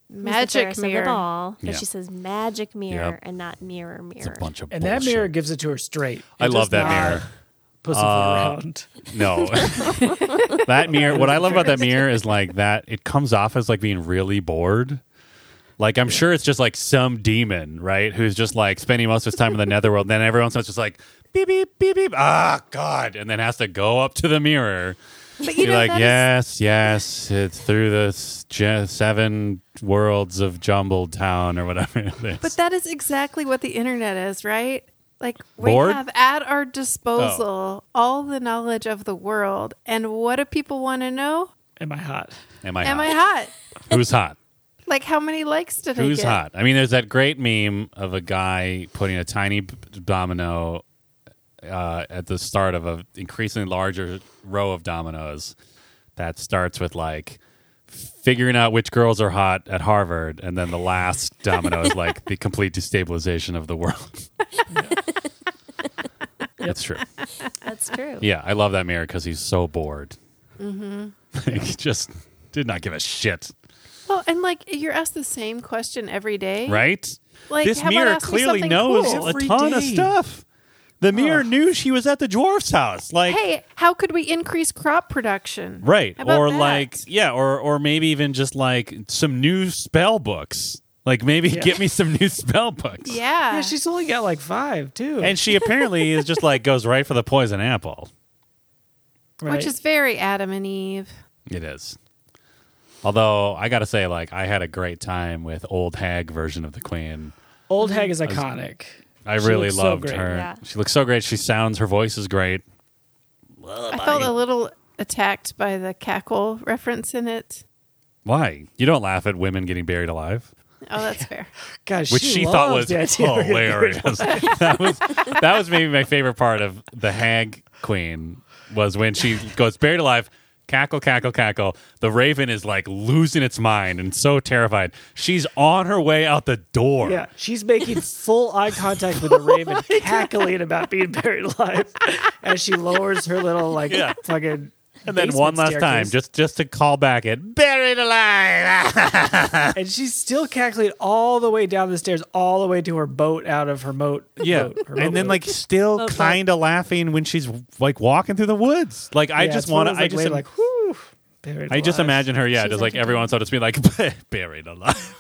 Speaker 1: Magic
Speaker 6: fairest of them
Speaker 1: mirror.
Speaker 6: all, but
Speaker 5: Yeah.
Speaker 6: she says magic mirror
Speaker 5: Yep.
Speaker 6: and not mirror mirror.
Speaker 5: It's a bunch of
Speaker 4: And
Speaker 5: bullshit.
Speaker 4: that mirror gives it to her straight.
Speaker 5: I
Speaker 4: It does
Speaker 5: love that
Speaker 4: not
Speaker 5: mirror. Uh,
Speaker 4: Pussyfoot around.
Speaker 5: No. that mirror, what I love about that mirror is like that it comes off as like being really bored. Like I'm sure it's just like some demon, right? Who's just like spending most of his time in the netherworld. And then every once in a while it's just like beep beep beep beep. Ah, God! And then has to go up to the mirror.
Speaker 1: But
Speaker 5: Be
Speaker 1: you know,
Speaker 5: like,
Speaker 1: that
Speaker 5: yes,
Speaker 1: is-
Speaker 5: yes, it's through the s- je- seven worlds of Jumbled Town or whatever. It is.
Speaker 1: But that is exactly what the internet is, right? Like we
Speaker 5: Bored? Oh.
Speaker 1: have at our disposal all the knowledge of the world, and what do people want to know?
Speaker 4: Am I hot?
Speaker 5: am I
Speaker 1: Am
Speaker 5: hot?
Speaker 1: I hot?
Speaker 5: Who's hot?
Speaker 1: Like how many likes did I
Speaker 5: Who's
Speaker 1: get?
Speaker 5: hot? I mean, there's that great meme of a guy putting a tiny b- domino uh, at the start of an increasingly larger row of dominoes that starts with like figuring out which girls are hot at Harvard, and then the last domino is like the complete destabilization of the world. That's true.
Speaker 6: That's true.
Speaker 5: Yeah, I love that mirror because he's so bored. Mm-hmm. he just did not give a shit,
Speaker 1: Well, and like you're asked the same question every day,
Speaker 5: right?
Speaker 1: Like
Speaker 5: this
Speaker 1: how about
Speaker 5: mirror
Speaker 1: ask me
Speaker 5: clearly
Speaker 1: something
Speaker 5: knows
Speaker 1: cool?
Speaker 5: a
Speaker 4: Every
Speaker 5: ton of
Speaker 4: day.
Speaker 5: stuff. The mirror knew she was at the dwarf's house. Like
Speaker 1: hey, how could we increase crop production?
Speaker 5: right.
Speaker 1: How about
Speaker 5: Or
Speaker 1: that?
Speaker 5: like yeah, or or maybe even just like some new spell books. Like maybe
Speaker 4: Yeah.
Speaker 5: get me some new spell books.
Speaker 1: yeah,
Speaker 4: Yeah, she's only got like five too.
Speaker 5: And she apparently is just like goes right for the poison apple.
Speaker 4: Right.
Speaker 1: which is very Adam and Eve.
Speaker 5: It is. Although I gotta say, like, I had a great time with old hag version of the queen.
Speaker 4: old hag is iconic.
Speaker 5: I
Speaker 4: She
Speaker 5: really
Speaker 4: looks so
Speaker 5: loved
Speaker 4: great.
Speaker 5: her.
Speaker 6: Yeah.
Speaker 5: She looks so great. She sounds her voice is great.
Speaker 1: I felt a little attacked by the cackle reference in it.
Speaker 5: Why? You don't laugh at women getting buried alive.
Speaker 1: Oh, that's fair.
Speaker 4: Gosh,
Speaker 5: which she, thought was hilarious. that was that was maybe my favorite part of the hag queen was when she goes buried alive, cackle, cackle, cackle. The raven is like losing its mind and so terrified. She's on her way out the door.
Speaker 4: Yeah, she's making full eye contact
Speaker 5: Oh
Speaker 4: with the raven, cackling about being buried alive as she lowers her little like
Speaker 5: Yeah.
Speaker 4: fucking.
Speaker 5: And then one last time, just just to call back at buried alive.
Speaker 4: and she's still cackling all the way down the stairs, all the way to her boat out of her moat.
Speaker 5: yeah.
Speaker 4: boat, her moat
Speaker 5: And then
Speaker 4: boat.
Speaker 5: like still
Speaker 6: Okay.
Speaker 5: kind of laughing when she's like walking through the woods. Like I
Speaker 4: Yeah,
Speaker 5: just
Speaker 4: it's one
Speaker 5: want to.
Speaker 4: of those,
Speaker 5: I just
Speaker 4: like, wave, like whoo. buried
Speaker 5: I just
Speaker 4: alive.
Speaker 5: imagine her. Yeah,
Speaker 6: She's
Speaker 5: just like
Speaker 6: entertained.
Speaker 5: everyone so to speak, like buried alive.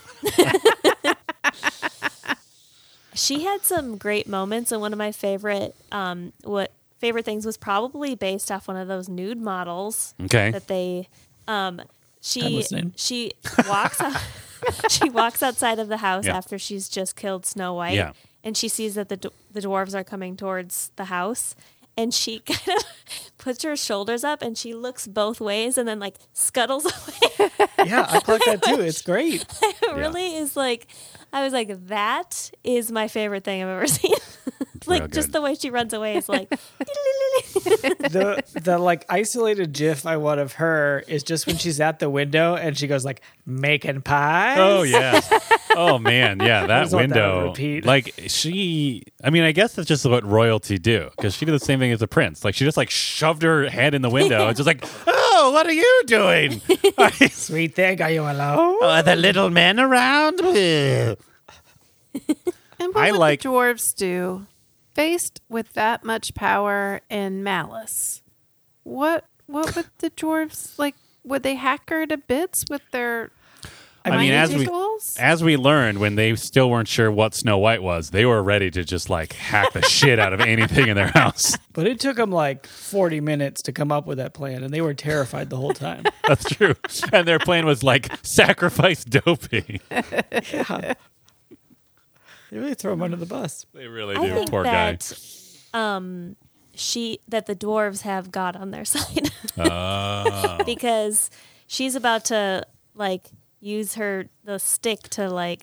Speaker 6: She had some great moments, and one of my favorite um, what favorite things was probably based off one of those nude models
Speaker 5: Okay.
Speaker 6: that they. Um,
Speaker 4: I'm
Speaker 6: she
Speaker 4: listening.
Speaker 6: she walks out, she walks outside of the house
Speaker 5: Yeah.
Speaker 6: after she's just killed Snow White,
Speaker 5: Yeah.
Speaker 6: and she sees that the d- the dwarves are coming towards the house and she kind of puts her shoulders up and she looks both ways and then like scuttles away.
Speaker 4: Yeah, I plucked that too. It's great.
Speaker 6: it really is like I was like that is my favorite thing I've ever seen.
Speaker 5: real
Speaker 6: like just
Speaker 5: good.
Speaker 6: the way she runs away is like
Speaker 4: The the like isolated GIF I want of her is just when she's at the window and she goes like making pies.
Speaker 5: Oh yeah. oh man, yeah. That
Speaker 4: just want that on
Speaker 5: window.
Speaker 4: repeat.
Speaker 5: like she. I mean, I guess that's just what royalty do because she did the same thing as the prince. Like she just like shoved her head in the window and just like, oh, what are you doing?
Speaker 4: Sweet thing, are you alone?
Speaker 5: Are the little men around? Ugh.
Speaker 1: And what
Speaker 5: I
Speaker 1: would
Speaker 5: like-
Speaker 1: the dwarves do faced with that much power and malice? What what would the dwarves like? Would they hack her to bits with their
Speaker 5: I mean,
Speaker 1: mining
Speaker 5: as we
Speaker 1: tools?
Speaker 5: as we learned when they still weren't sure what Snow White was, they were ready to just like hack the shit out of anything in their house.
Speaker 4: But it took them like 40 minutes to come up with that plan, and they were terrified the whole time.
Speaker 5: That's true. And their plan was like sacrifice dopey.
Speaker 4: They really throw them under the bus.
Speaker 5: They really
Speaker 6: I
Speaker 5: do,
Speaker 6: think
Speaker 5: poor guy.
Speaker 6: that um she that the dwarves have God on their side.
Speaker 5: Ah.
Speaker 6: because she's about to like use her the stick to like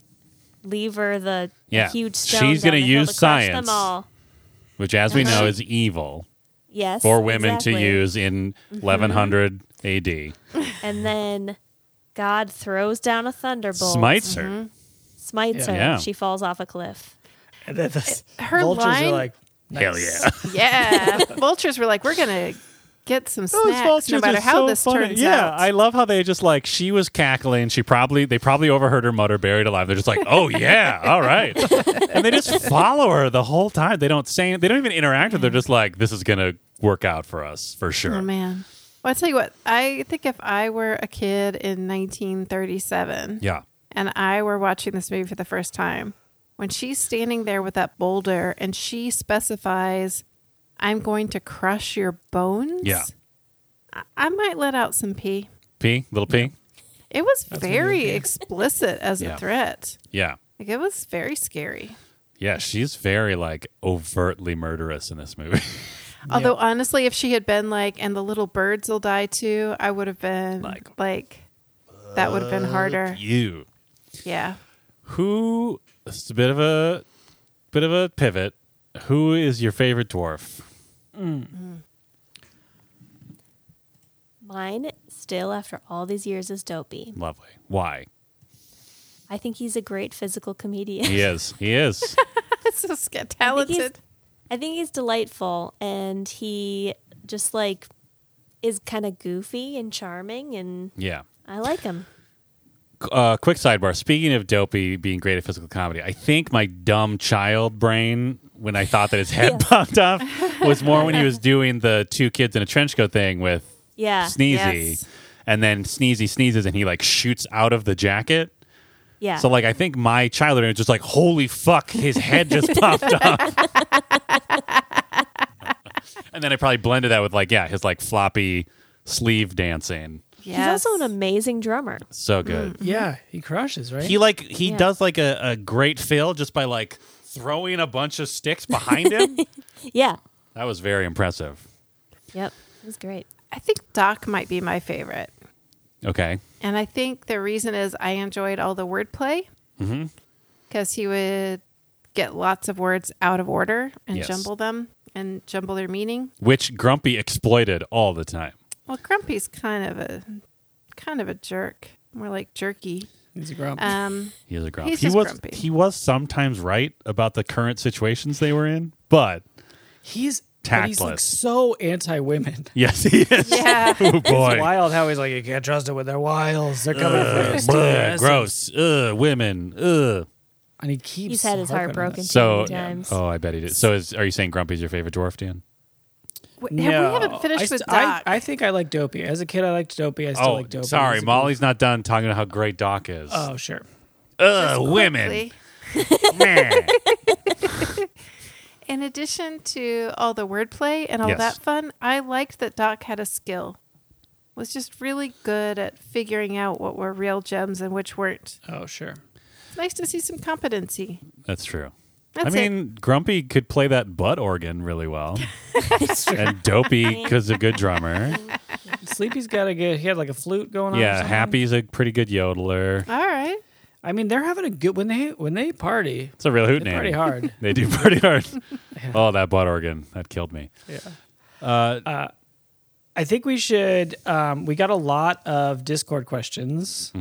Speaker 6: lever the
Speaker 5: Yeah.
Speaker 6: huge stone.
Speaker 5: She's
Speaker 6: down
Speaker 5: gonna
Speaker 6: the hill
Speaker 5: use
Speaker 6: to crush
Speaker 5: science.
Speaker 6: Them all.
Speaker 5: Which as we know is evil
Speaker 6: Yes,
Speaker 5: for women to
Speaker 6: exactly.
Speaker 5: use in
Speaker 1: Mm-hmm.
Speaker 5: eleven hundred AD.
Speaker 6: And then God throws down a thunderbolt,
Speaker 5: Smites her.
Speaker 1: Mm-hmm.
Speaker 6: smites her.
Speaker 5: Yeah.
Speaker 6: She falls off a cliff.
Speaker 4: And then the
Speaker 1: Her
Speaker 4: vultures are
Speaker 1: line-
Speaker 4: like,
Speaker 5: Hell yeah.
Speaker 1: yeah, vultures were like, we're gonna get some snacks, no matter how this turns
Speaker 5: yeah,
Speaker 1: out.
Speaker 5: I love how they just like she was cackling. She probably they probably overheard her mutter buried alive. They're just like, oh yeah, all right, and they just follow her the whole time. They don't say they don't even interact with her. They're just like, this is gonna work out for us for sure.
Speaker 1: Oh man. Well, I tell you what. I think if I were a kid in 1937,
Speaker 5: Yeah,
Speaker 1: and I were watching this movie for the first time, when she's standing there with that boulder and she specifies, "I'm going to crush your bones."
Speaker 5: Yeah.
Speaker 1: I, I might let out some pee.
Speaker 5: P little P,
Speaker 1: It was very explicit as
Speaker 5: Yeah.
Speaker 1: a threat.
Speaker 5: yeah,
Speaker 1: Like it was very scary.
Speaker 5: yeah. She's very like overtly murderous in this movie.
Speaker 1: Although honestly, if she had been like, "And the little birds will die too," I would have been
Speaker 5: Like,
Speaker 1: like, that would have been harder.
Speaker 5: you
Speaker 1: Yeah.
Speaker 5: who? It's a bit of a bit of a pivot. Who is your favorite dwarf?
Speaker 6: Mine still, after all these years, is dopey.
Speaker 5: Lovely. Why?
Speaker 6: I think he's a great physical comedian.
Speaker 5: He is. He is.
Speaker 1: That's so sca-
Speaker 6: I think he's-
Speaker 1: talented.
Speaker 6: I think he's delightful and he just like is kind of goofy and charming and
Speaker 5: Yeah.
Speaker 6: I like him.
Speaker 5: uh, quick sidebar. Speaking of Dopey being great at physical comedy, I think my dumb child brain, when I thought that his head
Speaker 6: Yes.
Speaker 5: popped off, was more when he was doing the two kids in a trench coat thing with
Speaker 6: Yeah.
Speaker 5: Sneezy.
Speaker 1: yes.
Speaker 5: And then Sneezy sneezes and he like shoots out of the jacket.
Speaker 6: Yeah.
Speaker 5: So, like, I think my childhood was just like, holy fuck, his head just popped off. and then I probably blended that with like, yeah, his like floppy sleeve dancing.
Speaker 6: he's also an amazing drummer.
Speaker 5: So good.
Speaker 4: yeah, he crushes,
Speaker 1: Mm.
Speaker 4: right?
Speaker 5: He like he
Speaker 6: Yeah.
Speaker 5: does like a, a great fill just by like throwing a bunch of sticks behind him.
Speaker 6: Yeah.
Speaker 5: that was very impressive.
Speaker 6: Yep. He's great.
Speaker 1: I think Doc might be my favorite.
Speaker 5: Okay.
Speaker 1: And I think the reason is I enjoyed all the wordplay
Speaker 4: Mm-hmm.
Speaker 1: because he would get lots of words out of order and
Speaker 5: Yes.
Speaker 1: jumble them and jumble their meaning.
Speaker 5: Which Grumpy exploited all the time.
Speaker 1: Well, Grumpy's kind of a kind of a jerk, more like jerky.
Speaker 4: He's a grump.
Speaker 1: Um,
Speaker 5: He is a grumpy.
Speaker 1: He's
Speaker 5: he
Speaker 1: just
Speaker 5: was
Speaker 1: grumpy.
Speaker 5: he was sometimes right about the current situations they were in, but
Speaker 4: he's but He's like
Speaker 5: tactless.
Speaker 4: so anti women.
Speaker 5: yes, he is.
Speaker 1: yeah.
Speaker 5: Oh boy.
Speaker 4: It's wild how he's like, you can't trust them with their wiles. They're coming for
Speaker 5: Ugh,
Speaker 4: your
Speaker 5: bleh,
Speaker 4: stupid
Speaker 5: gross. Ugh, women. Ugh.
Speaker 4: And he keeps.
Speaker 6: He's had his
Speaker 4: harping
Speaker 6: heart
Speaker 4: on
Speaker 6: broken.
Speaker 4: us.
Speaker 5: So,
Speaker 6: times.
Speaker 5: oh, I bet he did. So, is, are you saying Grumpy's your favorite dwarf, Dan?
Speaker 1: Wait, have- We haven't
Speaker 4: I
Speaker 1: finished
Speaker 4: st-
Speaker 1: with
Speaker 4: I,
Speaker 1: Doc.
Speaker 4: I think I like Dopey. As a kid, I liked Dopey. I still
Speaker 5: oh,
Speaker 4: like Dopey.
Speaker 5: sorry,
Speaker 4: He's a
Speaker 5: Molly's not done talking about how great Doc
Speaker 4: good-
Speaker 5: is.
Speaker 4: Oh, sure.
Speaker 5: Ugh, women.
Speaker 1: Quickly,
Speaker 5: Meh.
Speaker 1: In addition to all the wordplay and all
Speaker 5: Yes.
Speaker 1: that fun, I liked that Doc had a skill. Was just really good at figuring out what were real gems and which weren't.
Speaker 4: Oh, sure.
Speaker 1: It's nice to see some competency.
Speaker 5: That's true.
Speaker 1: That's
Speaker 5: I
Speaker 1: it.
Speaker 5: mean, Grumpy could play that butt organ really well,
Speaker 6: It's true.
Speaker 5: and Dopey is a good drummer.
Speaker 4: Sleepy's got a good. He had like a flute going on. or
Speaker 5: Yeah,
Speaker 4: something.
Speaker 5: Happy's a pretty good yodeler.
Speaker 1: All right.
Speaker 4: I mean, they're having a good when they when they party.
Speaker 5: It's a real hoot
Speaker 4: They party hard.
Speaker 5: They do pretty hard. Oh, that butt organ that killed me.
Speaker 4: yeah.
Speaker 5: Uh,
Speaker 4: I think we should. Um, we got a lot of Discord questions,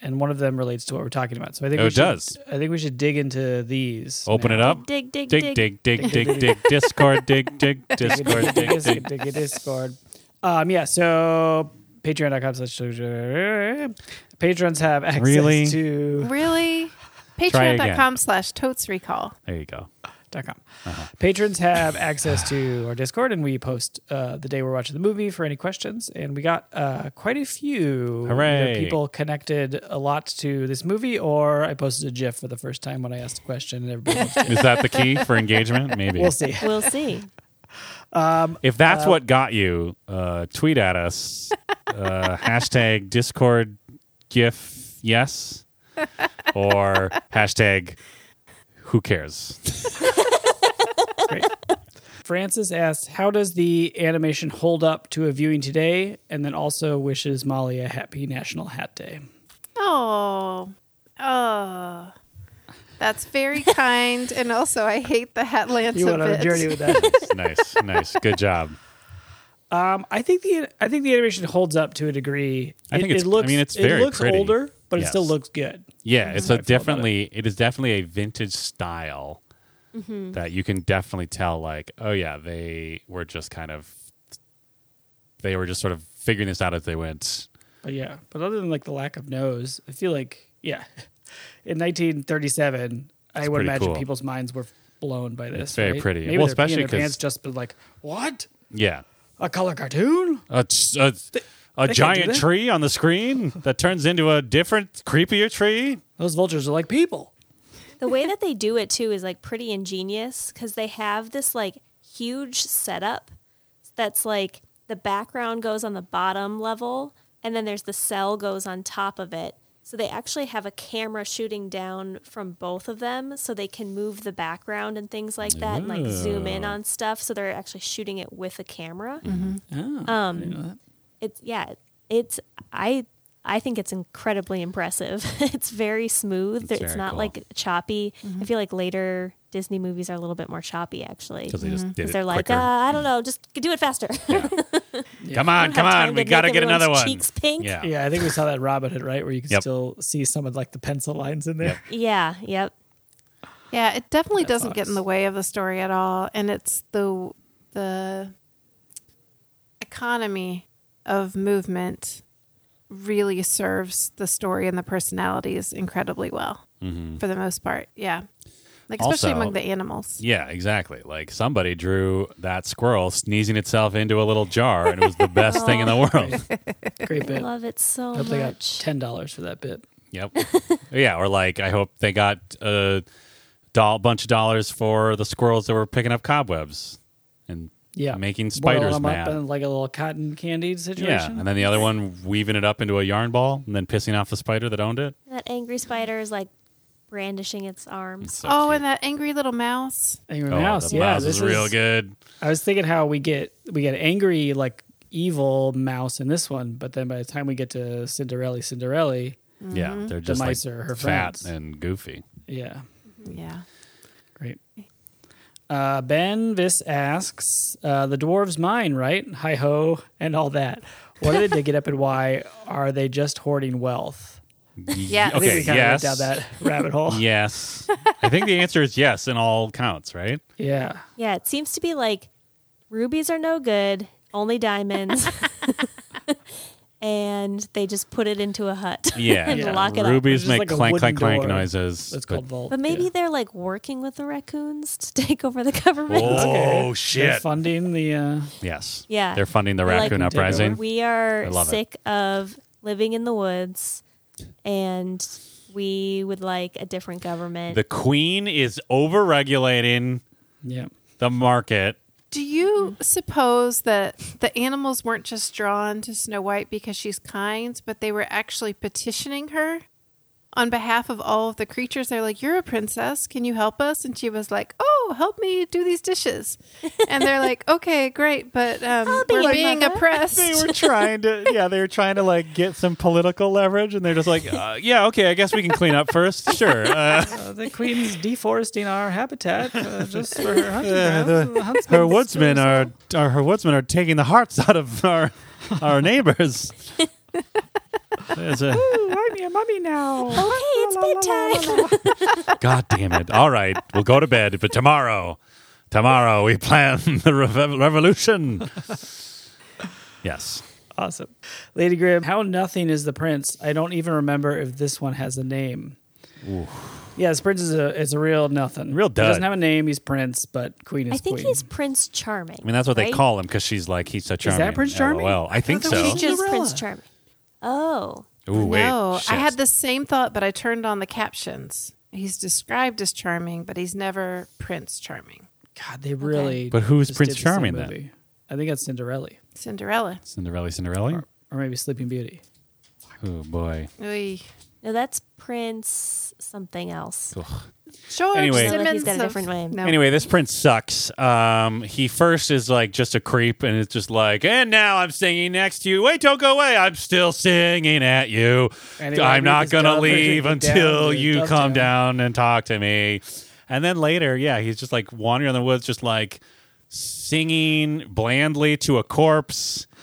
Speaker 4: and one of them relates to what we're talking about. So I think
Speaker 5: Mm-hmm. Oh,
Speaker 4: we
Speaker 5: it
Speaker 4: should,
Speaker 5: does.
Speaker 4: I think we should dig into these.
Speaker 5: open it up.
Speaker 6: dig, dig,
Speaker 5: Dig,
Speaker 6: dig,
Speaker 5: dig, dig, dig, dig. Discord, dig, dig. Discord, dig, dig.
Speaker 4: dig a Discord. Um, yeah. So patreon.com slash patrons have access
Speaker 5: Really?
Speaker 4: to
Speaker 1: Really?
Speaker 5: Try again.
Speaker 1: Patreon.com slash totes recall.
Speaker 5: There you go.
Speaker 4: dot com. Patrons have access to our Discord, and we post uh, the day we're watching the movie for any questions. And we got uh, quite a few
Speaker 5: Hooray.
Speaker 4: Either people connected a lot to this movie, or I posted a GIF for the first time when I asked a question, and everybody. loved it.
Speaker 5: Is that the key for engagement? Maybe.
Speaker 4: We'll see.
Speaker 6: We'll see.
Speaker 5: If that's what got you, uh, tweet at us. Uh, hashtag Discord GIF yes or hashtag who cares.
Speaker 4: Great. Francis asks, "How does the animation hold up to a viewing today?" And then also wishes Molly a happy National Hat Day.
Speaker 1: Oh. Oh. That's very kind. And also, I hate the Hatlanta
Speaker 4: You went on a
Speaker 1: bit.
Speaker 4: journey with that.
Speaker 5: nice, nice. Good job.
Speaker 4: um, I think the I think the animation holds up to a degree.
Speaker 5: I think
Speaker 4: it,
Speaker 5: it's-
Speaker 4: it looks
Speaker 5: I mean, it's
Speaker 4: it
Speaker 5: very
Speaker 4: looks
Speaker 5: pretty.
Speaker 4: older, but it
Speaker 5: Yes.
Speaker 4: still looks good.
Speaker 5: Yeah, it's
Speaker 4: how
Speaker 5: a
Speaker 4: I feel about
Speaker 5: definitely it is definitely a vintage style that you can definitely tell like, oh yeah, they were just kind of they were just sort of figuring this out as they went.
Speaker 4: But yeah, but other than like the lack of nose, I feel like yeah, in 1937, I would
Speaker 5: pretty
Speaker 4: imagine
Speaker 5: cool.
Speaker 4: people's minds were blown by this.
Speaker 5: very
Speaker 4: right?
Speaker 5: pretty.
Speaker 4: Maybe
Speaker 5: Well,
Speaker 4: they're peeing in
Speaker 5: especially
Speaker 4: their
Speaker 5: 'cause-
Speaker 4: pants just been like, what
Speaker 5: Yeah.
Speaker 4: a color cartoon?
Speaker 5: A, t- a, a
Speaker 4: do
Speaker 5: giant
Speaker 4: that.
Speaker 5: tree on the screen that turns into a different, creepier tree.
Speaker 4: Those vultures are like people.
Speaker 6: The way that they do it too is like pretty ingenious because they have this like huge setup that's like the background goes on the bottom level and then there's the cell goes on top of it. So they actually have a camera shooting down from both of them so they can move the background and things like that and like zoom in on stuff. So they're actually shooting it with a camera.
Speaker 4: Mm-hmm.
Speaker 5: Mm-hmm.
Speaker 4: Oh,
Speaker 6: Um,
Speaker 4: I didn't know that.
Speaker 6: It's yeah, it's I I think it's incredibly impressive. it's very smooth.
Speaker 5: It's
Speaker 6: It's,
Speaker 5: very
Speaker 6: not
Speaker 5: cool.
Speaker 6: like choppy.
Speaker 4: Mm-hmm.
Speaker 6: I feel like later Disney movies are a little bit more choppy actually.
Speaker 5: Because they
Speaker 4: Mm-hmm.
Speaker 5: just did it
Speaker 6: They're like, uh,
Speaker 5: quicker.
Speaker 6: I don't know, just do it faster.
Speaker 5: come on,
Speaker 6: have
Speaker 5: come
Speaker 6: time
Speaker 5: on.
Speaker 6: to
Speaker 5: We
Speaker 6: make
Speaker 5: got to get
Speaker 6: everyone's
Speaker 5: another one.
Speaker 6: cheeks pink.
Speaker 5: Yeah.
Speaker 4: Yeah, I think we saw that in Robin Hood, right? Where you can
Speaker 5: Yep.
Speaker 4: still see some of like the pencil lines in there.
Speaker 5: Yep.
Speaker 6: yeah, yep.
Speaker 1: Yeah, it definitely
Speaker 4: That
Speaker 1: doesn't get in
Speaker 4: sucks.
Speaker 1: the way of the story at all, and it's the the economy of movement really serves the story and the personalities incredibly well
Speaker 4: Mm-hmm.
Speaker 1: for the most part. Yeah, like
Speaker 5: Also-
Speaker 1: especially among the animals.
Speaker 5: Yeah, exactly. Like somebody drew that squirrel sneezing itself into a little jar, and it was the best thing in the world.
Speaker 4: Great
Speaker 6: I
Speaker 4: bit.
Speaker 6: love it so
Speaker 4: I hope
Speaker 6: much.
Speaker 4: they got ten dollars for that bit.
Speaker 5: Yep. yeah, or like I hope they got a doll, bunch of dollars for the squirrels that were picking up cobwebs and
Speaker 4: Yeah,
Speaker 5: making
Speaker 4: Boil
Speaker 5: spiders
Speaker 4: them
Speaker 5: mad.
Speaker 4: up in like a little cotton candy
Speaker 5: yeah,
Speaker 4: situation.
Speaker 5: and then the other one weaving it up into a yarn ball and then pissing off the spider that owned it.
Speaker 6: that angry spider is like brandishing its arms.
Speaker 5: So
Speaker 1: oh,
Speaker 5: cute.
Speaker 1: and that angry little mouse.
Speaker 4: Angry
Speaker 5: Oh,
Speaker 4: Mouse.
Speaker 5: the
Speaker 4: yeah,
Speaker 5: mouse
Speaker 4: this
Speaker 5: is real good.
Speaker 4: I was thinking how we get we get angry like evil mouse in this one, but then by the time we get to Cinderella, Cinderella,
Speaker 5: Yeah, they're just
Speaker 4: mice
Speaker 5: like
Speaker 4: are her
Speaker 5: fat
Speaker 4: friends.
Speaker 5: and goofy.
Speaker 4: yeah,
Speaker 1: Yeah.
Speaker 4: great. Uh, ben Vis asks uh, the dwarves mine right? Hi ho and all that. What are they digging up and why are they just hoarding wealth?
Speaker 1: Yeah.
Speaker 4: I think
Speaker 5: Okay.
Speaker 4: we kind
Speaker 5: yes.
Speaker 4: of went down that rabbit hole. yeah.
Speaker 5: Yes. I think the answer is yes in all counts, right? Mm.
Speaker 6: Yeah, it seems to be like rubies are no good, only diamonds. and they just put it into a hut.
Speaker 5: Yeah.
Speaker 6: And
Speaker 4: Yeah.
Speaker 6: lock it up.
Speaker 4: It's
Speaker 5: Rubies
Speaker 4: just
Speaker 5: make
Speaker 4: like a
Speaker 5: clank,
Speaker 4: wooden
Speaker 5: clank, clank
Speaker 4: door.
Speaker 5: noises.
Speaker 4: That's
Speaker 5: but-
Speaker 4: called vault.
Speaker 6: But maybe
Speaker 4: yeah.
Speaker 6: they're like working with the raccoons to take over the government.
Speaker 5: Oh,
Speaker 4: they're
Speaker 5: shit.
Speaker 4: funding the. Uh,
Speaker 5: Yes.
Speaker 6: Yeah.
Speaker 5: They're funding the
Speaker 6: They're like-
Speaker 5: raccoon uprising.
Speaker 6: We
Speaker 5: I
Speaker 6: are
Speaker 5: love it.
Speaker 6: sick of living in the woods and we would like a different government.
Speaker 5: The queen is overregulating
Speaker 4: yeah.
Speaker 5: the market.
Speaker 1: Do you
Speaker 6: Mm.
Speaker 1: suppose that the animals weren't just drawn to Snow White because she's kind, but they were actually petitioning her on behalf of all of the creatures. They're like, "You're a princess. Can you help us?" And she was like, "Oh, help me do these dishes." And they're like, "Okay, great, but um,
Speaker 6: be
Speaker 1: we're
Speaker 6: your
Speaker 1: being
Speaker 6: mother."
Speaker 1: oppressed."
Speaker 2: They were trying to, yeah, they were trying to like get some political leverage, and they're just like, uh, yeah, okay, I guess we can clean up first. Sure. Uh,
Speaker 4: Uh, the queen's deforesting our habitat uh, just for her hunting
Speaker 2: Yeah,
Speaker 4: grounds. uh,
Speaker 2: the-
Speaker 4: The huntsman
Speaker 2: her woodsmen
Speaker 4: disturbs-
Speaker 2: are, are her woodsmen are taking the hearts out of our our neighbors. There's a
Speaker 4: Ooh, I'm your mummy now.
Speaker 6: Okay, it's bedtime.
Speaker 5: God damn it. All right, we'll go to bed. But tomorrow, tomorrow we plan the rev- revolution. Yes.
Speaker 4: Awesome. Lady Grim, how nothing is the prince? I don't even remember if this one has a name. Yeah, this prince is a it's a real nothing.
Speaker 5: Real
Speaker 4: He
Speaker 5: dud.
Speaker 4: doesn't have a name. He's prince, but queen is
Speaker 6: I think
Speaker 4: queen.
Speaker 6: he's Prince Charming.
Speaker 5: I mean, that's what they
Speaker 6: right?
Speaker 5: call him because she's like, he's so charming.
Speaker 4: Prince Charming?
Speaker 5: Well, I think
Speaker 4: thought that
Speaker 5: so.
Speaker 6: He's
Speaker 4: Cinderella.
Speaker 6: Prince Charming. Oh,
Speaker 5: Ooh, wait.
Speaker 1: no, I
Speaker 5: shit.
Speaker 1: had the same thought, but I turned on the captions. He's described as charming, but he's never Prince Charming.
Speaker 4: God, they really.
Speaker 5: But who's
Speaker 4: just
Speaker 5: Prince
Speaker 4: did the same
Speaker 5: Charming, then?
Speaker 4: movie. I think that's Cinderella,
Speaker 1: Cinderella.
Speaker 5: Cinderella, Cinderella.
Speaker 4: or maybe Sleeping Beauty.
Speaker 5: Oh, boy.
Speaker 1: Oy.
Speaker 6: no, that's Prince something else.
Speaker 1: George
Speaker 5: Anyway.
Speaker 6: Sounds like
Speaker 1: Simmons.
Speaker 6: he's got a
Speaker 1: of-
Speaker 6: different name.
Speaker 1: No.
Speaker 5: Anyway, this prince sucks. Um, he first is like just a creep, and it's just like, and now I'm singing next to you. Wait, don't go away. I'm still singing at you.
Speaker 4: And he wanted
Speaker 5: I'm not
Speaker 4: his
Speaker 5: gonna
Speaker 4: dove to
Speaker 5: leave
Speaker 4: get
Speaker 5: until
Speaker 4: down to
Speaker 5: you
Speaker 4: dove
Speaker 5: come
Speaker 4: down.
Speaker 5: down and talk to me. And then later, yeah, he's just like wandering in the woods, just like singing blandly to a corpse.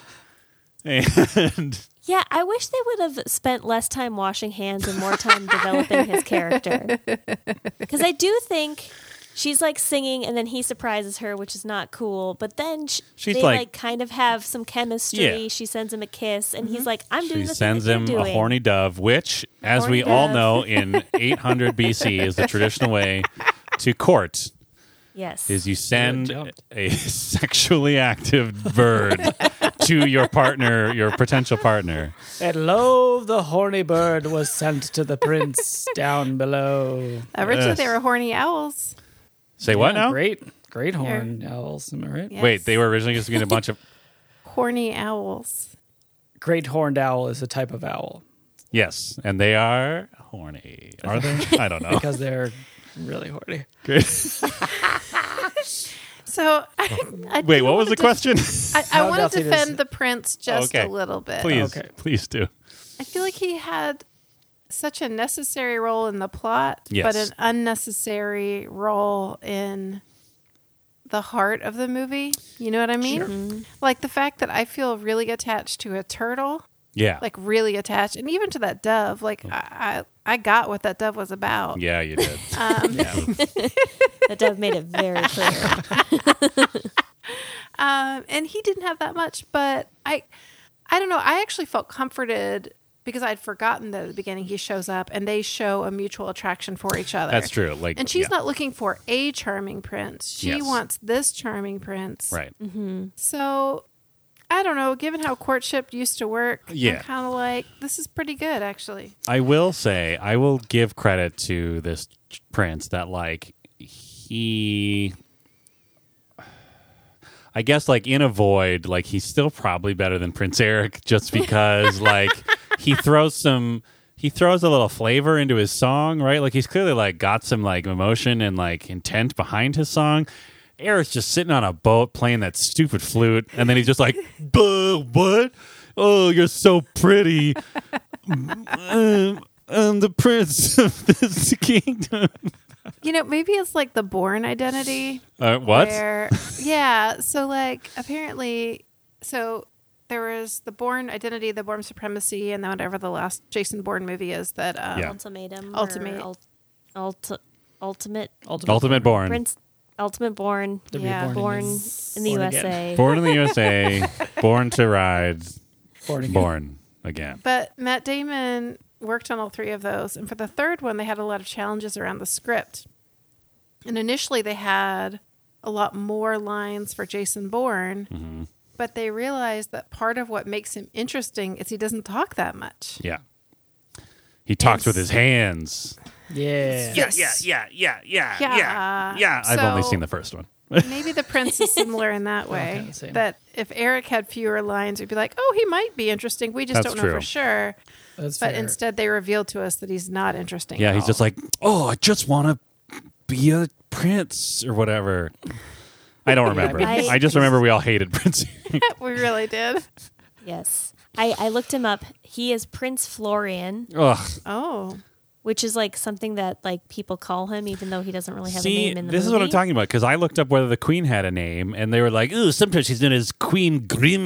Speaker 5: And
Speaker 6: Yeah, I wish they would have spent less time washing hands and more time developing his character. Because I do think she's like singing, and then he surprises her, which is not cool. But then sh
Speaker 5: She's
Speaker 6: they
Speaker 5: like-
Speaker 6: like, kind of have some chemistry.
Speaker 5: Yeah. Mm-hmm.
Speaker 6: She sends him a kiss, and he's like, "I'm doing
Speaker 5: she
Speaker 6: the thing
Speaker 5: sends
Speaker 6: that
Speaker 5: him
Speaker 6: you're
Speaker 5: a
Speaker 6: doing."
Speaker 5: horny dove, which, as
Speaker 6: eh? Horny
Speaker 5: we all
Speaker 6: dove.
Speaker 5: know, in 800 BC is the traditional way to court
Speaker 6: Yes,
Speaker 5: is you send
Speaker 4: jumped.
Speaker 5: a sexually active bird to your partner, your potential partner.
Speaker 4: And lo, the horny bird was sent to the prince down below.
Speaker 1: Originally,
Speaker 5: Yes.
Speaker 1: they were horny owls.
Speaker 5: Say what
Speaker 4: Yeah,
Speaker 5: now?
Speaker 4: Great, great horn owls. Am I right?
Speaker 1: Yeah.
Speaker 5: Wait,
Speaker 1: Yes.
Speaker 5: they were originally just getting a bunch of
Speaker 1: Horny owls.
Speaker 4: Great horned owl is a type of owl
Speaker 5: yes, and they are horny. Are they? I don't know.
Speaker 4: because they're really horny.
Speaker 1: So, I, I
Speaker 5: Oh. Wait,
Speaker 1: do
Speaker 5: what was
Speaker 1: wanna
Speaker 5: the
Speaker 1: def-
Speaker 5: question?
Speaker 1: I, I
Speaker 4: How
Speaker 1: want to
Speaker 4: nothing is-
Speaker 1: defend the prince just
Speaker 5: Okay.
Speaker 1: a little bit.
Speaker 5: please,
Speaker 4: Okay.
Speaker 5: please do.
Speaker 1: I feel like he had such a necessary role in the plot,
Speaker 5: Yes.
Speaker 1: but an unnecessary role in the heart of the movie. You know what I mean? Mm-hmm. Like the fact that I feel really attached to a turtle,
Speaker 5: Yeah,
Speaker 1: like really attached, and even to that dove. Like
Speaker 5: Oh.
Speaker 1: I, I, I got what that dove was about.
Speaker 5: yeah, you did.
Speaker 6: that dove made it very clear.
Speaker 1: um, and he didn't have that much but i i don't know i actually felt comforted because i'd forgotten that at the beginning he shows up and they show a mutual attraction for each other
Speaker 5: That's true, like,
Speaker 1: and she's
Speaker 5: yeah.
Speaker 1: not looking for a charming prince she
Speaker 5: Yes.
Speaker 1: wants this charming prince
Speaker 5: right.
Speaker 1: so i don't know given how courtship used to work
Speaker 5: Yeah.
Speaker 1: i'm kind of like this is pretty good actually
Speaker 5: I will say, I will give credit to this ch- prince that, like, he. I guess, like, in a void, like, he's still probably better than Prince Eric just because, like, he throws some. He throws a little flavor into his song, right? Like, he's clearly, like, got some, like, emotion and, like, intent behind his song. Eric's just sitting on a boat playing that stupid flute, and then he's just like, "Buh, what? Oh, you're so pretty um, I'm the prince of this kingdom.
Speaker 1: you know maybe it's like the born identity
Speaker 5: Uh, what?
Speaker 1: Where, yeah. So like apparently, so there was the Born identity, the Born supremacy, and then whatever the last Jason Bourne movie is that. Um,
Speaker 5: Yeah.
Speaker 6: Ultimatum, or
Speaker 1: Ultimate.
Speaker 6: ult, ult, ultimate,
Speaker 5: Ultimate born.
Speaker 6: Prince, ultimate born,
Speaker 4: To be
Speaker 1: Yeah.
Speaker 6: born
Speaker 4: again.
Speaker 6: in the
Speaker 4: Born again.
Speaker 6: USA.
Speaker 5: Born in the USA. born to ride.
Speaker 4: Born again.
Speaker 5: Born again.
Speaker 1: But Matt Damon worked on all three of those, and for the third one, they had a lot of challenges around the script. And initially, they had a lot more lines for Jason Bourne.
Speaker 5: Mm-hmm.
Speaker 1: But they realized that part of what makes him interesting is he doesn't talk that much.
Speaker 5: Yeah. He talks with his hands.
Speaker 4: Yeah.
Speaker 5: yeah, yeah, yeah,
Speaker 1: Yeah.
Speaker 5: I've only
Speaker 1: So-
Speaker 5: seen the first one.
Speaker 1: Maybe the prince is similar in that way.
Speaker 4: the same.
Speaker 1: That if Eric had fewer lines, we'd be like, oh, he might be interesting. We just
Speaker 5: That's
Speaker 1: don't know
Speaker 5: true.
Speaker 1: for sure.
Speaker 4: That's
Speaker 1: But
Speaker 4: fair.
Speaker 1: instead, they reveal to us that he's not interesting.
Speaker 5: Yeah,
Speaker 1: at
Speaker 5: he's
Speaker 1: all.
Speaker 5: just like, oh, I just want to be a prince or whatever. I don't remember.
Speaker 6: I-
Speaker 5: I, just remember we all hated Prince.
Speaker 1: we really did.
Speaker 6: Yes. I, I looked him up. He is Prince Florian,
Speaker 5: Ugh.
Speaker 1: Oh,
Speaker 6: which is like something that like people call him, even though he doesn't really have a
Speaker 5: See,
Speaker 6: name in the
Speaker 5: this is what I'm
Speaker 6: movie.
Speaker 5: talking about because I looked up whether the queen had a name, and they were like, "Ooh, sometimes she's known as Queen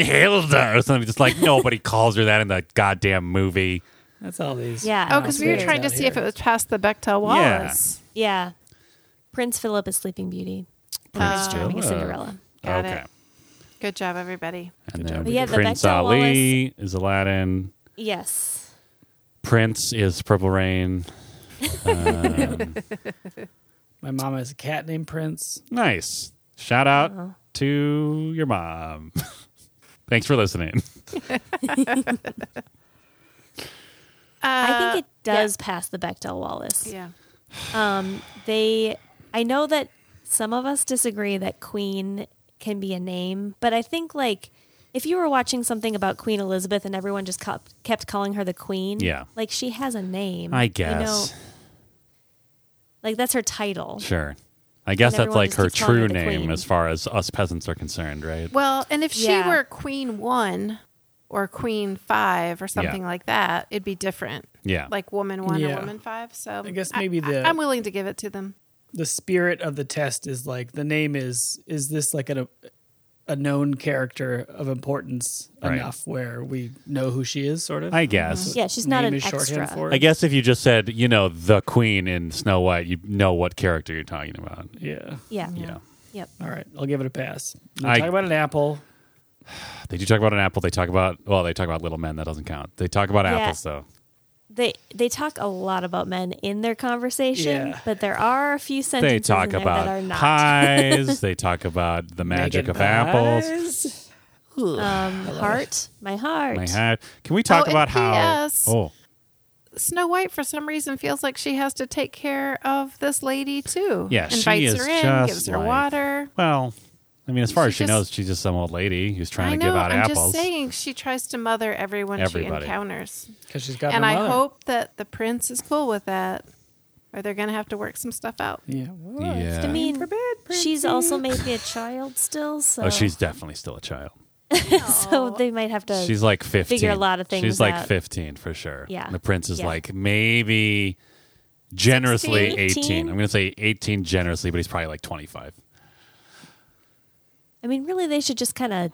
Speaker 5: Grimhilda or something." Just like nobody calls her that in the goddamn movie.
Speaker 4: That's all these.
Speaker 6: Yeah.
Speaker 1: oh, because we were
Speaker 6: Weird.
Speaker 1: trying to
Speaker 4: Out
Speaker 1: see if
Speaker 4: here.
Speaker 1: it was past the Bechtel Wallace.
Speaker 6: Yeah. Prince Philip is Sleeping Beauty.
Speaker 5: Prince
Speaker 6: Charming
Speaker 5: Philip.
Speaker 6: is Uh, Cinderella.
Speaker 1: Got
Speaker 5: okay,
Speaker 1: it. Good job, everybody.
Speaker 5: and then
Speaker 6: But yeah, the
Speaker 5: Prince
Speaker 6: Bechdel
Speaker 5: Ali is Aladdin.
Speaker 6: Yes.
Speaker 5: Prince is Purple Rain. Um,
Speaker 4: My mama has a cat named Prince.
Speaker 5: nice. Shout out
Speaker 6: Uh-huh.
Speaker 5: to your mom. Thanks for listening.
Speaker 6: I think it does pass the Bechdel Wallace.
Speaker 1: Yeah.
Speaker 6: Um, they, I know that some of us disagree that Queen can be a name, but I think like if you were watching something about Queen Elizabeth and everyone just kept, kept calling her the Queen,
Speaker 5: Yeah.
Speaker 6: like she has a name.
Speaker 5: I
Speaker 6: you know?
Speaker 5: guess.
Speaker 6: like that's her title.
Speaker 5: Sure. I guess
Speaker 6: And
Speaker 5: that's like her
Speaker 6: everyone just keeps calling
Speaker 5: true
Speaker 6: her the
Speaker 5: name
Speaker 6: queen.
Speaker 5: as far as us peasants are concerned, right?
Speaker 1: Well, and if she
Speaker 6: Yeah.
Speaker 1: were Queen One or Queen Five or something like that, it'd be different.
Speaker 5: Yeah.
Speaker 1: Like Woman One
Speaker 4: Yeah.
Speaker 1: or Woman Five. So
Speaker 4: I guess maybe the-
Speaker 1: I, am willing to give it to them.
Speaker 4: The spirit of the test is like the name is is this like a a known character of importance
Speaker 5: Right.
Speaker 4: enough where we know who she is, sort of.
Speaker 5: I guess.
Speaker 6: Yeah, she's not
Speaker 4: Name
Speaker 6: an
Speaker 4: is shorthand
Speaker 6: extra.
Speaker 4: for it.
Speaker 5: I guess if you just said, you know, the queen in Snow White, you know what character you're talking about.
Speaker 4: yeah.
Speaker 6: Yeah.
Speaker 5: Yeah.
Speaker 6: Yep.
Speaker 4: All right, I'll give it a pass. They
Speaker 5: I-
Speaker 4: talk about an apple.
Speaker 5: They do talk about an apple. They talk about, well, they talk about little men. That doesn't count. They talk about
Speaker 6: Yeah.
Speaker 5: apples, though.
Speaker 6: They they talk a lot about men in their conversation,
Speaker 4: Yeah.
Speaker 6: but there are a few
Speaker 5: They
Speaker 6: sentences
Speaker 5: talk
Speaker 6: in there that are
Speaker 5: about
Speaker 6: not.
Speaker 5: pies. they talk about the magic
Speaker 4: Naked
Speaker 5: of apples.
Speaker 4: eyes.
Speaker 6: Um, heart, my heart.
Speaker 5: My hat. Can we talk
Speaker 1: Oh, and
Speaker 5: about how?
Speaker 1: P.S..
Speaker 5: Oh,
Speaker 1: Snow White, for some reason, feels like she has to take care of this lady too.
Speaker 5: Yeah, she
Speaker 1: invites
Speaker 5: is
Speaker 1: her in,
Speaker 5: just
Speaker 1: gives her
Speaker 5: like-
Speaker 1: water.
Speaker 5: well, I mean, as far
Speaker 1: She
Speaker 5: as she
Speaker 1: just-
Speaker 5: knows, she's just some old lady who's trying
Speaker 1: I
Speaker 5: to
Speaker 1: know.
Speaker 5: give out
Speaker 1: I'm
Speaker 5: apples.
Speaker 1: just saying she tries to mother everyone
Speaker 5: Everybody.
Speaker 1: she encounters,
Speaker 4: Because she's got
Speaker 1: and
Speaker 4: no
Speaker 1: I
Speaker 4: mother.
Speaker 1: hope that the prince is cool with that, or they're gonna have to work some stuff out.
Speaker 4: Yeah.
Speaker 5: yeah.
Speaker 6: I mean, she's
Speaker 4: Princey.
Speaker 6: also maybe a child still, so
Speaker 5: Oh, she's definitely still a child.
Speaker 6: so they might have to.
Speaker 5: She's like 15.
Speaker 6: figure a lot of things
Speaker 5: She's like
Speaker 6: out.
Speaker 5: 15 for sure.
Speaker 6: Yeah.
Speaker 5: And the prince is
Speaker 6: Yeah.
Speaker 5: like maybe generously
Speaker 6: 16,
Speaker 5: 18. I'm going to say 18 generously, but he's probably like 25.
Speaker 6: I mean, really, they should just kind of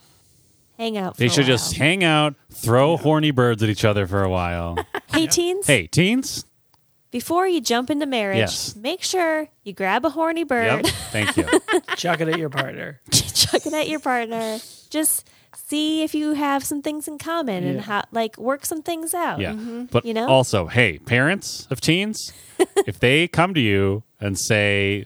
Speaker 6: hang out. For
Speaker 5: They
Speaker 6: a
Speaker 5: should
Speaker 6: while.
Speaker 5: just hang out, throw horny birds at each other for a while.
Speaker 6: Hey, teens!
Speaker 5: hey, teens?
Speaker 6: before you jump into marriage,
Speaker 5: Yes.
Speaker 6: make sure you grab a horny
Speaker 5: Yep.
Speaker 6: bird,
Speaker 5: Thank you.
Speaker 4: Chuck it at your partner.
Speaker 6: chuck it at your partner. Just see if you have some things in common and
Speaker 4: Yeah.
Speaker 6: how, like, work some things out. Mm-hmm.
Speaker 5: Yeah. But
Speaker 6: You know?
Speaker 5: also, hey, parents of teens, if they come to you and say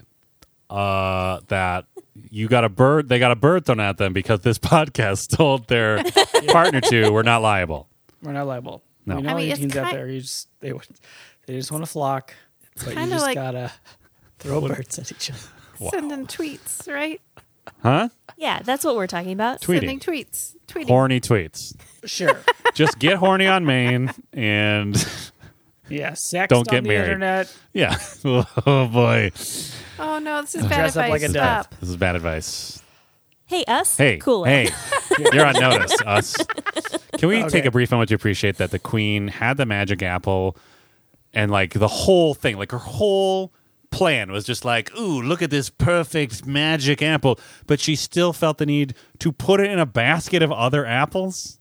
Speaker 5: uh, that you got a bird, they got a bird thrown at them because this podcast told their partner to, we're not liable.
Speaker 4: We're not liable.
Speaker 5: No.
Speaker 4: We know
Speaker 1: I mean,
Speaker 4: your
Speaker 1: it's
Speaker 4: teens out
Speaker 1: ki-
Speaker 4: there. You just they would- they just want to flock, but you
Speaker 1: kinda
Speaker 4: just
Speaker 1: like-
Speaker 4: gotta throw birds at each other.
Speaker 1: Sending tweets, right?
Speaker 5: Huh?
Speaker 6: Yeah, that's what we're talking about.
Speaker 5: Tweet. Tweeting.
Speaker 1: Sending tweets, tweeting.
Speaker 5: horny tweets.
Speaker 4: Sure.
Speaker 5: Just get horny on Maine and
Speaker 4: Yeah. Sex
Speaker 5: Don't get
Speaker 4: on the
Speaker 5: married.
Speaker 4: internet.
Speaker 5: yeah. Oh boy.
Speaker 1: Oh no, this is bad
Speaker 4: Dress up
Speaker 1: advice.
Speaker 4: like a dove.
Speaker 1: Stop.
Speaker 5: This is bad advice.
Speaker 6: Hey, us.
Speaker 5: Hey.
Speaker 6: cool.
Speaker 5: Hey. You're on notice, us. Can we take
Speaker 4: Okay.
Speaker 5: a brief moment to appreciate that the queen had the magic apple and like the whole thing, like her whole plan was just like, ooh, look at this perfect magic apple. But she still felt the need to put it in a basket of other apples.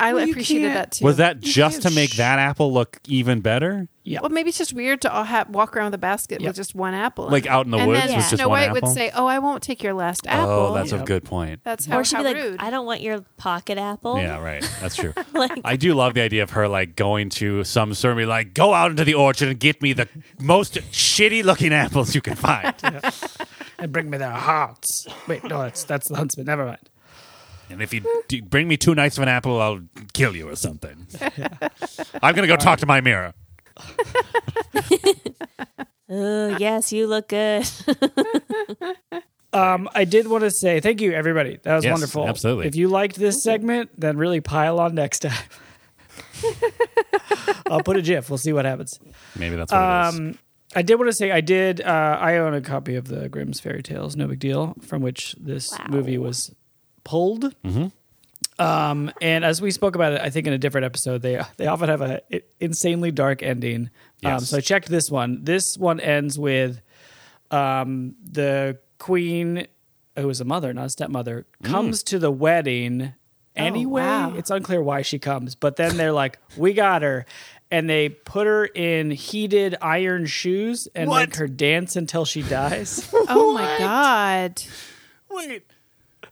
Speaker 1: I
Speaker 4: Well, you
Speaker 1: appreciated
Speaker 4: can't-
Speaker 1: that too.
Speaker 5: Was that just
Speaker 4: can't
Speaker 5: to make
Speaker 4: sh-
Speaker 5: that apple look even better?
Speaker 4: Yeah.
Speaker 1: Well, maybe it's just weird to all have walk around with a basket
Speaker 4: Yeah.
Speaker 1: with just one apple, in
Speaker 5: Like
Speaker 1: it.
Speaker 5: out in the
Speaker 1: and
Speaker 5: woods
Speaker 1: then
Speaker 5: with just
Speaker 1: Snow
Speaker 5: one
Speaker 1: White
Speaker 5: apple?
Speaker 1: would say, "Oh, I won't take your last apple."
Speaker 5: Oh, that's
Speaker 4: Yeah.
Speaker 5: a good point.
Speaker 1: that's how,
Speaker 6: Or she'd
Speaker 1: how
Speaker 6: be like,
Speaker 1: rude.
Speaker 6: I don't want your pocket apple.
Speaker 5: Yeah, right. That's true.
Speaker 6: Like-
Speaker 5: I do love the idea of her like going to some store and be like, go out into the orchard and get me the most shitty looking apples you can find.
Speaker 4: And bring me their hearts. Wait, no, that's that's the huntsman. Never mind.
Speaker 5: and if you d- bring me too nice of an apple, I'll kill you or something. I'm going to go talk to my mirror.
Speaker 6: Oh, yes, you look good.
Speaker 4: Um, I did want to say thank you, everybody. That was
Speaker 5: Yes,
Speaker 4: wonderful.
Speaker 5: absolutely.
Speaker 4: If you liked this segment, then really pile on next time. I'll put a GIF. We'll see what happens.
Speaker 5: Maybe that's what it is.
Speaker 4: Um, I did want to say I did. Uh, I own a copy of the Grimm's Fairy Tales. No big deal. From which this
Speaker 6: Wow.
Speaker 4: movie was pulled. Um, and as we spoke about it, I think in a different episode, they they often have a insanely dark ending. Um,
Speaker 5: Yes.
Speaker 4: so I checked this one. This one ends with um, the queen, who is a mother, not a stepmother, comes to the wedding anyway.
Speaker 1: wow.
Speaker 4: It's unclear why she comes, but then they're like, "We got her," and they put her in heated iron shoes and
Speaker 5: What?
Speaker 4: make her dance until she dies.
Speaker 1: Oh my god.
Speaker 2: Wait.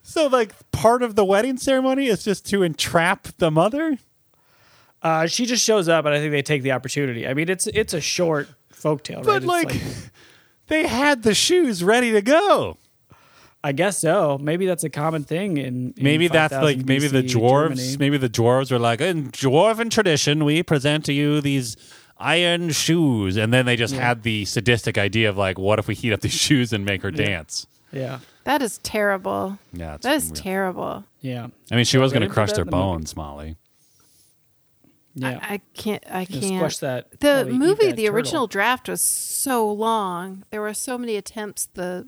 Speaker 2: So, like, part of the wedding ceremony is just to entrap the mother?
Speaker 4: uh, she just shows up, and I think they take the opportunity. I mean, it's it's a short folktale, right?
Speaker 2: But,
Speaker 4: It's
Speaker 2: like, they had the shoes ready to go.
Speaker 4: I guess so. Maybe that's a common thing in, in
Speaker 5: Maybe that's
Speaker 4: 5000
Speaker 5: like maybe the
Speaker 4: BC
Speaker 5: dwarves.
Speaker 4: Germany.
Speaker 5: Maybe the dwarves were like in dwarven tradition. We present to you these iron shoes, and then they just had the sadistic idea of like, what if we heat up these shoes and make her dance?
Speaker 4: Yeah,
Speaker 1: That is terrible.
Speaker 5: Yeah, it's
Speaker 1: that is
Speaker 5: unreal.
Speaker 1: terrible.
Speaker 4: yeah,
Speaker 5: I mean, she was
Speaker 4: they
Speaker 5: going
Speaker 4: did
Speaker 5: to crush
Speaker 4: that
Speaker 5: their
Speaker 4: in the movie.
Speaker 5: bones, Molly.
Speaker 4: yeah.
Speaker 1: I can't. I
Speaker 4: Just
Speaker 1: can't.
Speaker 4: squash that-
Speaker 1: The
Speaker 4: probably eat
Speaker 1: movie,
Speaker 4: that
Speaker 1: the
Speaker 4: turtle.
Speaker 1: original draft was so long. There were so many attempts. The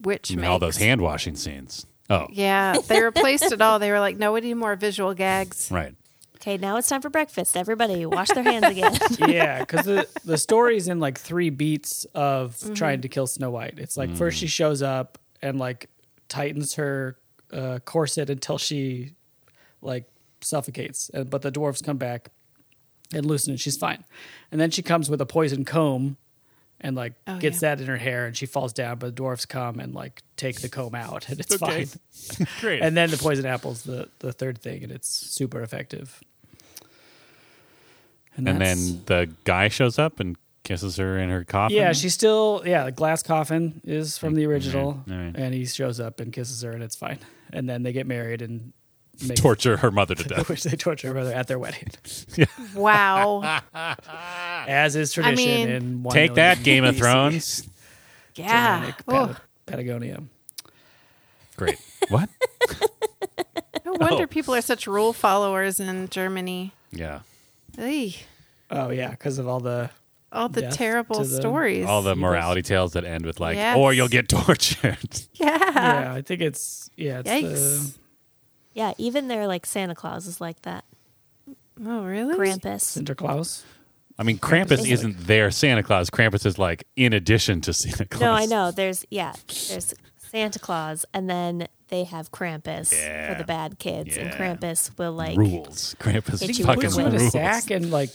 Speaker 1: witch
Speaker 5: I mean,
Speaker 1: made
Speaker 5: all those hand washing scenes. Oh,
Speaker 1: Yeah, they replaced it all. They were like, no, we need more visual gags.
Speaker 5: right.
Speaker 6: Okay, now it's time for breakfast. Everybody, wash their hands again.
Speaker 4: yeah, because the, the story's in like three beats of
Speaker 1: Mm-hmm.
Speaker 4: trying to kill Snow White. It's like first
Speaker 5: Mm.
Speaker 4: she shows up and like tightens her uh, corset until she like suffocates, and, but the dwarves come back and loosen it. She's fine, and then she comes with a poison comb and like
Speaker 1: Oh,
Speaker 4: gets
Speaker 1: yeah.
Speaker 4: that in her hair, and she falls down. But the dwarves come and like take the comb out, and it's
Speaker 5: Okay.
Speaker 4: fine.
Speaker 5: Great.
Speaker 4: And then the poison apple's the the third thing, and it's super effective.
Speaker 5: and
Speaker 4: that's-
Speaker 5: then the guy shows up and kisses her in her coffin.
Speaker 4: Yeah, she's still yeah. The glass coffin is from the original,
Speaker 5: all right.
Speaker 4: and he shows up and kisses her, and it's fine. And then they get married and make
Speaker 5: torture her mother to death.
Speaker 4: which they torture her brother at their wedding,
Speaker 1: Wow.
Speaker 4: as is tradition.
Speaker 1: mean-
Speaker 4: in one
Speaker 5: Ah. Take
Speaker 4: million
Speaker 5: that, Game of
Speaker 4: BC.
Speaker 5: Thrones.
Speaker 6: Ah,
Speaker 1: yeah. Oh,
Speaker 4: Pat- Patagonia.
Speaker 5: Great. What?
Speaker 1: no
Speaker 5: Oh.
Speaker 1: wonder people are such rule followers in Germany.
Speaker 5: Yeah.
Speaker 1: Eey,
Speaker 4: Oh yeah, because of all the
Speaker 1: all the
Speaker 4: Death
Speaker 1: terrible
Speaker 4: to the-
Speaker 1: stories.
Speaker 5: All the morality tales that end with like,
Speaker 1: Yes.
Speaker 5: or you'll get tortured.
Speaker 1: yeah.
Speaker 4: yeah. I think it's yeah. It's
Speaker 1: Yikes.
Speaker 6: yeah, even their like Santa Claus is like that.
Speaker 1: Oh, really?
Speaker 4: the
Speaker 6: Krampus.
Speaker 4: Sinterklaas.
Speaker 5: I mean, Krampus
Speaker 6: is
Speaker 5: isn't their Santa Claus. Krampus is like in addition to Santa Claus.
Speaker 6: No, I know. There's yeah, there's Santa Claus, and then they have Krampus
Speaker 5: Yeah.
Speaker 6: for the bad kids, and
Speaker 5: Yeah.
Speaker 6: Krampus will like
Speaker 5: rules. Krampus
Speaker 6: Did you
Speaker 5: fucking
Speaker 4: Puts
Speaker 6: Fucking
Speaker 4: you in a
Speaker 5: rules.
Speaker 4: sack and like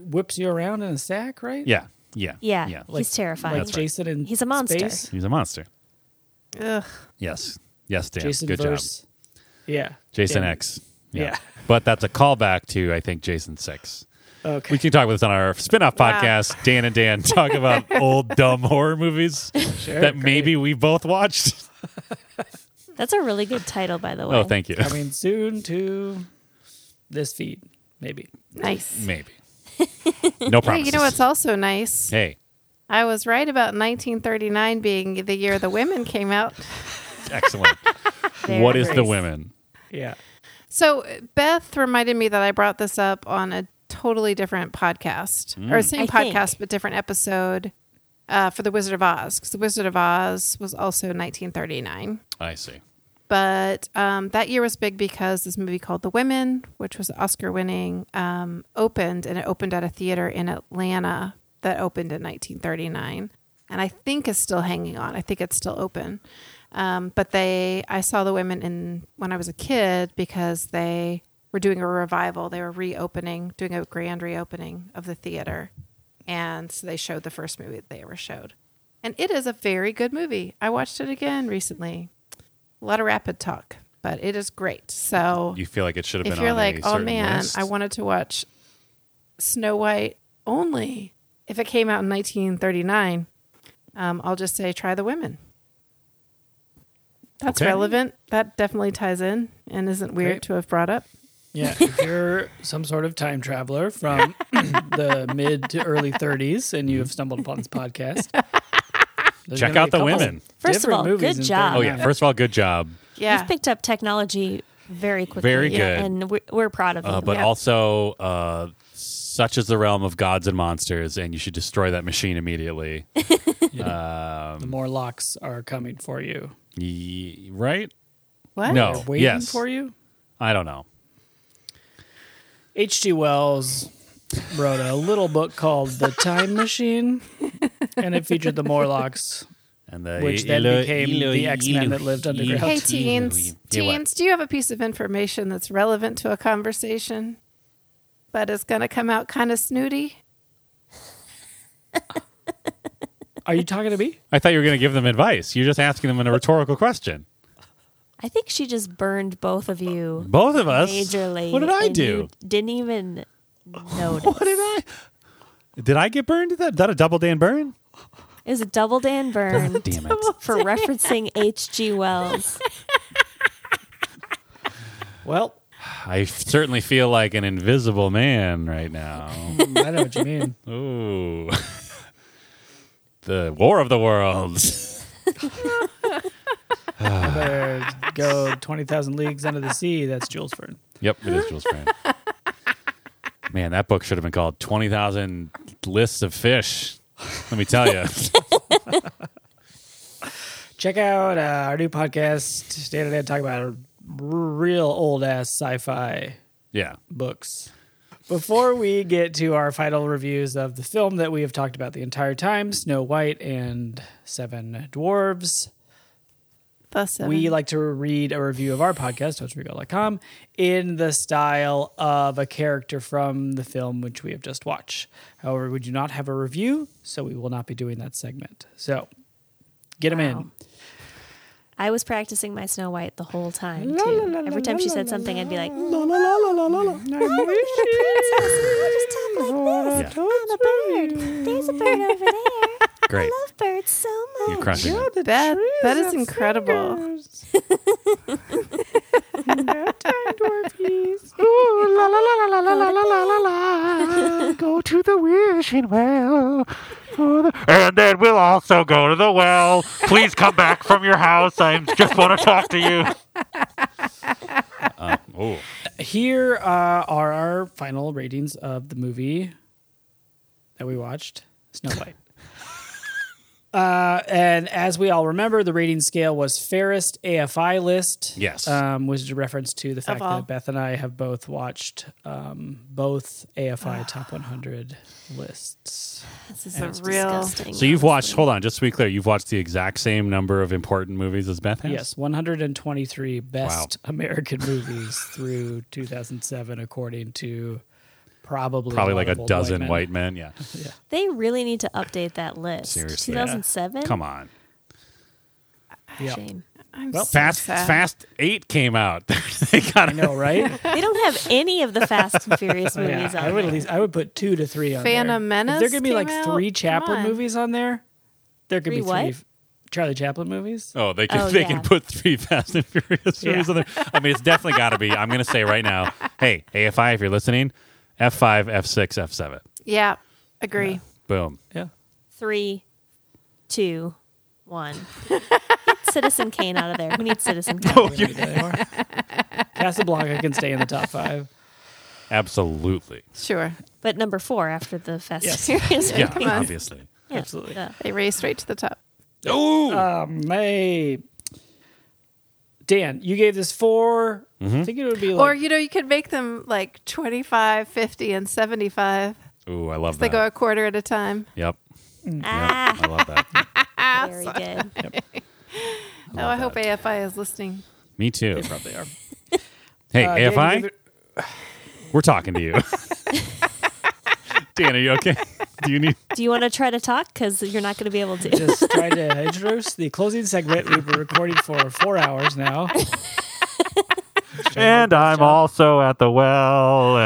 Speaker 4: whips you around in a sack, right?
Speaker 5: Yeah. Yeah.
Speaker 6: Yeah,
Speaker 5: Yeah.
Speaker 6: he's terrifying.
Speaker 4: like Jason and
Speaker 6: He's a monster.
Speaker 5: He's a monster.
Speaker 1: Ugh.
Speaker 5: Yes. Yes, Dan.
Speaker 4: Jason
Speaker 5: Good
Speaker 4: verse.
Speaker 5: job.
Speaker 4: Yeah.
Speaker 5: Jason
Speaker 4: Dan-
Speaker 5: X.
Speaker 4: Yeah.
Speaker 5: But that's a callback to, I think, Jason 6.
Speaker 4: Okay.
Speaker 5: We can talk about this on our spin off
Speaker 1: Wow.
Speaker 5: podcast. Dan and Dan talk about old, dumb horror movies that maybe we both watched.
Speaker 6: That's a really good title, by the way.
Speaker 5: Oh, thank you.
Speaker 4: I mean, soon to this feed, maybe.
Speaker 1: Nice.
Speaker 5: Maybe. No
Speaker 1: Hey,
Speaker 5: problem.
Speaker 1: you know what's also nice?
Speaker 5: Hey,
Speaker 1: I was right about 1939 being the year the women came out.
Speaker 5: excellent.
Speaker 6: There
Speaker 5: what is
Speaker 6: it
Speaker 5: the women?
Speaker 4: Yeah.
Speaker 1: So Beth reminded me that I brought this up on a totally different podcast, or same
Speaker 6: I think.
Speaker 1: podcast but different episode uh, for The Wizard of Oz, because The Wizard of Oz was also 1939.
Speaker 5: I see.
Speaker 1: But um, that year was big because this movie called The Women, which was Oscar-winning, um, opened, and it opened at a theater in Atlanta that opened in 1939, and I think is still hanging on. I think it's still open. Um, but they, I saw The Women in when I was a kid because they were doing a revival. They were reopening, doing a grand reopening of the theater, and so they showed the first movie that they ever showed, and it is a very good movie. I watched it again recently a lot of rapid talk, but it is great. So
Speaker 5: You feel like it should have
Speaker 1: if
Speaker 5: been
Speaker 1: you're
Speaker 5: on
Speaker 1: like,
Speaker 5: a
Speaker 1: oh
Speaker 5: certain
Speaker 1: man,
Speaker 5: list?
Speaker 1: I wanted to watch Snow White only if it came out in 1939, um, I'll just say try the women. That's
Speaker 5: Okay.
Speaker 1: relevant. That definitely ties in and isn't weird
Speaker 4: Great.
Speaker 1: to have brought up.
Speaker 4: Yeah. If you're some sort of time traveler from the mid to early 30s and you have stumbled upon this podcast, There's
Speaker 5: Check
Speaker 4: gonna
Speaker 5: out
Speaker 4: be a couple
Speaker 5: the women.
Speaker 6: First of
Speaker 4: different
Speaker 6: all,
Speaker 4: movies
Speaker 6: good
Speaker 4: in
Speaker 6: job.
Speaker 5: Oh
Speaker 4: thirty
Speaker 5: yeah.
Speaker 4: minutes.
Speaker 5: First of all, good job.
Speaker 1: Yeah.
Speaker 6: You've picked up technology very quickly.
Speaker 5: Very
Speaker 6: yeah,
Speaker 5: good.
Speaker 6: And we're, we're proud of you.
Speaker 5: Uh, but
Speaker 6: Yeah.
Speaker 5: also, uh, such is the realm of gods and monsters, and you should destroy that machine immediately.
Speaker 4: the more locks are coming for you.
Speaker 5: Ye- right?
Speaker 1: What?
Speaker 5: No.
Speaker 4: Waiting
Speaker 5: Oh, yes.
Speaker 4: for you.
Speaker 5: I don't know.
Speaker 4: H.G. Wells wrote a little book called The Time Machine, and it featured the Morlocks.
Speaker 5: And the
Speaker 4: Which then became the X-Men that lived underground.
Speaker 1: Hey,
Speaker 4: Yeah,
Speaker 1: teens.
Speaker 5: Yeah, what?
Speaker 1: Teens, do you have a piece of information that's relevant to a conversation, but is going to come out kind of snooty?
Speaker 4: Are you talking to me?
Speaker 5: I thought you were going to give them advice. You're just asking them a rhetorical question.
Speaker 6: I think she just burned both of you
Speaker 5: Both of us.
Speaker 6: majorly.
Speaker 5: What did I
Speaker 6: and
Speaker 5: do?
Speaker 6: you didn't even notice.
Speaker 5: What did I? Did I get burned? Is that, is that a double Dan burn?
Speaker 6: It was a double Dan burn
Speaker 5: Damn it.
Speaker 6: for referencing H.G. Wells.
Speaker 4: Well,
Speaker 5: I certainly feel like an invisible man right now.
Speaker 4: I know what you mean.
Speaker 5: Ooh. the War of the Worlds.
Speaker 4: I better go 20,000 Leagues Under the Sea. That's Jules Verne.
Speaker 5: Yep, it is Jules Verne. Man, that book should have been called 20,000 Lists of Fish. Let me tell you.
Speaker 4: Check out uh, our new podcast, Day to Day, talk about r- real old ass sci fi
Speaker 5: yeah.
Speaker 4: books. Before we get to our final reviews of the film that we have talked about the entire time Snow White and Seven Dwarves.
Speaker 1: The seven.
Speaker 4: we like to read a review of our podcast, toastregal.com, in the style of a character from the film which we have just watched. However, we do not have a review, so we will not be doing that segment. So get them
Speaker 6: Wow.
Speaker 4: in.
Speaker 6: I was practicing my Snow White the whole time, too. Every time she said something, I'd be like,
Speaker 5: Yeah.
Speaker 6: "Mm, there's a bird over there.
Speaker 5: Great.
Speaker 6: Love birds so
Speaker 5: You're
Speaker 6: much.
Speaker 5: crushing it.
Speaker 1: that, that is incredible.
Speaker 2: Go to the wishing well. And then we'll also go to the well. Please come back from your house. I just want to talk to you.
Speaker 5: Oh,
Speaker 4: Here uh, are our final ratings of the movie that we watched, Snow White. Uh, and as we all remember, the rating scale was fairest AFI list.
Speaker 5: Yes.
Speaker 4: um, was a reference to the fact
Speaker 1: all.
Speaker 4: that Beth and I have both watched um, both AFI top 100 lists.
Speaker 1: This is
Speaker 6: That
Speaker 1: a
Speaker 6: was
Speaker 1: real.
Speaker 6: disgusting,
Speaker 5: So you've watched,
Speaker 6: honestly.
Speaker 5: hold on, just to be clear, you've watched the exact same number of important movies as Beth has?
Speaker 4: Yes, 123 best American movies through 2007, according to probably
Speaker 5: Probably like a
Speaker 4: Multiple
Speaker 5: dozen
Speaker 4: White Men.
Speaker 5: white men. Yeah.
Speaker 6: They really need to update that list.
Speaker 5: Seriously.
Speaker 6: 2007?
Speaker 5: Come on.
Speaker 4: Yeah.
Speaker 6: Shame.
Speaker 1: I'm
Speaker 4: Well,
Speaker 1: so
Speaker 5: Fast
Speaker 1: sad.
Speaker 5: Fast 8 came out. they got
Speaker 4: I know, right?
Speaker 6: They don't have any of the Fast and Furious movies
Speaker 4: Yeah,
Speaker 6: on
Speaker 4: I would
Speaker 6: there.
Speaker 4: at least I would put two to three on there.
Speaker 1: Phantom Menace
Speaker 4: If there could be like
Speaker 1: came out?
Speaker 4: three
Speaker 1: Come
Speaker 4: Chaplin
Speaker 1: on.
Speaker 4: movies on there. There could
Speaker 6: Three
Speaker 4: be
Speaker 6: what?
Speaker 4: three f- Charlie Chaplin movies.
Speaker 5: Oh, they can
Speaker 6: Oh,
Speaker 5: they
Speaker 6: yeah.
Speaker 5: can put three Fast and Furious movies on there. I mean, it's definitely got to be. I'm going to say right now, hey AFI, if you're listening, F5, F6, F7,
Speaker 1: Yeah, agree.
Speaker 5: boom.
Speaker 4: Yeah.
Speaker 6: Three, two, one. Get Citizen Kane out of there. We need Citizen Kane.
Speaker 1: Oh,
Speaker 4: Casablanca can stay in the top five.
Speaker 5: Absolutely,
Speaker 1: Sure.
Speaker 6: But number four after the Fast
Speaker 4: Yes.
Speaker 6: and Furious
Speaker 5: yeah,
Speaker 6: movies.
Speaker 5: obviously.
Speaker 6: Yeah,
Speaker 4: Absolutely.
Speaker 6: duh.
Speaker 1: They race right to the top.
Speaker 5: Oh,
Speaker 4: Um, hey. Dan, you gave this 4 I think it would be like
Speaker 1: Mm-hmm. or, you know, you could make them like 25, 50, and 75.
Speaker 5: ooh, I love
Speaker 1: They
Speaker 5: that.
Speaker 1: go a quarter at a time.
Speaker 5: yep,
Speaker 6: Ah,
Speaker 5: I love that.
Speaker 6: very good.
Speaker 1: oh, I hope AFI is listening.
Speaker 5: Me too.
Speaker 4: probably are.
Speaker 5: Hey
Speaker 4: Uh, Dan, you
Speaker 5: AFI,
Speaker 4: gave it-
Speaker 5: we're talking to you. Dan, are you okay? Do you need?
Speaker 6: Do you want to try to talk? Because you're not going to be able to.
Speaker 4: just tried to introduce the closing segment. We've been recording for four hours now.
Speaker 2: And I'm also at the well.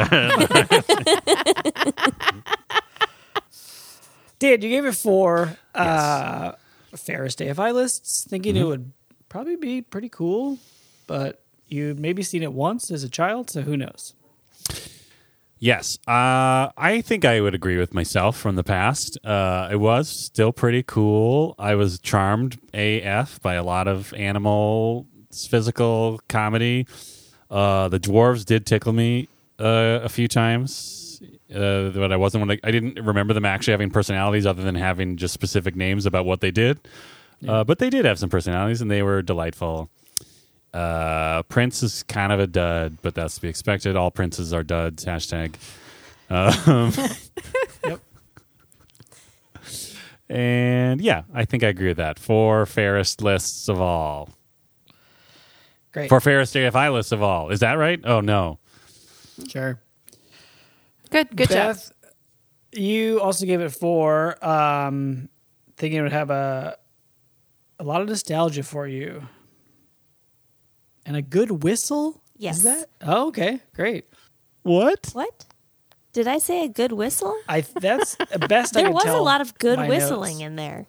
Speaker 4: Dan, you gave it four uh, fairest AFI lists, thinking
Speaker 5: Mm-hmm.
Speaker 4: it would probably be pretty cool, but you've maybe seen it once as a child, so who knows?
Speaker 5: Yes, uh, I think I would agree with myself from the past. Uh, it was still pretty cool. I was charmed AF by a lot of animal physical comedy. Uh, the dwarves did tickle me uh, a few times, uh, but I wasn't. One I didn't remember them actually having personalities, other than having just specific names about what they did. Uh, but they did have some personalities, and they were delightful. Uh, Prince is kind of a dud, but that's to be expected. All princes are duds. Hashtag. Um,
Speaker 4: Yep.
Speaker 5: And yeah, I think I agree with that. Four fairest lists of all.
Speaker 4: Great.
Speaker 5: Four fairest AFI lists of all. Is that right? Oh no.
Speaker 4: sure.
Speaker 1: Good, good job.
Speaker 4: Beth, you also gave it four, um, thinking it would have a a lot of nostalgia for you, and a good whistle.
Speaker 6: Yes.
Speaker 4: Is that? Oh, okay, great.
Speaker 5: What?
Speaker 6: What? Did I say a good whistle?
Speaker 4: I that's the best. I
Speaker 6: there
Speaker 4: could
Speaker 6: was a
Speaker 4: tell
Speaker 6: lot of good
Speaker 4: my
Speaker 6: whistling
Speaker 4: notes.
Speaker 6: in there.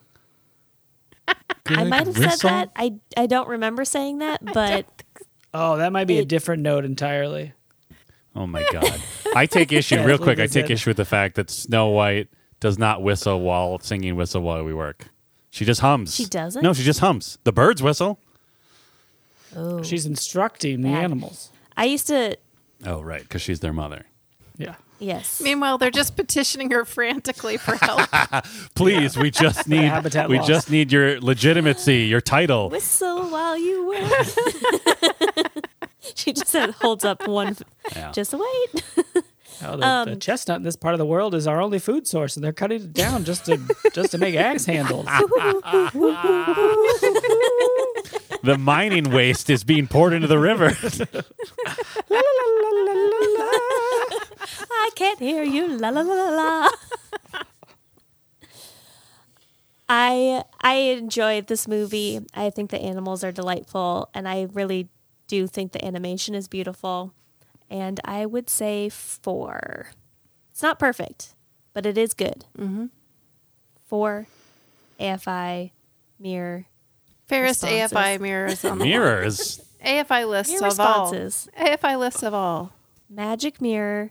Speaker 6: I might have said that. I I don't remember saying that, but
Speaker 4: Oh, that might be a
Speaker 6: It-
Speaker 4: different note entirely.
Speaker 5: Oh my god. I take issue
Speaker 4: Yeah,
Speaker 5: real
Speaker 4: that's what
Speaker 5: quick.
Speaker 4: they
Speaker 5: I take
Speaker 4: said.
Speaker 5: issue with the fact that Snow White does not whistle while singing "Whistle While We Work." She just hums.
Speaker 6: She doesn't?
Speaker 5: No, she just hums. The birds whistle.
Speaker 6: oh.
Speaker 4: She's instructing the
Speaker 6: Bad.
Speaker 4: animals.
Speaker 6: I used to
Speaker 5: Oh right, because she's their mother.
Speaker 4: Yeah.
Speaker 6: yes.
Speaker 1: Meanwhile, they're just petitioning her frantically for help.
Speaker 5: Please, we just need
Speaker 4: habitat
Speaker 5: we
Speaker 4: loss.
Speaker 5: just need your legitimacy, your title.
Speaker 6: Whistle while you work. she just said, holds up one.
Speaker 5: Yeah.
Speaker 6: Just wait.
Speaker 4: Oh, the, the
Speaker 6: Um,
Speaker 4: chestnut in this part of the world is our only food source, and they're cutting it down just to just to make axe handles.
Speaker 5: the mining waste is being poured into the river.
Speaker 6: I can't hear you. La la la la la. I I enjoyed this movie. I think the animals are delightful, and I really do think the animation is beautiful. And I would say four. It's not perfect, but it is good. Mm-hmm. Four, AFI, mirror,
Speaker 1: Fairest
Speaker 6: Responses.
Speaker 1: AFI mirrors on the
Speaker 5: Mirrors.
Speaker 1: AFI lists
Speaker 6: Your
Speaker 1: of
Speaker 6: responses.
Speaker 1: all. AFI lists of all.
Speaker 6: magic mirror,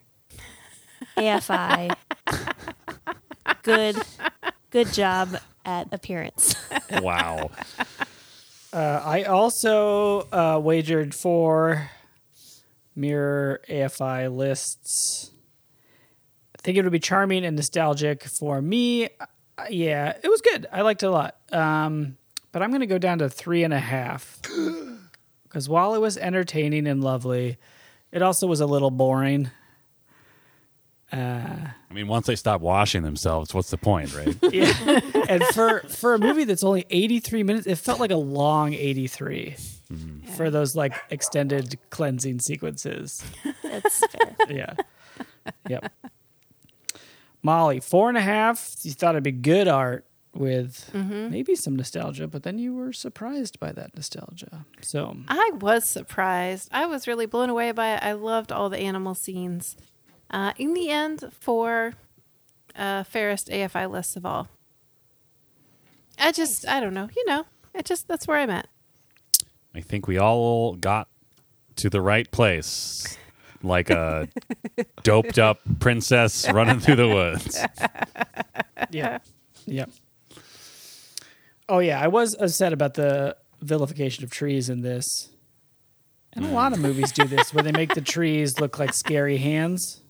Speaker 6: AFI. good, good job at appearance.
Speaker 5: Wow.
Speaker 4: Uh, I also uh, wagered four mirror AFI lists. I think it would be charming and nostalgic for me. Uh, yeah, it was good. I liked it a lot. Um, but I'm going to go down to three and a half. Because while it was entertaining and lovely, it also was a little boring.
Speaker 5: I mean, once they stop washing themselves, what's the point, right?
Speaker 4: Yeah. and for for a movie that's only 83 minutes, it felt like a long 83 for those like extended cleansing sequences.
Speaker 6: That's fair.
Speaker 4: Yeah. yep. Molly, four and a half. You thought it'd be good art with
Speaker 1: Mm-hmm.
Speaker 4: maybe some nostalgia, but then you were surprised by that nostalgia. So
Speaker 1: I was surprised. I was really blown away by it. I loved all the animal scenes. Uh, in the end, for uh, fairest AFI lists of all. I just, I don't know. You know, it just, that's where I'm at.
Speaker 5: I think we all got to the right place, like a doped up princess running through the woods.
Speaker 4: yeah. Yep. Oh yeah, I was upset about the vilification of trees in this. And a lot of movies do this where they make the trees look like scary hands.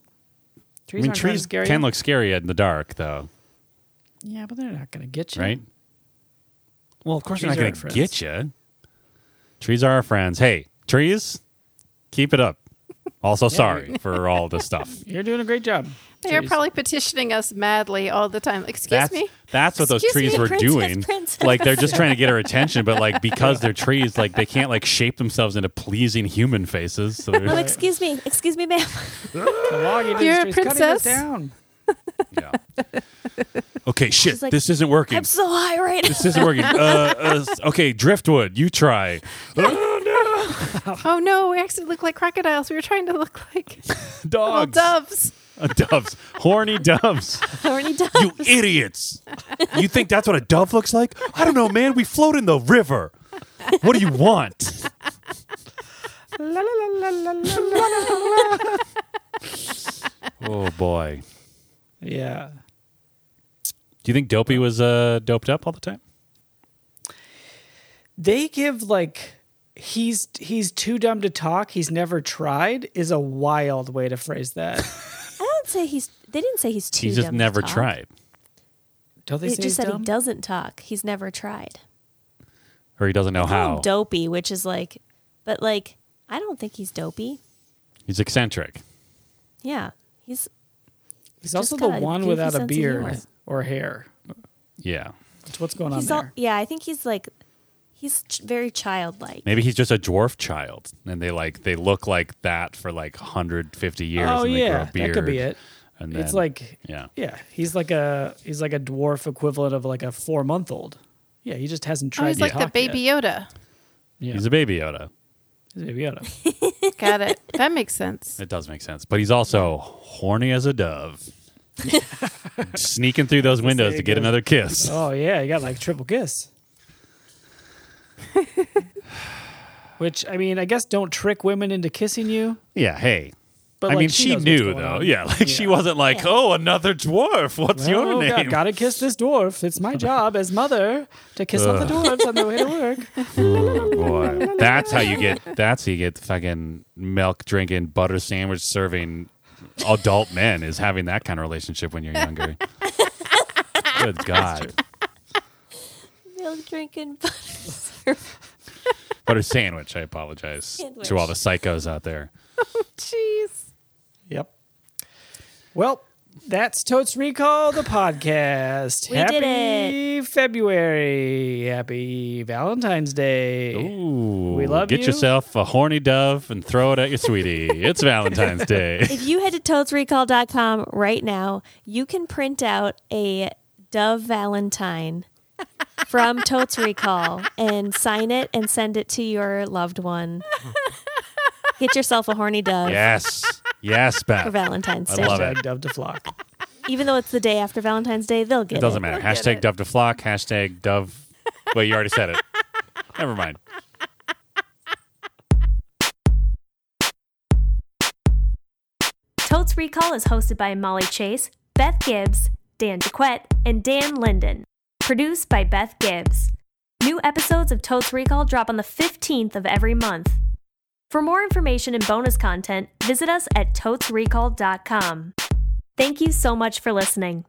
Speaker 5: I
Speaker 4: Trees
Speaker 5: mean,
Speaker 4: aren't kinda
Speaker 5: trees
Speaker 4: scary.
Speaker 5: can look scary in the dark, though,
Speaker 4: Yeah, but they're not gonna get you.
Speaker 5: right? Well, of course,
Speaker 4: Trees
Speaker 5: they're
Speaker 4: are
Speaker 5: not
Speaker 4: our
Speaker 5: going to get you. Trees are our friends. Hey, trees, keep it up. Also, sorry for all this stuff.
Speaker 4: You're doing a great job.
Speaker 1: They are
Speaker 4: Trees.
Speaker 1: probably petitioning us madly all the time. Excuse
Speaker 5: that's,
Speaker 1: me?
Speaker 5: That's what those trees
Speaker 6: Excuse me,
Speaker 5: were
Speaker 6: princess,
Speaker 5: doing.
Speaker 6: princess.
Speaker 5: Like they're just trying to get our attention, but like because they're trees, like they can't like shape themselves into pleasing human faces. So
Speaker 6: Oh,
Speaker 5: they're-
Speaker 6: excuse me, excuse me, ma'am.
Speaker 4: The logging
Speaker 1: You're a
Speaker 4: industry's cutting us
Speaker 1: princess.
Speaker 4: down.
Speaker 5: yeah. Okay, shit.
Speaker 6: She's like,
Speaker 5: this isn't working.
Speaker 6: I'm so high right now.
Speaker 5: this isn't working. Uh, uh, s- okay, driftwood. You try.
Speaker 1: Oh no, we actually look like crocodiles. We were trying to look like little
Speaker 5: Dogs.
Speaker 1: doves.
Speaker 5: Uh, doves. Horny doves.
Speaker 6: Horny dog.
Speaker 5: You idiots. You think that's what a dove looks like? I don't know, man. We float in the river. What do you want? oh boy.
Speaker 4: Yeah.
Speaker 5: Do you think Dopey was uh, doped up all the time?
Speaker 4: They give like he's he's too dumb to talk. He's never tried is a wild way to phrase that.
Speaker 6: I don't say he's. They didn't say he's too.
Speaker 5: He just
Speaker 6: dumb to
Speaker 5: never
Speaker 6: talk.
Speaker 5: tried,
Speaker 4: Don't they
Speaker 6: They
Speaker 4: say
Speaker 6: just
Speaker 4: he's
Speaker 6: said
Speaker 4: dumb?
Speaker 6: he doesn't talk. He's never tried.
Speaker 5: or he doesn't know
Speaker 6: Call him
Speaker 5: how.
Speaker 6: Dopey, which is like, but like, I don't think he's dopey.
Speaker 5: He's eccentric.
Speaker 6: Yeah, he's
Speaker 4: He's
Speaker 6: Just
Speaker 4: also the
Speaker 6: got a
Speaker 4: one
Speaker 6: goofy
Speaker 4: without
Speaker 6: sense
Speaker 4: a
Speaker 6: of
Speaker 4: beard
Speaker 6: humor.
Speaker 4: or hair.
Speaker 5: Yeah.
Speaker 4: That's what's going on
Speaker 6: he's
Speaker 4: there.
Speaker 6: all, yeah. I think he's like, he's ch- very childlike.
Speaker 5: Maybe he's just a dwarf child, and they like they look like that for like 150 years.
Speaker 4: oh
Speaker 5: and they
Speaker 4: yeah,
Speaker 5: grow a beard,
Speaker 4: that could be it.
Speaker 5: And
Speaker 4: it's
Speaker 5: then-
Speaker 4: like
Speaker 5: yeah,
Speaker 4: yeah, he's like a he's like a dwarf equivalent of like a four month old. Yeah, he just hasn't
Speaker 1: Oh,
Speaker 4: tried.
Speaker 1: he's
Speaker 4: to
Speaker 1: like the
Speaker 4: talk yet.
Speaker 1: baby Yoda.
Speaker 4: Yeah,
Speaker 5: he's a baby Yoda.
Speaker 4: he's a baby Yoda.
Speaker 1: Got it. That makes sense.
Speaker 5: It does make sense, but he's also horny as a dove, sneaking through those windows to get another kiss.
Speaker 4: Oh yeah, he got like triple kiss. Which I mean, I guess don't trick women into kissing you.
Speaker 5: Yeah, hey.
Speaker 4: But
Speaker 5: I
Speaker 4: like,
Speaker 5: mean,
Speaker 4: she
Speaker 5: she,
Speaker 4: knows what's
Speaker 5: knew
Speaker 4: going
Speaker 5: though.
Speaker 4: on.
Speaker 5: Yeah, like she wasn't like, oh, another dwarf. What's
Speaker 4: Oh,
Speaker 5: your
Speaker 4: God,
Speaker 5: name?
Speaker 4: gotta kiss this dwarf. It's my job as mother to kiss all the dwarfs on their way to work.
Speaker 5: Oh, boy. that's how you get. That's how you get the fucking milk drinking, butter sandwich serving adult men is having that kind of relationship when you're younger. Good God,
Speaker 6: Milk drinking butter syrup.
Speaker 5: butter sandwich. I apologize
Speaker 6: Sandwich.
Speaker 5: to all the psychos out there.
Speaker 1: Jeez.
Speaker 4: Yep. Well, that's Totes Recall the podcast.
Speaker 6: We
Speaker 4: Happy
Speaker 6: did
Speaker 4: February. Happy Valentine's Day.
Speaker 5: Ooh,
Speaker 4: We love
Speaker 5: Get
Speaker 4: you.
Speaker 5: yourself a horny dove and throw it at your sweetie. it's Valentine's Day.
Speaker 6: If you head to toadsrecall.com right now, you can print out a Dove Valentine from Totes Recall and sign it and send it to your loved one. Get yourself a horny dove
Speaker 5: Yes, yes,
Speaker 6: for
Speaker 5: Beth.
Speaker 6: Valentine's
Speaker 5: I
Speaker 6: Day.
Speaker 5: love it.
Speaker 4: Hashtag Dove to flock.
Speaker 6: Even though it's the day after Valentine's Day, they'll
Speaker 5: It
Speaker 6: get it.
Speaker 5: doesn't matter.
Speaker 1: We'll get
Speaker 5: Hashtag
Speaker 1: it.
Speaker 5: dove to flock. Hashtag dove. Wait, you already said it. Never mind.
Speaker 6: Totes Recall is hosted by Molly Chase, Beth Gibbs, Dan Jaquette, and Dan Linden. Produced by Beth Gibbs. New episodes of Totes Recall drop on the 15th of every month. For more information and bonus content, visit us at totesrecall.com. Thank you so much for listening.